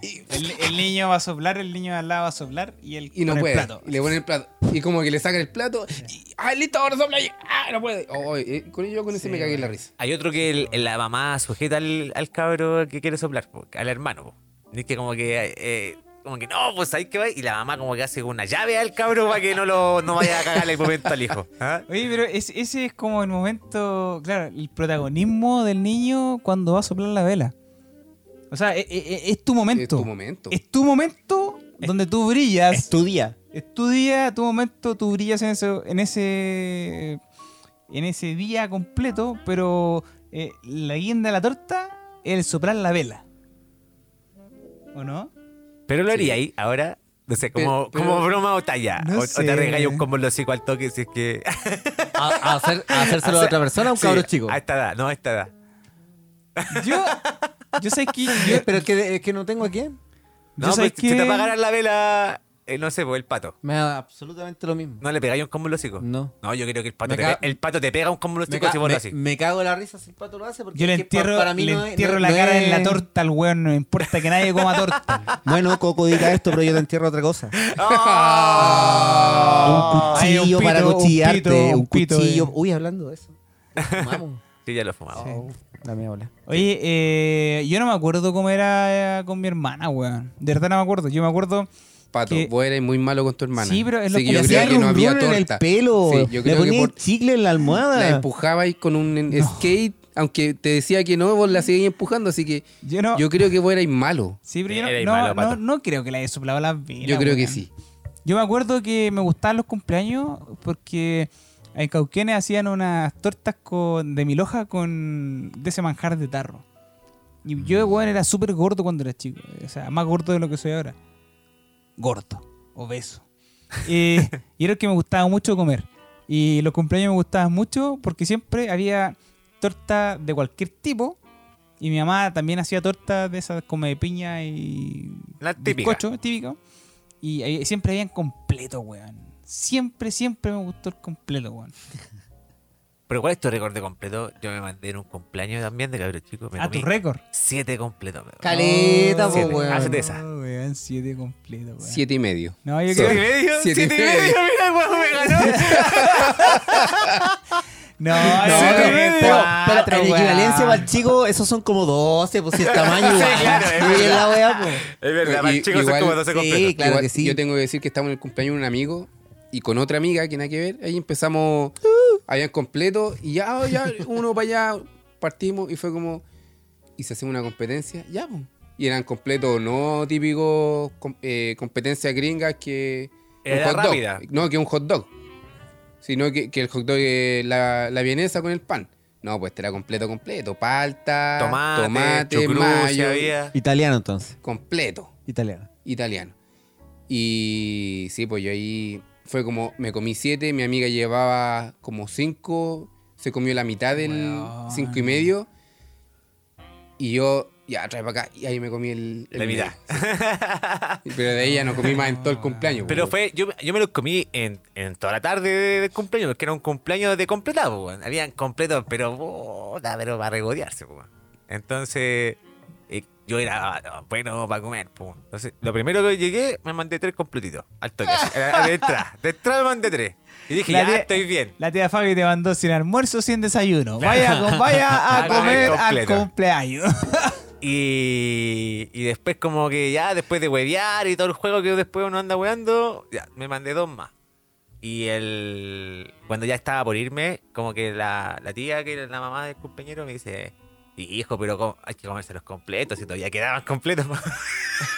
Speaker 2: Sí. El, el niño va a soplar, el niño de al lado va a soplar y el,
Speaker 3: y no
Speaker 2: con el
Speaker 3: puede.
Speaker 2: plato.
Speaker 3: Y le pone el plato. Y como que le saca el plato. Y, ah, listo, ahora sopla. Y, ah, no puede. Oh, eh, con yo con ese me cagué en la risa.
Speaker 1: Hay otro que el- la mamá sujeta al, al cabro que quiere soplar, po, al hermano. po. Y es que como que, eh, como que no, pues ahí que va. Y la mamá como que hace una llave al cabro para que no, lo, no vaya a cagarle el momento al hijo. ¿Ah?
Speaker 2: Oye, pero es- ese es como el momento, claro, el protagonismo del niño cuando va a soplar la vela. O sea, e- e- e- es, tu momento.
Speaker 3: Es tu momento.
Speaker 2: Es tu momento donde tú brillas.
Speaker 4: Estudia.
Speaker 2: Es tu día, tu momento, tú brillas en, eso, en ese en ese día completo, pero eh, la guinda de la torta es el soplar la vela. ¿O no?
Speaker 1: Pero lo haría ahí, ahora. No sé, como,
Speaker 3: Pero- pero-
Speaker 1: como broma o talla.
Speaker 2: No
Speaker 1: o, o te
Speaker 2: sé.
Speaker 1: arregláis un combo en los hocico al toque si es que.
Speaker 4: A, a hacer- a hacérselo a
Speaker 1: Hacer-
Speaker 4: otra persona o a un cabro
Speaker 1: Sí,
Speaker 4: chico.
Speaker 1: A esta edad, no a esta edad.
Speaker 2: Yo, yo sé que... yo-
Speaker 4: Pero es que, es que no tengo a quién.
Speaker 1: No,
Speaker 2: Yo
Speaker 1: pues,
Speaker 2: sabes
Speaker 1: si te
Speaker 2: que-
Speaker 1: apagaran la vela, eh, no sé, pues el pato.
Speaker 4: Me da absolutamente lo mismo.
Speaker 1: ¿No le pegáis un combo en los hocico?
Speaker 4: No.
Speaker 1: No, yo creo que el pato,
Speaker 4: Me
Speaker 1: te,
Speaker 4: ca-
Speaker 1: pe- el pato te pega un combo en los
Speaker 4: Me,
Speaker 1: hocico
Speaker 4: ca-
Speaker 1: si vos
Speaker 4: me-
Speaker 1: lo haces.
Speaker 4: me cago en la risa si el pato lo hace porque
Speaker 2: yo le
Speaker 4: es que pa-
Speaker 2: entierro,
Speaker 4: para mí
Speaker 2: le
Speaker 4: no es-
Speaker 2: entierro
Speaker 4: no-
Speaker 2: la
Speaker 4: no
Speaker 2: cara en
Speaker 4: es-
Speaker 2: la torta al weón, no importa que nadie coma torta.
Speaker 4: Bueno, Coco, diga esto, pero yo te entierro otra cosa.
Speaker 1: ¡Oh!
Speaker 2: Ay,
Speaker 4: cuchillo
Speaker 2: Ah, un
Speaker 4: para
Speaker 2: pito, un
Speaker 4: cuchillarte,
Speaker 2: pito,
Speaker 4: un,
Speaker 2: un pito,
Speaker 4: cuchillo.
Speaker 2: eh.
Speaker 4: Uy, hablando de eso. Vamos.
Speaker 1: Sí, ya lo fumaba.
Speaker 4: Dame bola.
Speaker 2: Oye, eh, yo no me acuerdo cómo era eh, con mi hermana, weón. De verdad no me acuerdo. Yo me acuerdo...
Speaker 3: Pato,
Speaker 2: que-
Speaker 3: vos eres muy malo con tu hermana.
Speaker 2: Sí, pero es lo
Speaker 3: Así
Speaker 2: que
Speaker 3: yo
Speaker 2: le
Speaker 3: creo
Speaker 2: hacía
Speaker 3: que no había
Speaker 4: en el
Speaker 3: torta.
Speaker 4: pelo.
Speaker 3: Sí, yo
Speaker 4: Le
Speaker 3: creo que
Speaker 4: ponía
Speaker 3: por-
Speaker 4: chicle en la
Speaker 3: la
Speaker 4: almohada.
Speaker 3: empujabais con un en- skate, aunque te decía que no, vos la seguís empujando, así que
Speaker 2: Yo no...
Speaker 3: yo creo que vos erais malo.
Speaker 2: sí, pero yo no-
Speaker 1: Era
Speaker 2: no,
Speaker 1: malo,
Speaker 2: no,
Speaker 1: pato.
Speaker 2: no creo que le haya soplado las velas.
Speaker 3: yo creo que
Speaker 2: weón.
Speaker 3: sí.
Speaker 2: Yo me acuerdo que me gustaban los cumpleaños porque en Cauquenes hacían unas tortas con, de miloja con de ese manjar de tarro.
Speaker 1: Mm.
Speaker 2: Y yo, weón, era súper gordo cuando era chico. O sea, más gordo de lo que soy ahora. Gordo, obeso. Eh, y era el que me gustaba mucho comer. Y los cumpleaños me gustaban mucho porque siempre había torta de cualquier tipo. Y mi mamá también hacía tortas de esas como de piña y
Speaker 1: La típica.
Speaker 2: bizcocho típico. Y ahí siempre habían completo, weón. Siempre, siempre me gustó el completo, weón.
Speaker 1: Pero ¿cuál es tu récord de completo? Yo me mandé en un cumpleaños también de cabrón chico.
Speaker 4: Ah,
Speaker 1: Me
Speaker 2: A
Speaker 1: comí
Speaker 2: tu récord.
Speaker 1: siete completos. weón.
Speaker 4: Caleta, po,
Speaker 1: Oh, Siete.
Speaker 4: pues, weón.
Speaker 1: Hazte esa.
Speaker 2: Oh, weón, siete completo, weón.
Speaker 3: Siete y medio.
Speaker 2: No, yo
Speaker 1: ¿Siete y
Speaker 2: creo que...
Speaker 1: medio?
Speaker 3: Siete y
Speaker 1: ¿Siete y medio? Mira, weón, me ganó.
Speaker 2: No,
Speaker 4: No,
Speaker 2: no,
Speaker 4: pero, pero- pero
Speaker 2: pero
Speaker 4: en equivalencia para el chico, esos son como 12, pues si el tamaño igual.
Speaker 1: claro, es
Speaker 4: incluye
Speaker 1: verdad.
Speaker 4: la wea, pues.
Speaker 1: Es verdad, para
Speaker 3: Y-
Speaker 1: el chico son
Speaker 3: igual-
Speaker 1: como 12
Speaker 4: sí,
Speaker 1: completos.
Speaker 4: claro
Speaker 3: Igual,
Speaker 4: que sí.
Speaker 3: Yo tengo que decir que estamos en el cumpleaños de un amigo y con otra amiga que nada que ver. Ahí empezamos
Speaker 4: Uh.
Speaker 3: allá en completo y ya, oh, ya, uno para allá partimos y fue como. Y se hace una competencia, ya, po. Y eran completos, no típicos com- eh, competencias gringas que.
Speaker 1: Era
Speaker 3: hot dog.
Speaker 1: rápida.
Speaker 3: No, que un hot dog. Sino que, que el hot dog, eh, la, la vienesa con el pan. No, pues este era completo, completo. Palta,
Speaker 1: Tomate,
Speaker 3: tomate,
Speaker 1: chucrú, si
Speaker 3: mayo,
Speaker 1: había.
Speaker 4: Italiano entonces.
Speaker 3: completo
Speaker 4: Italiano.
Speaker 3: italiano. Y sí, pues yo ahí fue como, me comí siete, mi amiga llevaba como cinco, se comió la mitad del
Speaker 2: Weón.
Speaker 3: cinco y medio. Y yo, ya, trae para acá, y ahí me comí el... el
Speaker 1: La mitad.
Speaker 3: medio. Pero de ella no comí más en todo
Speaker 4: Ah.
Speaker 3: el cumpleaños.
Speaker 1: Pero
Speaker 3: pues.
Speaker 1: fue, yo, yo me los comí en, en toda la tarde de, de cumpleaños, porque era un cumpleaños de completado, weón. Habían completos, pero puta, pero para regodearse, po, weón. Entonces, eh, yo era ah, bueno para comer, po. Entonces, lo primero que llegué, me mandé tres completitos. Al toque. así, a- a- De entrada, de entrada me mandé tres. Y dije,
Speaker 2: La
Speaker 1: ya
Speaker 2: tía-
Speaker 1: estoy bien.
Speaker 2: La tía Fabi te mandó sin almuerzo, sin desayuno. Vaya, con- vaya a
Speaker 1: Claro.
Speaker 2: comer al
Speaker 1: Completo.
Speaker 2: cumpleaños.
Speaker 1: Y, y después, como que ya, después de huevear y todo el juego que después uno anda hueando, ya, me mandé dos más. Y el. Cuando ya estaba por irme, como que la, la tía, que era la mamá del compañero, me dice: Hijo, pero com- hay que comerse los completos, si todavía quedaban completos.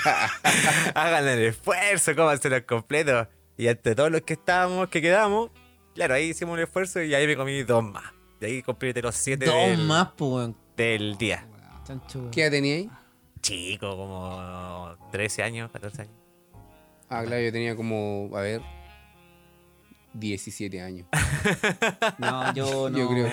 Speaker 1: Hagan el esfuerzo, cómanse los completos. Y entre todos los que estábamos, que quedamos, claro, ahí hicimos un esfuerzo y ahí me comí dos más. De ahí completé los siete
Speaker 4: Dos
Speaker 1: del-
Speaker 4: más, pues, weón.
Speaker 1: del día
Speaker 4: Chancho, weón.
Speaker 3: ¿Qué edad tenía ahí?
Speaker 1: chico, como 13 años, 14 años.
Speaker 3: Ah, claro, yo tenía como, a ver, 17 años.
Speaker 4: No, yo no.
Speaker 3: Yo creo,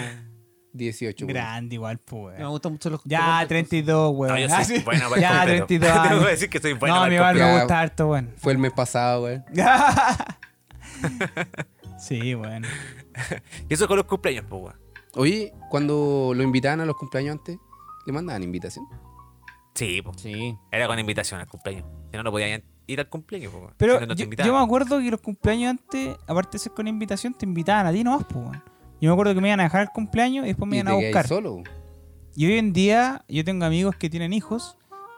Speaker 3: 18. güey.
Speaker 2: Grande igual, pues.
Speaker 4: Me gustan mucho los
Speaker 2: Ya, 32, weón.
Speaker 1: No, yo
Speaker 2: Ah,
Speaker 1: soy
Speaker 2: sí.
Speaker 1: bueno para el
Speaker 2: Ya,
Speaker 1: completo.
Speaker 2: 32
Speaker 1: Te voy a
Speaker 2: años.
Speaker 1: decir que soy bueno
Speaker 2: No,
Speaker 1: para
Speaker 2: mi
Speaker 1: el
Speaker 2: igual
Speaker 1: completo.
Speaker 2: me
Speaker 3: completo.
Speaker 2: gusta harto, weón.
Speaker 3: Fue el mes pasado, güey.
Speaker 2: sí, weón.
Speaker 1: Y eso con los cumpleaños, pues, weón.
Speaker 3: Oye, cuando lo invitaban a los cumpleaños antes, ¿le mandaban invitación?
Speaker 1: Sí, pues.
Speaker 4: Sí.
Speaker 1: Era con invitación al cumpleaños. Si no, no podía ir al cumpleaños, pues, weón.
Speaker 2: Pero
Speaker 1: Si no, no te
Speaker 2: yo,
Speaker 1: invitaban.
Speaker 2: yo me acuerdo que los cumpleaños antes, aparte de ser con invitación, te invitaban a ti nomás, pues, weón. Yo me acuerdo que me iban a dejar el cumpleaños y después me
Speaker 3: Y
Speaker 2: iban
Speaker 3: te
Speaker 2: a
Speaker 3: quedáis
Speaker 2: buscar.
Speaker 3: solo.
Speaker 2: Y hoy en día yo tengo amigos que tienen hijos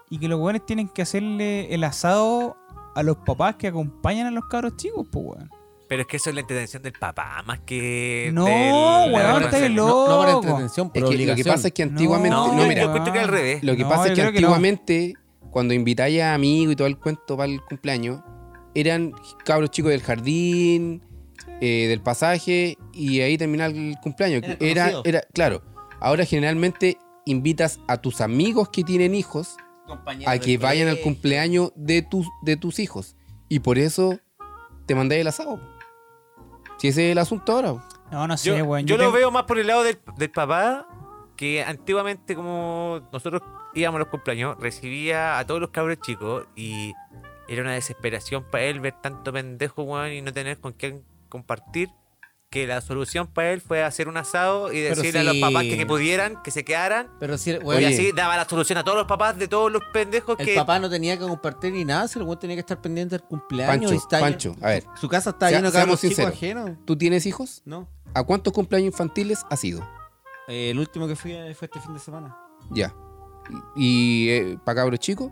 Speaker 2: y que los weones tienen que hacerle el asado a los papás que acompañan a los cabros chicos, pues, weón.
Speaker 1: Pero es que eso es la intención del papá, más que.
Speaker 2: No,
Speaker 1: del-
Speaker 2: weón,
Speaker 1: del-
Speaker 2: está estáis loco.
Speaker 4: No, no para
Speaker 3: Es
Speaker 4: entretención, por
Speaker 3: que lo que
Speaker 4: obligación.
Speaker 3: pasa es que antiguamente.
Speaker 1: No,
Speaker 3: No,
Speaker 1: yo-
Speaker 3: mira.
Speaker 1: yo encuentro que al revés.
Speaker 3: Lo que
Speaker 2: No,
Speaker 3: pasa es
Speaker 2: yo
Speaker 3: que
Speaker 2: creo que no.
Speaker 3: antiguamente, cuando invitáis a amigos y todo el cuento para el cumpleaños, eran cabros chicos del jardín, eh, del pasaje, y ahí terminaba el cumpleaños.
Speaker 4: Eran
Speaker 3: Era,
Speaker 4: conocidos.
Speaker 3: era, claro. Ahora generalmente invitas a tus amigos que tienen hijos a que vayan al cumpleaños de tus, de tus hijos. Y por eso te mandáis el asado. Si ese es el asunto ahora.
Speaker 2: No, no sé,
Speaker 1: Yo,
Speaker 2: weón.
Speaker 1: yo lo
Speaker 2: tengo-
Speaker 1: veo más por el lado del, del papá, que antiguamente como nosotros íbamos a los cumpleaños, recibía a todos los cabros chicos y era una desesperación para él ver tanto pendejo, weón, y no tener con quién compartir, que la solución para él fue hacer un asado y
Speaker 4: Pero
Speaker 1: decirle a los
Speaker 4: sí.
Speaker 1: papás que, que pudieran, que se quedaran.
Speaker 4: Pero si, el-
Speaker 1: y
Speaker 4: weón,
Speaker 3: Oye,
Speaker 1: así daba la solución a todos los papás de todos los pendejos
Speaker 4: el
Speaker 1: que...
Speaker 4: papá no tenía que compartir ni nada, si el weón tenía que estar pendiente del cumpleaños.
Speaker 3: Pancho,
Speaker 4: y está
Speaker 3: Pancho, a ver.
Speaker 4: lleno- Su casa está
Speaker 3: Sea-
Speaker 4: lleno de cabros
Speaker 3: seamos
Speaker 4: chicos
Speaker 3: sinceros.
Speaker 4: ajenos.
Speaker 3: ¿Tú tienes hijos?
Speaker 4: No.
Speaker 3: ¿A cuántos cumpleaños infantiles has ido?
Speaker 4: Eh, el último que fui eh, fue este fin de semana.
Speaker 3: Ya. ¿Y para cabros chicos?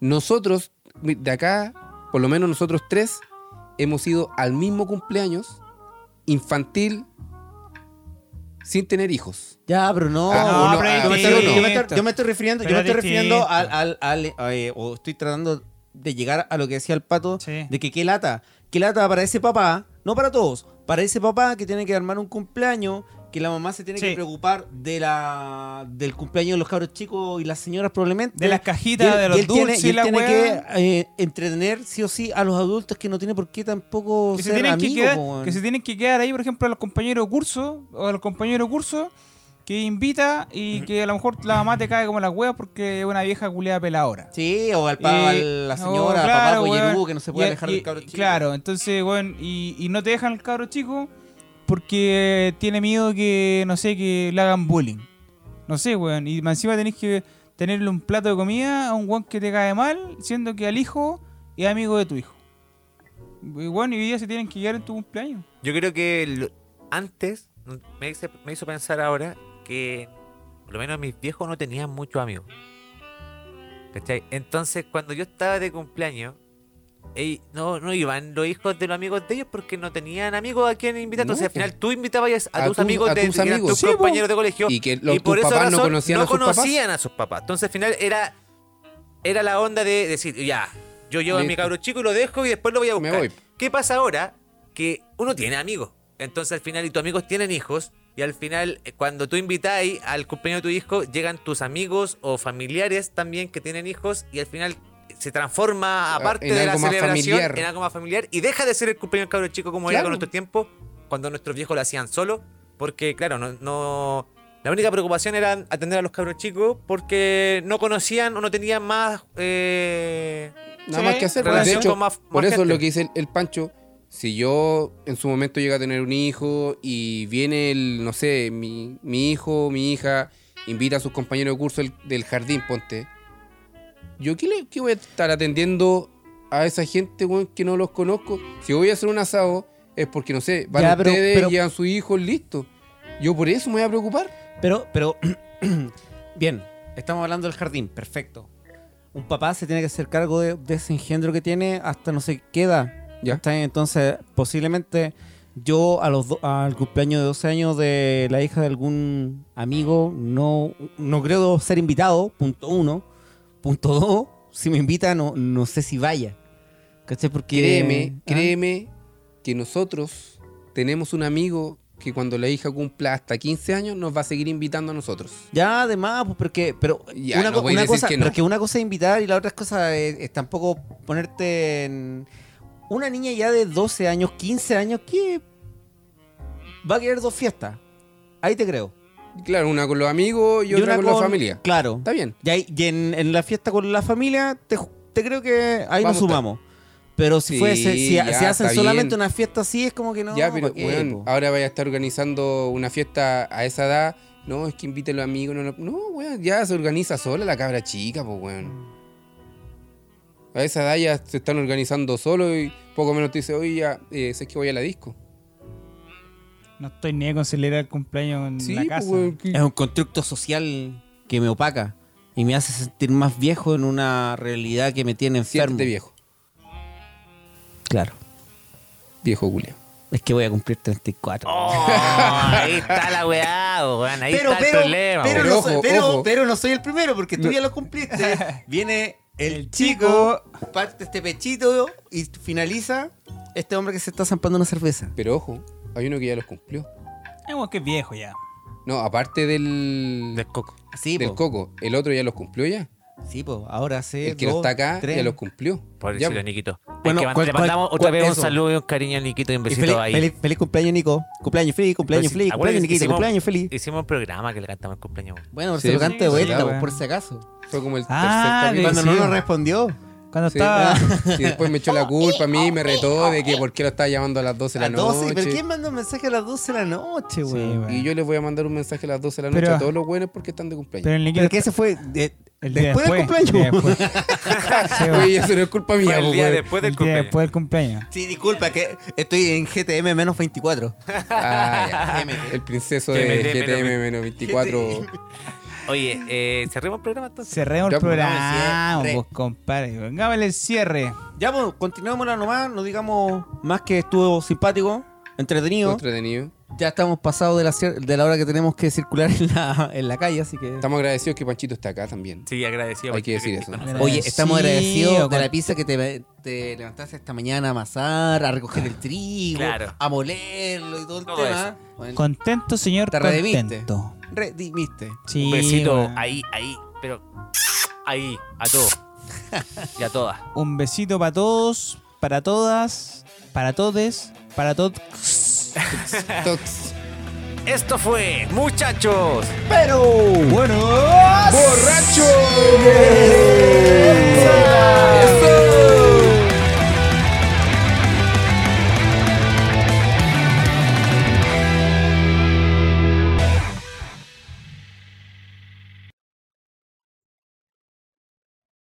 Speaker 3: Nosotros, mi- de acá, por lo menos nosotros tres, hemos ido al mismo cumpleaños infantil sin tener hijos.
Speaker 4: Ya, pero no.
Speaker 3: Ah,
Speaker 2: No,
Speaker 3: uno-
Speaker 2: pero
Speaker 3: ah,
Speaker 2: es
Speaker 4: yo, me estoy,
Speaker 2: distinto.
Speaker 4: yo me estoy- yo me estoy refiriendo, yo
Speaker 2: Pero
Speaker 4: me estoy
Speaker 2: distinto.
Speaker 4: refiriendo al, al- al- a, eh, o estoy tratando de llegar a lo que decía el pato,
Speaker 2: Sí.
Speaker 4: de que qué lata, qué lata para ese papá, no para todos, para ese papá que tiene que armar un cumpleaños, que la mamá se tiene
Speaker 2: Sí.
Speaker 4: que preocupar de la del cumpleaños de los cabros chicos y las señoras probablemente.
Speaker 2: De las
Speaker 4: Y él-
Speaker 2: cajitas, de
Speaker 4: y
Speaker 2: los
Speaker 4: él tiene-
Speaker 2: dulces
Speaker 4: y
Speaker 2: y
Speaker 4: él
Speaker 2: la
Speaker 4: tiene
Speaker 2: weá.
Speaker 4: que eh, entretener sí o sí a los adultos que no tiene por qué tampoco
Speaker 2: que se,
Speaker 4: ser
Speaker 2: tienen que,
Speaker 4: amigos.
Speaker 2: quedar,
Speaker 4: po, weón.
Speaker 2: que se tienen que quedar ahí, por ejemplo, a los compañeros de curso o a los compañeros de curso que invita y que a lo mejor la mamá te cae como la hueá porque es una vieja culeada peladora.
Speaker 4: Sí, o al
Speaker 2: Eh,
Speaker 4: pa, a la
Speaker 2: oh,
Speaker 4: señora, papá
Speaker 2: claro,
Speaker 4: pollerú
Speaker 2: weón.
Speaker 4: que no se puede
Speaker 2: Y-
Speaker 4: alejar
Speaker 2: y-
Speaker 4: del cabro chico.
Speaker 2: Claro, entonces, bueno, y, y no te dejan el cabro chico porque tiene miedo que, no sé, que le hagan bullying. No sé, weón. Y más encima tenés que tenerle un plato de comida a un weón que te cae mal, siendo que al hijo es amigo de tu hijo. Y bueno, y hoy día se tienen que guiar en tu cumpleaños.
Speaker 1: Yo creo que lo- antes me, hice- me hizo pensar ahora que por lo menos mis viejos no tenían muchos amigos. ¿Cachai? Entonces, cuando yo estaba de cumpleaños, ey, no, no iban los hijos de los amigos de ellos porque no tenían amigos a quien invitar. Entonces,
Speaker 3: No,
Speaker 1: al final tú invitabas a,
Speaker 3: a
Speaker 1: tus
Speaker 3: tus-
Speaker 1: amigos
Speaker 3: a
Speaker 1: de
Speaker 3: tus
Speaker 1: que eran
Speaker 3: amigos.
Speaker 1: tus
Speaker 3: Sí, po.
Speaker 1: compañeros de colegio.
Speaker 3: Y que los-
Speaker 1: y por
Speaker 3: tus
Speaker 1: esa
Speaker 3: papás no
Speaker 1: razón
Speaker 3: conocían
Speaker 1: no
Speaker 3: a sus papás.
Speaker 1: conocían a sus papás. Entonces, al final era, era la onda de decir, ya, yo llevo a mi
Speaker 3: Listo.
Speaker 1: cabro chico y lo dejo y después lo voy a
Speaker 3: Me
Speaker 1: buscar.
Speaker 3: voy.
Speaker 1: ¿Qué pasa ahora? Que uno tiene amigos. Entonces al final, y tus amigos tienen hijos, y al final, eh, cuando tú invitáis al cumpleaños de tu hijo, llegan tus amigos o familiares también que tienen hijos, y al final se transforma, aparte
Speaker 3: Ah, en
Speaker 1: de la
Speaker 3: algo más
Speaker 1: celebración,
Speaker 3: familiar.
Speaker 1: en algo más familiar, y deja de ser el cumpleaños cabro chico como era
Speaker 3: Claro.
Speaker 1: con nuestro tiempo, cuando nuestros viejos lo hacían solo, porque claro, no... no la única preocupación era atender a los cabros chicos porque no conocían o no tenían más eh,
Speaker 3: Nada
Speaker 2: Sí,
Speaker 3: más que hacer. pues, De
Speaker 1: relación
Speaker 3: hecho,
Speaker 1: con más- más
Speaker 3: por eso es
Speaker 1: gente.
Speaker 3: lo que dice el, el Pancho. Si yo en su momento llega a tener un hijo y viene el, no sé, mi, mi hijo, mi hija, invita a sus compañeros de curso del, del jardín, ponte. ¿Yo qué, le- qué voy a estar atendiendo a esa gente, weón, que no los conozco? Si voy a hacer un asado, es porque, no sé, van
Speaker 4: Ya, pero-
Speaker 3: ustedes,
Speaker 4: pero-
Speaker 3: llevan sus hijos, listo. Yo por eso me voy a preocupar.
Speaker 4: Pero, pero, bien, estamos hablando del jardín, perfecto. Un papá se tiene que hacer cargo de, de ese engendro que tiene hasta no sé qué edad.
Speaker 3: Ya.
Speaker 4: ¿cachai? Entonces, posiblemente yo a los do- al cumpleaños de 12 años de la hija de algún amigo no, no creo ser invitado, punto uno. Punto dos, si me invita no, no sé si vaya. ¿Cachai? Porque...
Speaker 3: Créeme,
Speaker 4: ¿Ah?
Speaker 3: créeme que nosotros tenemos un amigo que cuando la hija cumpla hasta 15 años nos va a seguir invitando a nosotros.
Speaker 4: Ya, además, pues porque, pero
Speaker 3: Ya,
Speaker 4: una,
Speaker 3: no
Speaker 4: co-
Speaker 3: voy a
Speaker 4: una
Speaker 3: decir
Speaker 4: cosa,
Speaker 3: que no.
Speaker 4: pero que una cosa es invitar y la otra es cosa es, es tampoco ponerte en una niña ya de 12 años, 15 años que va a querer dos fiestas. Ahí te creo.
Speaker 3: Claro, una con los amigos y, otra con, la familia.
Speaker 4: Claro.
Speaker 3: Está bien.
Speaker 4: Y, ahí- y en, en la fiesta con la familia, te, ju- te creo que ahí
Speaker 3: Vamos
Speaker 4: nos sumamos. Pero si
Speaker 3: Sí,
Speaker 4: fuese, si,
Speaker 3: ya,
Speaker 4: si hacen
Speaker 3: está
Speaker 4: solamente
Speaker 3: bien.
Speaker 4: una fiesta así, es como que no.
Speaker 3: ya, pero
Speaker 4: ¿pa' qué,
Speaker 3: weón,
Speaker 4: po?
Speaker 3: ahora vaya a estar organizando una fiesta a esa edad. No, es que invite a los amigos. No, no, no, weón, ya se organiza sola la cabra chica, pues, weón. A esa edad ya se están organizando solo y poco menos te dice, oye, ya, eh, sé que voy a la disco.
Speaker 2: No estoy ni con celebrar el cumpleaños en
Speaker 3: Sí,
Speaker 2: la
Speaker 3: pues,
Speaker 2: casa.
Speaker 3: weón, que-
Speaker 4: Es un constructo social que me opaca y me hace sentir más viejo en una realidad que me tiene enfermo.
Speaker 3: siéntete viejo.
Speaker 4: Claro.
Speaker 3: Viejo Julio.
Speaker 4: Es que voy a cumplir 34.
Speaker 1: Oh, ahí está la weá, po, weón. Ahí está el problema.
Speaker 3: pero
Speaker 1: weón.
Speaker 3: no soy- pero-
Speaker 4: no soy el primero porque tú ya lo cumpliste. Viene
Speaker 2: El chico.
Speaker 4: parte este pechito y finaliza este hombre que se está zampando una cerveza.
Speaker 3: Pero ojo, hay uno que ya los cumplió.
Speaker 2: Es weón que es viejo ya.
Speaker 3: No, aparte del,
Speaker 1: Del coco.
Speaker 4: Sí,
Speaker 3: del
Speaker 4: po.
Speaker 3: coco, el otro ya los cumplió ya.
Speaker 4: Sí, po. Ahora hace
Speaker 3: el que no
Speaker 4: dos,
Speaker 3: está acá
Speaker 4: tres.
Speaker 3: ya los cumplió.
Speaker 1: Pobrecito
Speaker 3: Ya,
Speaker 1: Niquito. Hay
Speaker 4: Bueno,
Speaker 1: que man-
Speaker 4: ¿cuál-
Speaker 1: le
Speaker 4: cuál-
Speaker 1: mandamos otra
Speaker 4: cuál-
Speaker 1: vez un
Speaker 4: eso?
Speaker 1: saludo y un cariño a Niquito y un
Speaker 4: Y
Speaker 1: besito
Speaker 4: feliz,
Speaker 1: ahí.
Speaker 4: feliz- feliz cumpleaños, Nico. Cumpleaños feliz, cumpleaños
Speaker 1: Pero sí,
Speaker 4: feliz,
Speaker 1: acuérdate
Speaker 4: cumpleaños,
Speaker 1: que
Speaker 4: Niquito,
Speaker 1: hicimos-
Speaker 4: cumpleaños feliz.
Speaker 1: Hicimos un programa que le cantamos el cumpleaños. weón.
Speaker 4: Bueno, pero
Speaker 3: Sí,
Speaker 4: se lo
Speaker 3: pues,
Speaker 4: cante de
Speaker 2: sí,
Speaker 4: vuelta,
Speaker 2: ya,
Speaker 4: po,
Speaker 2: weón.
Speaker 4: por si acaso.
Speaker 3: Fue como el
Speaker 2: Ah,
Speaker 3: tercer capítulo.
Speaker 2: de-
Speaker 4: Cuando
Speaker 2: sí,
Speaker 4: no
Speaker 2: weón.
Speaker 4: nos respondió.
Speaker 2: Cuando
Speaker 3: Sí. ah,
Speaker 2: estaba.
Speaker 3: Y después me echó la culpa a mí, me retó de que por qué lo estaba llamando a las 12 de la
Speaker 4: A 12,
Speaker 3: noche.
Speaker 4: pero ¿quién manda un mensaje a las 12 de la noche,
Speaker 2: Sí,
Speaker 4: güey?
Speaker 2: weón.
Speaker 3: Y yo les voy a mandar un mensaje a las 12 de la noche
Speaker 2: Pero-
Speaker 3: a todos los buenos porque están de
Speaker 2: Pero
Speaker 3: cumpleaños.
Speaker 2: el Niquito.
Speaker 4: pero que ese fue de-
Speaker 2: el día
Speaker 4: después, del
Speaker 2: el día
Speaker 4: cumpleaños.
Speaker 2: después. Sí, weón.
Speaker 3: Oye, eso no es culpa mía,
Speaker 1: Fue el
Speaker 3: pues,
Speaker 1: día
Speaker 3: weón.
Speaker 1: después del
Speaker 2: El día
Speaker 1: cumpleaños.
Speaker 2: después del cumpleaños.
Speaker 4: Sí, disculpa, que estoy en GTM menos 24.
Speaker 3: Ah, ya. El princeso de
Speaker 1: TMT,
Speaker 3: GTM-24.
Speaker 1: Oye, eh, cerremos el programa entonces.
Speaker 2: Cerremos
Speaker 3: Ya,
Speaker 2: el
Speaker 3: pues,
Speaker 2: programa,
Speaker 4: vamos, cierre.
Speaker 2: vos, compadre. Vengámosle el cierre.
Speaker 4: Ya, pues, continuémosla nomás, no digamos más que estuvo simpático, entretenido.
Speaker 3: Entretenido.
Speaker 4: Ya estamos pasados de la, cier- de la hora que tenemos que circular en la, en la calle, así que...
Speaker 3: Estamos agradecidos que Panchito está acá también.
Speaker 1: Sí, agradecido.
Speaker 3: Hay
Speaker 1: por
Speaker 3: que decir
Speaker 1: estar
Speaker 3: eso.
Speaker 1: con nosotros.
Speaker 4: Oye, estamos agradecidos de
Speaker 2: con-
Speaker 4: la pizza que te, te levantaste esta mañana a amasar, a recoger el trigo,
Speaker 1: Claro.
Speaker 4: a molerlo y todo el
Speaker 1: Todo
Speaker 4: tema. Bueno,
Speaker 2: Contento, señor.
Speaker 4: Te redimiste.
Speaker 2: Contento.
Speaker 4: redimiste.
Speaker 2: Sí,
Speaker 1: Un besito
Speaker 2: weón.
Speaker 1: ahí, ahí. Pero ahí, a todos. y a todas.
Speaker 2: Un besito para todos, para todas, para todes, para todos.
Speaker 3: Tox.
Speaker 1: Esto fue, muchachos.
Speaker 4: Pero...
Speaker 2: Bueno.
Speaker 3: ¡Borracho!